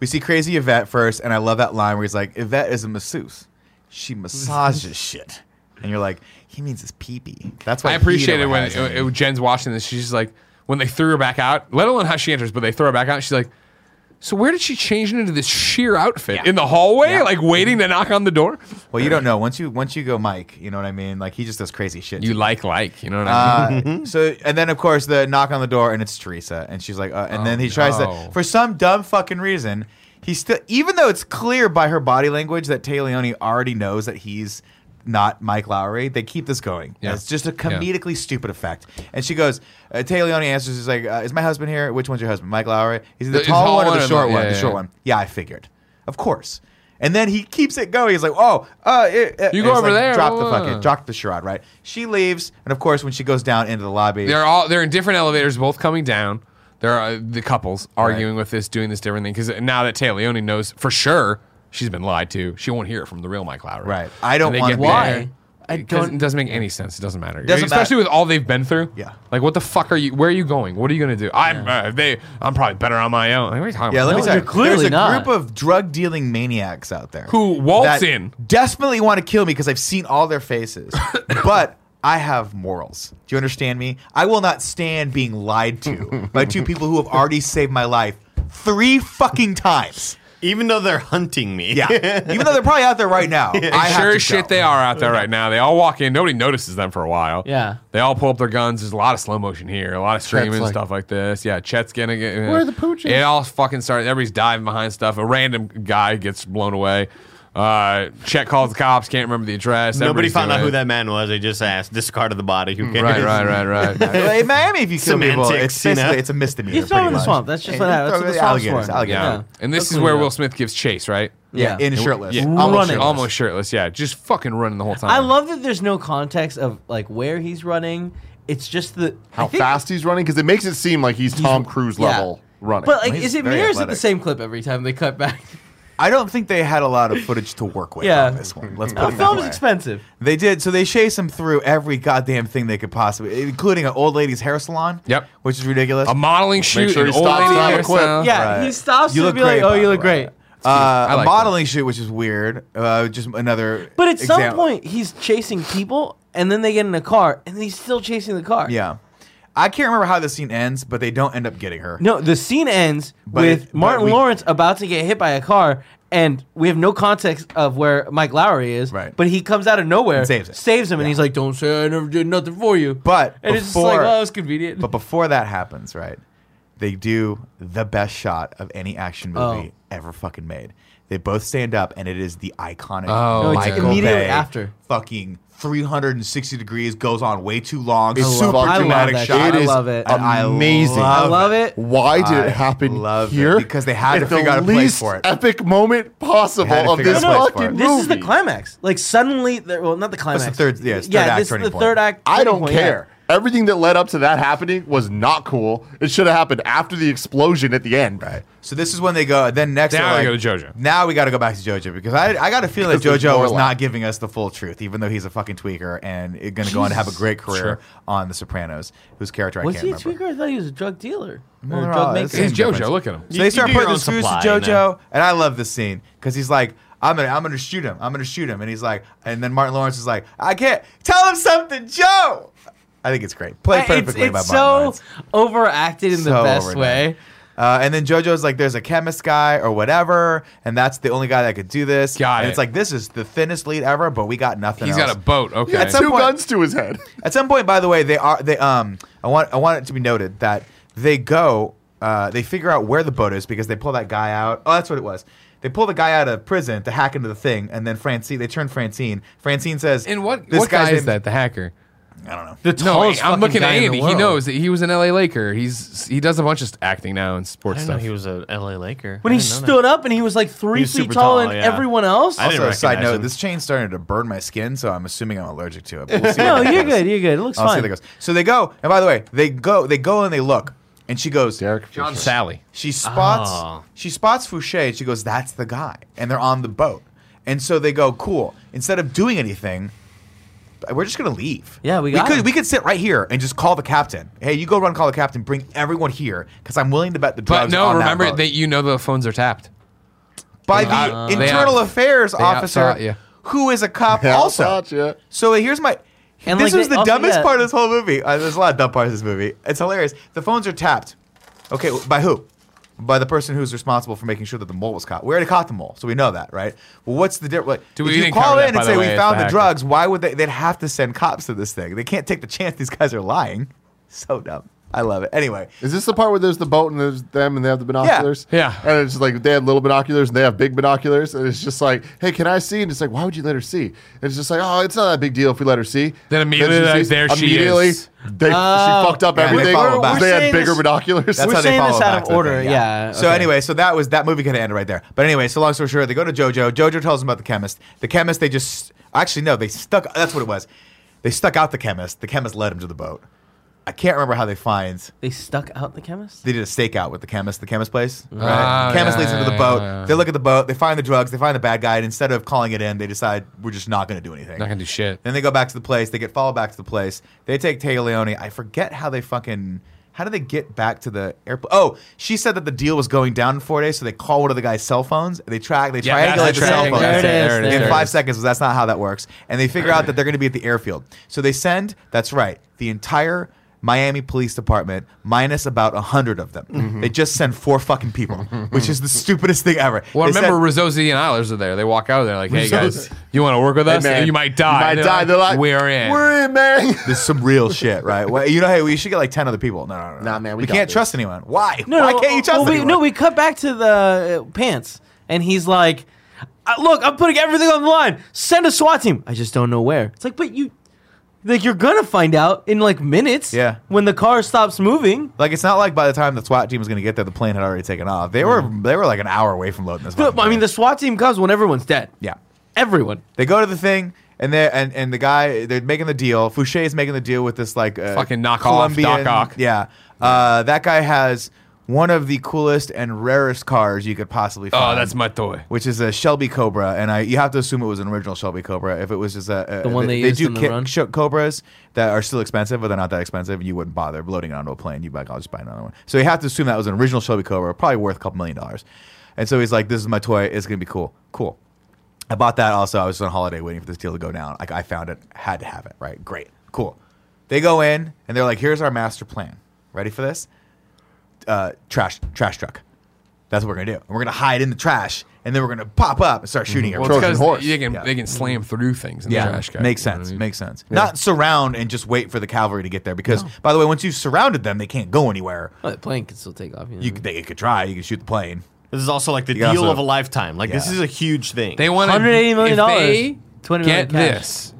We see crazy Yvette first, and I love that line where he's like, "Yvette is a masseuse. She
[LAUGHS]
massages shit," and you're like, "He means his pee pee." That's why
I
he
appreciate it
never
when
has
it-
any.
it- Jen's watching this. She's just like, when they threw her back out, let alone how she enters, but they throw her back out. And she's like, so where did she change into this sheer outfit in the hallway, like waiting to knock on the door?
Well, you don't know once you once you go Mike, you know what I mean? Like he just does crazy shit.
You like like, you know what I mean? Mm-hmm.
uh, so and then of course the knock on the door and it's Teresa and she's like uh, and then he tries
Oh, no.
to for some dumb fucking reason he still even though it's clear by her body language that Tay Leone already knows that he's not Mike Lowry they keep this going
Yeah.
it's just a
Yeah.
comedically stupid effect and she goes uh, Tay Leone answers she's like uh, is my husband here which one's your husband Mike Lowry is he the,
The- the
tall,
tall
one or
one
the
or the-
short
yeah,
one the
yeah,
short
yeah.
one yeah I figured of course. And then he keeps it going. He's like, "Oh, uh, it, uh,"
You
and
go
it's
over
like,
there,
Drop the
blah, blah,
fucking,
blah.
dropped the charade, right? She leaves, and of course, when she goes down into the lobby,
They're all they're in different elevators, both coming down. There are the couples arguing with this, doing this different thing because now that Tay Leone knows for sure she's been lied to, she won't hear it from the real Mike Lowry.
Right. I don't
And they
wanna
get
be
Why?
there.
I
It doesn't,
don't-
it doesn't make any sense. It doesn't matter.
Doesn't
Especially
matter.
with all they've been through.
Yeah.
Like, what the fuck are you? Where are you going? What are you gonna do? I'm uh, they. I'm probably better on my own. Like, what are you talking
yeah,
about?
let me
No,
tell you,
they're clearly
there's a
not.
group of drug dealing maniacs out there
Who waltz
that
in?
desperately want to kill me because I've seen all their
[LAUGHS]
faces, but I have morals. Do you understand me? I will not stand being lied to by two people who have already saved my life three fucking times.
even though they're hunting me. [LAUGHS]
Yeah. [LAUGHS] Even though they're probably out there right now. I have
sure
to
as shit
go.
they are out there right now. They all walk in. Nobody notices them for a while.
Yeah.
They all pull up their guns. There's a lot of slow motion here, a lot of screaming and
like-
stuff like this. Yeah, Chet's gonna get.
Where are the pooches?
It all fucking started. Everybody's diving behind stuff. A random guy gets blown away. Uh, Chet calls the cops. Can't remember the address.
Nobody
Everybody's
found out
doing
who
it.
that man was. They just asked, discarded the body. Who cares? [LAUGHS]
Right, right, right, right.
Well, in Miami, if you kill people,
Semantics,
it's
you know?
basically it's a misdemeanor.
You throw
pretty
him in the
much.
swamp. That's just
And
what
you
happens.
throw
That's what the swamp's
alligators.
for.
Alligators.
Yeah.
Yeah.
And this
That's
is
what
where
we
Will
got.
Smith gives chase, right?
Yeah,
Yeah.
in shirtless.
Yeah,
Running.
almost shirtless. almost shirtless. Yeah, just fucking running the whole time.
I love that there's no context of like where he's running. It's just the
How fast he's running because it makes it seem like he's Tom Cruise
yeah.
level running.
But like,
He's
is it me
very
or is it the
athletic.
same clip every time they cut back?
I don't think they had a lot of footage to work with
Yeah.
on this one. Let's put
the
it that
film is
way.
expensive.
They did. So they chase him through every goddamn thing they could possibly, including an old lady's hair salon.
Yep. Um,
Which is ridiculous. Uh,
a modeling shoot.
sure
an
he
old
stops
lady
not
hairstyle.
equipped.
Yeah,
Right.
he stops
You
to
look
be like,
great,
"Oh,
by
you
the
look
way.
great."
Uh,
I
a
like
modeling shoot, which is weird. Uh, just another.
But at some
example.
point, he's chasing people, and then they get in a car, and he's still chasing the car.
Yeah. I can't remember how the scene ends, but they don't end up getting her.
No, the scene ends
But
with
it- but
Martin
we-
Lawrence about to get hit by a car, and we have no context of where Mike Lowry is.
Right.
But he comes out of nowhere,
And saves it.
him, and he's like, "Don't say I never did nothing for you."
But
and it's just like,
before-
"Oh, it's convenient."
But before that happens, right? They do the best shot of any action movie
Oh.
ever fucking made. They both stand up, and it is the iconic
Oh, No, it's
Michael
immediately
Bay
after.
fucking 360 degrees goes on way too long.
It's
super
fucking- I love
dramatic
that
shot.
shot. I love it.
And I
Amazing.
[LAUGHS] I
love
love it.
Why did
I
it happen
love it,
here?
because they had
at
to figure
the
out a place
least
for it.
Epic moment possible
They had to
of
figure
this
out a place for
fucking
it.
movie.
This is the climax. Like suddenly, the, well, not the climax.
the third- yeah, it's third act
this
turning
is the
point.
third act.
I
turning
don't
point, yeah.
care. Everything that led up to that happening was not cool. It should have happened after the explosion at the end. [LAUGHS]
Right. So this is when they go. Then next,
Now
they're
we
like,
go to JoJo.
Now we got to go back to JoJo because I, I got a feeling that
Because there's
JoJo
more
was
left.
not giving us the full truth, even though he's a fucking tweaker and going to go on to have a great career on The Sopranos, whose character I
Was
can't
he a
remember.
tweaker? I thought he was a drug dealer
Well,
or a
they're all-
drug
it's-
maker.
Same
He's
difference.
JoJo. Look at him.
So they
You-
start
you do your
putting the screws to
own supply,
JoJo,
you know.
and I love this scene because he's like, "I'm gonna, I'm gonna shoot him. I'm gonna shoot him," and he's like, and then Martin Lawrence is like, "I can't tell him something, Joe." I think it's great, played
It's,
perfectly by Martin
it's so
Lawrence.
overacted in the
So
best
overdone.
way.
Uh, and then JoJo's like, "There's a chemist guy or whatever, and that's the only guy that could do this."
Got
and
it.
It's like this is the thinnest lead ever, but we got nothing.
He's
else.
got a boat. Okay.
He had
some
two
point-
guns to his head.
At some point, by the way, they are they um I want I want it to be noted that they go uh they figure out where the boat is because they pull that guy out. Oh, that's what it was. They pull the guy out of prison to hack into the thing, and then Francine they turn Francine. Francine says,
and what?
this
what guy
guy's
is
name-
that? The hacker.
I don't know."
The
No,
tallest
I'm
fucking
looking at
guy in the
Andy. He
world.
knows that he was an LA Laker. He's he does a bunch of acting now and
I
sports
didn't know
stuff.
he was a LA Laker.
when
I
he
didn't know that.
stood up and he was like three
He was
feet
super
taller
tall,
than
yeah.
everyone else.
I didn't
Also, side
recognize
note:
him.
this chain started to burn my skin, so I'm assuming I'm allergic to it. but
[LAUGHS]
we'll see
No,
what
you're
happens.
good. You're good. It looks
I'll see how
fine.
that goes. So they go, and by the way, they go, they go, and they look, and she goes,
Derek
John Sally.
She spots
Ah.
Oh.
she spots Fouché and she goes, That's the guy. And they're on the boat. And so they go, Cool. Instead of doing anything, we're just gonna leave.
Yeah, we got
could
him.
we could sit right here and just call the captain. Hey, you go run call the captain, bring everyone here, because I'm willing to bet the
But
drugs.
no,
on that
remember
boat.
that you know the phones are tapped.
by
they
the
out- they
internal
out-
affairs
they
officer
outsought you.
who is a cop also. So here's my.
And,
this
like,
was
they
the
also
dumbest
got-
part of this whole movie. Uh, there's a lot of dumb parts of this movie. It's hilarious. The phones are tapped. Okay, w- by who? By the person who's responsible for making sure that the mole was caught. We already caught the mole, so we know that, right? Well, what's the difference? Like,
Do
if
we
you
didn't
call
cover that,
in
by
and
the
say
way,
we
it's
found
the
the
hacker.
drugs, why would they? They'd have to send cops to this thing. They can't take the chance these guys are lying. [LAUGHS] So dumb. I love it. Anyway,
Is this the part where there's the boat and there's them and they have the binoculars?
Yeah.
And it's just like they have little binoculars and they have big binoculars. And it's just like, hey, can I see? And it's like, why would you let her see? And it's just like, oh, it's not that big deal if we let her see.
Then immediately,
she
like,
sees-
there she
immediately,
is.
They,
Oh.
she fucked up
Yeah, they
everything.
follow
They,
back.
We're
had
saying
bigger
this-
binoculars.
That's
We're
how they
saying
follow
this
back
out of
to the
order,
thing,
yeah,
So
okay.
anyway, so that was that movie could have ended right there. But anyway, so long story short, they go to JoJo. JoJo tells them about the chemist. The chemist, they just actually no, they stuck. That's what it was. They stuck out the chemist. The chemist led him to the boat. I can't remember how they find.
They stuck out the chemist.
They did a stakeout with the chemist, the chemist place. Right?
Ah,
Oh,
the chemist
yeah,
leads them to
yeah,
the boat.
yeah, yeah.
They look at the boat. They find the drugs. They find the bad guy. And instead of calling it in, they decide we're just not going to do anything.
Not gonna do shit.
Then they go back to the place. They get followed back to the place. They take Taya Leone. I forget how they fucking. How do they get back to the airport? Oh, she said that the deal was going down in four days, so they call one of the guy's cell phones. They track, they
Yeah,
triangulate
that's
the
the
cell
tracking.
phones
There it is,
There it is.
there
in
it
there
is.
it
five
is.
seconds. But that's not how that works. And they figure out that they're going to be at the airfield, so they send. That's right. The entire Miami Police Department minus about 100 of them.
Mm-hmm.
They just send four fucking people, which is the stupidest thing ever.
Well, I
They
remember
sent-
Rizzosi and Eilers are there. They walk out. They're like, "Hey guys, you want to work
[LAUGHS]
with us?
man,
you might die.
You might die. They're like,
we're in.
We're in, man.
This is some real shit, right? Well, you know, hey, we should get like 10 other people. No, no, no. no.
Nah, man, we
we
got
can't
this.
trust anyone. Why?
No,
Why
no,
can't you trust
well, we,
anyone?
No, we cut back to the uh, pants, and he's like, "Uh, "Look, I'm putting everything on the line. Send a SWAT team. I just don't know where." It's like, but you, like, you're gonna find out in like minutes.
Yeah.
When the car stops moving,
Like it's not like by the time the SWAT team was going to get there, the plane had already taken off. They were they were like an hour away from loading this.
the,
fucking
Mm. I mean,
plane.
the SWAT team comes when everyone's dead.
yeah.
Everyone.
They go to the thing and they and and the guy they're making the deal. Fouché is making the deal with this like uh,
Fucking knockoff, Doc Ock.
Yeah, uh, that guy has one of the coolest and rarest cars you could possibly.
oh,
find.
that's my toy.
Which is a Shelby Cobra, and I you have to assume it was an original Shelby Cobra. If it was just a, a-
The one they used
do
in the
kit-
run?
sh- Cobras that are still expensive, but they're not that expensive, and you wouldn't bother loading it onto a plane. You'd be like, I'll just buy another one. So you have to assume that was an original Shelby Cobra, probably worth a couple million dollars. And so he's like, This is my toy. It's gonna be cool. Cool. I bought that also. I was on holiday waiting for this deal to go down. Like I found it, had to have it. Right, great, cool. They go in and they're like, "Here's our master plan. Ready for this? Uh, trash, trash truck. That's what we're gonna do. We're gonna hide in the trash, and then we're gonna pop up and start shooting
Mm-hmm. Well,
everything.
Trojan
it's
horse.
because they can
Yeah.
they can slam through things in the trash can.
Makes
You know what
sense.
I mean?
Makes sense. Not surround and just wait for the cavalry to get there because, by the way, once you've surrounded them, they can't go anywhere.
Oh, the plane can still take off. You know?
You could, they could try. You could shoot the plane.
This is also like the
can
deal
also-
of a lifetime. Like this
Yeah.
is a huge thing.
They want
180 million dollars, 20 million
Get
cash.
this.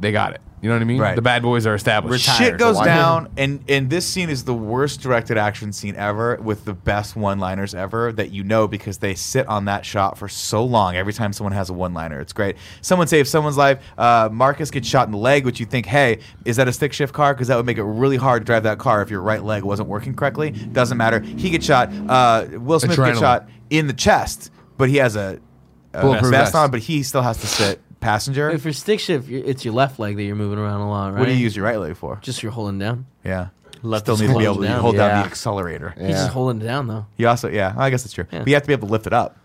They got it. You know what I mean?
Right.
The bad boys are established.
Shit goes
why-
down, and and this scene is the worst directed action scene ever, with the best one-liners ever that you know because they sit on that shot for so long. Every time someone has a one-liner, it's great. Someone saves someone's life. Uh, Marcus gets shot in the leg, which you think, hey, is that a stick shift car? Because that would make it really hard to drive that car if your right leg wasn't working correctly. Doesn't matter. He gets shot. Uh, Will Smith
Adrenaline.
gets shot in the chest, but he has a, a
Bulletproof
vest
vest.
on, but he still has to sit passenger.
Wait, for stick shift, you- it's your left leg that you're moving around a lot, right?
what do you use your right leg for?
Just you're holding down.
Yeah.
Left
Still
is
need to be
closed
able to
down.
hold down
Yeah.
the accelerator.
He's
Yeah.
just holding it down though.
You also, yeah, I guess that's true. But you have to be able to lift it up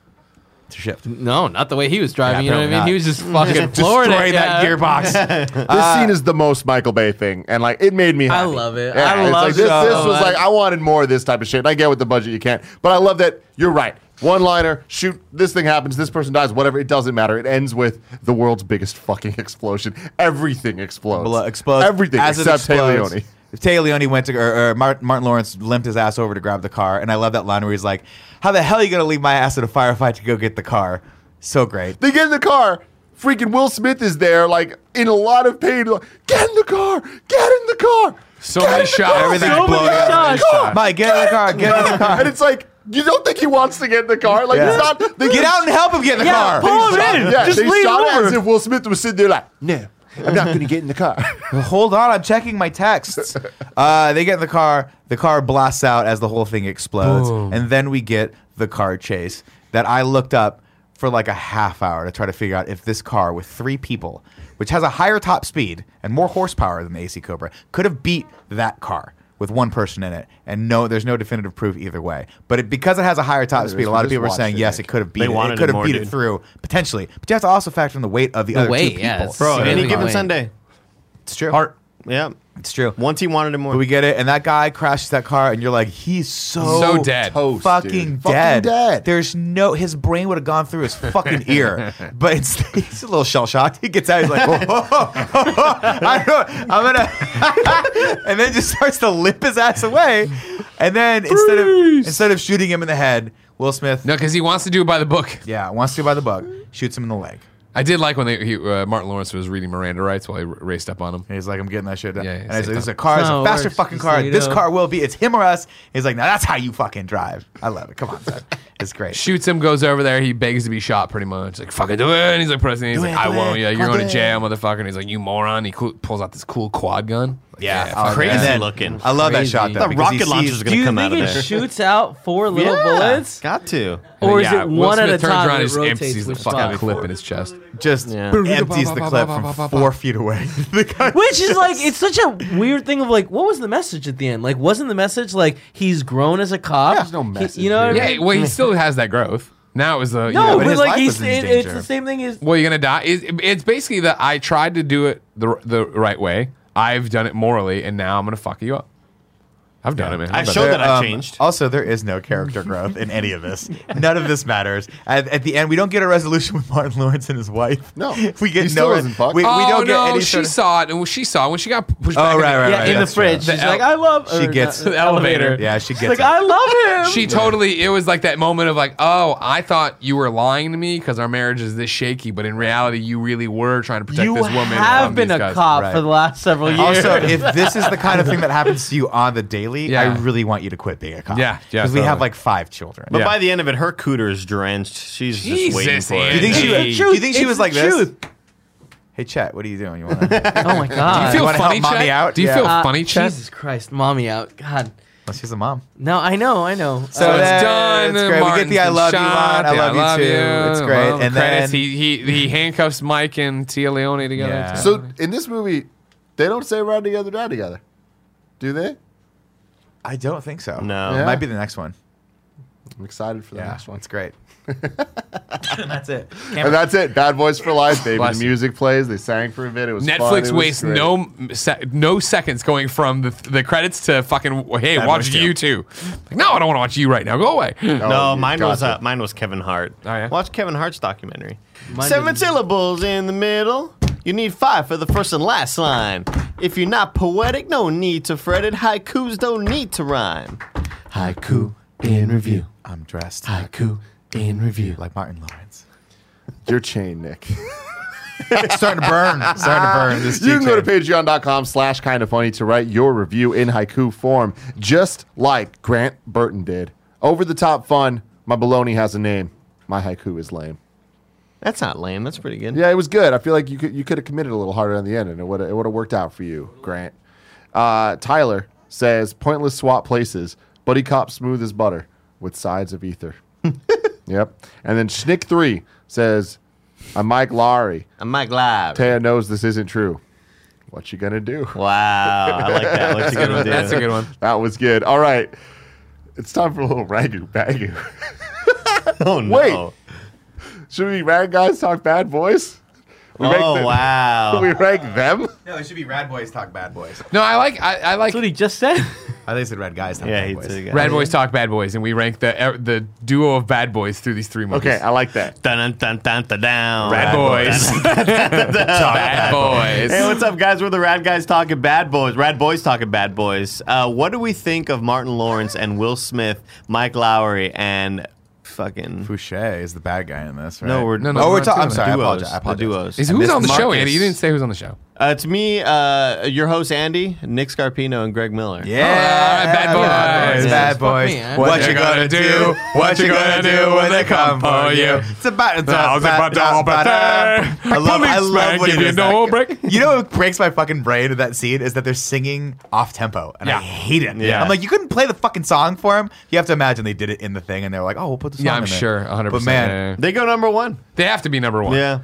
to shift.
No, not the way he was driving. you know what I mean?
apparently
He was
[LAUGHS]
just fucking flooring
Destroy
it.
that
yeah.
gearbox.
[LAUGHS]
This
Uh,
scene is the most Michael Bay thing, and like it made me.
I
Happy.
love it.
Yeah,
I
it's
love
like, this,
it so
This was
much.
like I wanted more of this type of shit. And I get with the budget you can't, but I love that you're right. One liner, shoot. This thing happens. This person dies. Whatever. It doesn't matter. It ends with the world's biggest fucking [LAUGHS] explosion. Everything explodes.
Blo- explodes.
Everything
As it
except Tay
explodes,
Leone.
Tay Leone went to, or, or Martin, Martin Lawrence limped his ass over to grab the car. And I love that line where he's like, How the hell are you going to leave my ass at a firefight to go get the car? So great.
They get in the car. Freaking Will Smith is there, like in a lot of pain. Like, get in the car. Get in the car.
So
Get
many
in the
shots.
car,
Everything's
get in the
blowing
car,
up.
get in the car."
[LAUGHS] Mike, get in the
[LAUGHS]
car. Get in the car.
and it's like you don't think he wants to get in the car. Like
Yeah.
it's not. They
Get out and help him get in the
Yeah,
car.
pull him
shot-
in.
Yeah,
Just
they
lean
shot
over.
as if Will Smith was sitting there like, no, I'm not going to get in the car.
Hold on, I'm checking my
[LAUGHS]
texts. Uh, they get in the car. The car blasts out as the whole thing explodes, and then we get the car chase that I looked up for like a half hour to try to figure out if this car with three people, which has a higher top speed and more horsepower than the AC Cobra, could have beat that car with one person in it. And no, there's no definitive proof either way. But it, because it has a higher top speed, a lot of
just
people are
watched
saying
it,
yes, it
Nick.
could have beat
They
it.
wanted
It could
it
have
more,
beat it
dude.
through potentially. But you have to also factor in the weight of the, other
weight,
two
yeah,
people.
it's
Bro, any
Significant
given
weight.
Sunday.
it's true.
Heart. Yeah.
It's true.
Once he wanted him more.
But we get it, and that guy crashes that car, and you're like, he's so
So dead.
Toast,
fucking
dude.
dead.
Fucking dead.
There's no, his brain would have gone through his
[LAUGHS]
fucking ear. But it's, he's a little shell shocked. He gets out, he's like, "Oh, whoa, whoa, whoa, whoa, oh, I am gonna, [LAUGHS] and then just starts to limp his ass away. And then instead of instead of shooting him in the head, Will Smith,
No, because he wants to do it by the book.
yeah, wants to by the bug, shoots him in the leg.
I did like when they, he, uh, Martin Lawrence was reading Miranda rights while he r- raced up on him.
And he's like, I'm getting that shit done.
Yeah, yeah,
and I was
save
like, this is a
time.
car. It's
No,
a
it
faster
works.
fucking
Just
car.
so you
This
know.
car will be. It's him or us. He's like, now that's how you fucking drive. I love it. Come on, son. It's great.
Shoots him, goes over there. He begs to be shot pretty much. Like, fucking do it. And he's like, pressing. He's
Do
like,
it,
I
do
won't.
it.
Yeah, you're
Come
going
do
to jail, motherfucker. And he's like, you moron. He cool, pulls out this cool quad gun. Like,
Oh,
fuck
crazy
and then-
looking.
I love that
Crazy.
shot. Though,
the
because he
rocket launcher
sees-
is
Do
going to
you
come out
think
of
it
there.
shoots out four little
Yeah,
bullets,
Got to.
And then,
or is
yeah,
it
Will
one at
Smith
a
turns
time?
around and
and it
just empties
rotates
the
which
fuck out of the
spot?
clip in his chest.
just
Yeah.
empties the clip from four feet away. The guy-
Which is like it's such a weird thing of like what was the message at the end? Like wasn't the message like he's grown as a cop?
There's no
He-
message
you know what I
Yeah,
mean?
well, he still has that growth. Now it was the. you know,
no,
but
but,
his
like
life
he's
was in
it- it's
danger.
the same thing as
well, you're gonna die. It, it's basically that I tried to do it the the right way, I've done it morally, and now I'm gonna fuck you up. I've done it, man.
I
I've done
showed
it.
that I
Um,
changed.
Also, there is no character growth in any of this. None of this matters. At, at the end, we don't get a resolution with Martin Lawrence and his wife.
No.
we
He
get
still
no.
doesn't fuck.
We, we
oh,
don't
no,
get any.
she
sort of-
saw it, and when she saw it when she got pushed back.
oh right, right,
in the-
right.
yeah, in the
that's
fridge.
right.
She's
The
like,
ele-
I love.
She
or
gets-
the
the elevator.
Yeah, she gets
Like,
it.
I love him.
She totally. It was like that moment of like, oh, I thought you were lying to me because our marriage is this shaky, but in reality, you really were trying to protect
you
this woman.
have
from
been
these
a
guys.
cop
Right.
for the last several years.
Also, if this is the kind of thing that happens to you on the daily, I
Yeah.
really want you to quit being a cop.
Yeah, yeah,
Because we have
totally.
like five children.
But
Yeah.
by the end of it, her cooter's drenched. She's just waiting
Jesus,
for it.
Andy.
Do you think she-
It's the
do you think she was
truth. It's
like
the
this?
truth.
Hey, Chet, what are you doing? You want to?
Oh my
Do
god.
you feel
wanna help
funny,
mommy
Chet?
out?
Do you
Yeah.
feel
Uh,
funny, Chet?
Jesus Christ, mommy out. God.
[LAUGHS] Well, she's a mom.
No, I know, I know.
So
So
Uh,
it's
that-
done.
it's great. We get
Martin's
the I
been
love you
shot,
line, I
the
love you too. It's great.
Well, the
And
credits,
then-
he, he he handcuffs Mike and Tia Leone together.
Yeah.
So
So in this movie, they don't say ride together, die together, do they?
I don't think so.
No.
It
Yeah.
might be the next one.
I'm excited for the
Yeah,
next one.
It's great.
Uh,
and that's it.
And that's it. Bad Boys for Life, baby.
Bless
The
you.
music plays. They sang for a bit. It was fun. It
Netflix
was
wastes
great.
no m- se- no seconds going from the, the credits to fucking hey
Bad
watch
Boys
you too. Like no, I don't want to watch you right now. Go away.
Oh,
No,
you
mine
got
was
it.
uh, mine was Kevin Hart.
Oh, yeah?
Watch Kevin Hart's documentary.
Mine
Seven
didn't-
syllables in the middle. You need five for the first and last line. If you're not poetic, no need to fret it. Haikus don't need to rhyme. Haiku in review.
I'm dressed
Haiku in review.
like Martin Lawrence.
Your chain, [LAUGHS] Nick.
It's starting to burn. [LAUGHS] It's starting to burn. This
you can go to
G-chain.
patreon.com slash kind of funny to write your review in haiku form, just like Grant Burton did. Over the top fun. My baloney has a name. My haiku is lame.
That's not lame. That's pretty good.
Yeah, it was good. I feel like you could you could have committed a little harder on the end, and it would it would have worked out for you, Grant. Uh, Tyler says pointless swap places. Buddy cop smooth as butter with sides of
[LAUGHS]
ether. yep. And then Schnick three says, "I'm Mike Lowry.
I'm Mike Live.
Taya knows this isn't true. What you gonna do?"
Wow, I like that. What you gonna do?
That's a
[LAUGHS]
good one.
That was good. All right, it's time for a little ragu bagu. [LAUGHS]
Oh no!
Wait. Should we rank guys talk bad boys? We rank
oh
the-
[LAUGHS]
wow!
We rank
[LAUGHS]
them.
No, it should be Rad Boys Talk Bad Boys.
No, I like I, I like
That's what he just said.
[LAUGHS] I think it said Rad Guys Talk
yeah,
Bad
he
Boys.
did it.
Bad Boys Talk Bad Boys, and we rank the er, the duo of bad boys through these three movies.
Okay, I like that.
Dun, dun, dun, dun, down.
Bad [LAUGHS]
[LAUGHS]
Boys, Bad
Hey,
Boys.
what's up, guys? We're the Rad Guys talking bad boys. Rad boys talking bad boys. Uh, what do we think of Martin Lawrence and Will Smith, Mike Lowry, and fucking?
Fouché is the bad guy in this, right?
No, we're
No, no,
Oh,
we're
we're
not
talking. I'm
doing
sorry. I apologize. I
duos, the
apologize.
duos.
Is who's
I
on the
missed
show,
Marcus.
Andy? You didn't say who's on the show.
Uh, it's me, uh, your host Andy, Nick Scarpino, and Greg Miller.
Yeah,
All right, Bad Boys.
Bad
Fuck
Boys.
me, eh?
What,
What
you
you
gonna
gonna
do?
do?
What you gonna do when they come for you?
It's
about to
I was about to all but there.
I love, I
Police
love
man,
when
give
he
you
does
no
that.
break.
You know what breaks my fucking brain in that scene is that they're singing off tempo, and I
Yeah.
hate it.
Yeah.
I'm like, you couldn't play the fucking song for him. You have to imagine they did it in the thing, and they're like, oh, we'll put the song.
Yeah, I'm
in there.
sure, 100.
But
percent
man,
They go number one.
they have to be number one.
Yeah.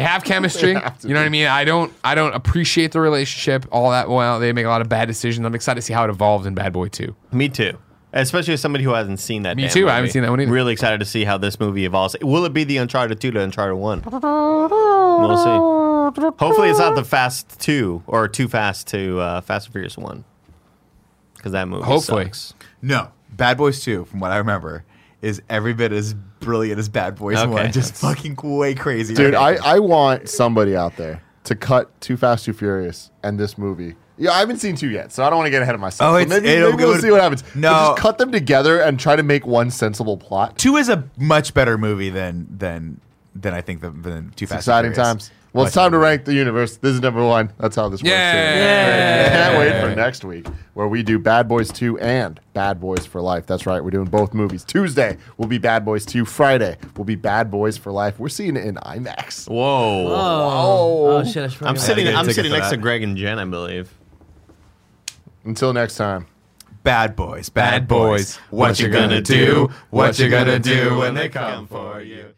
[LAUGHS]
have chemistry.
have to
you know what I
be.
mean? I don't. I don't appreciate the relationship all that well. They make a lot of bad decisions. I'm excited to see how it evolved in Bad Boy Two.
Me too. Especially as somebody who hasn't seen that.
Me
damn
too, I
movie.
haven't seen that one either.
Really excited to see how this movie evolves. Will it be the Uncharted two to Uncharted one? We'll see. Hopefully, it's not the Fast two or too fast to uh, Fast and Furious one. Because that movie
Hopefully.
sucks.
no, Bad Boys Two, from what I remember, is every bit as brilliant as Bad Boys
Okay.
One, just fucking way crazy.
Dude, I, I want somebody out there to cut Too Fast, Too Furious and this movie. Yeah, I haven't seen two yet, so I don't want to get ahead of myself.
Oh,
So
it's-
maybe,
it'll
maybe we'll
go-
see what happens. But
No.
just cut them together and try to make one sensible plot.
Two is a much better movie than than than I think the, than Too Fast. and
Exciting
Furious.
times. Well, it's
Much
time to rank the universe. This is number one. That's how this works.
Yeah.
I Can't wait for next week where we do Bad Boys 2 and Bad Boys for Life. That's right. We're doing both movies. Tuesday will be Bad Boys 2. Friday will be Bad Boys for Life. We're seeing it in IMAX.
Whoa.
Oh, shit! I should
I'm
probably-
sitting.
get a
I'm
ticket
sitting
for
next
that.
to Greg and Jen, I believe.
Until next time.
Bad boys, bad,
Bad
boys.
boys.
What, you gonna do? What you gonna do when they come?
for you?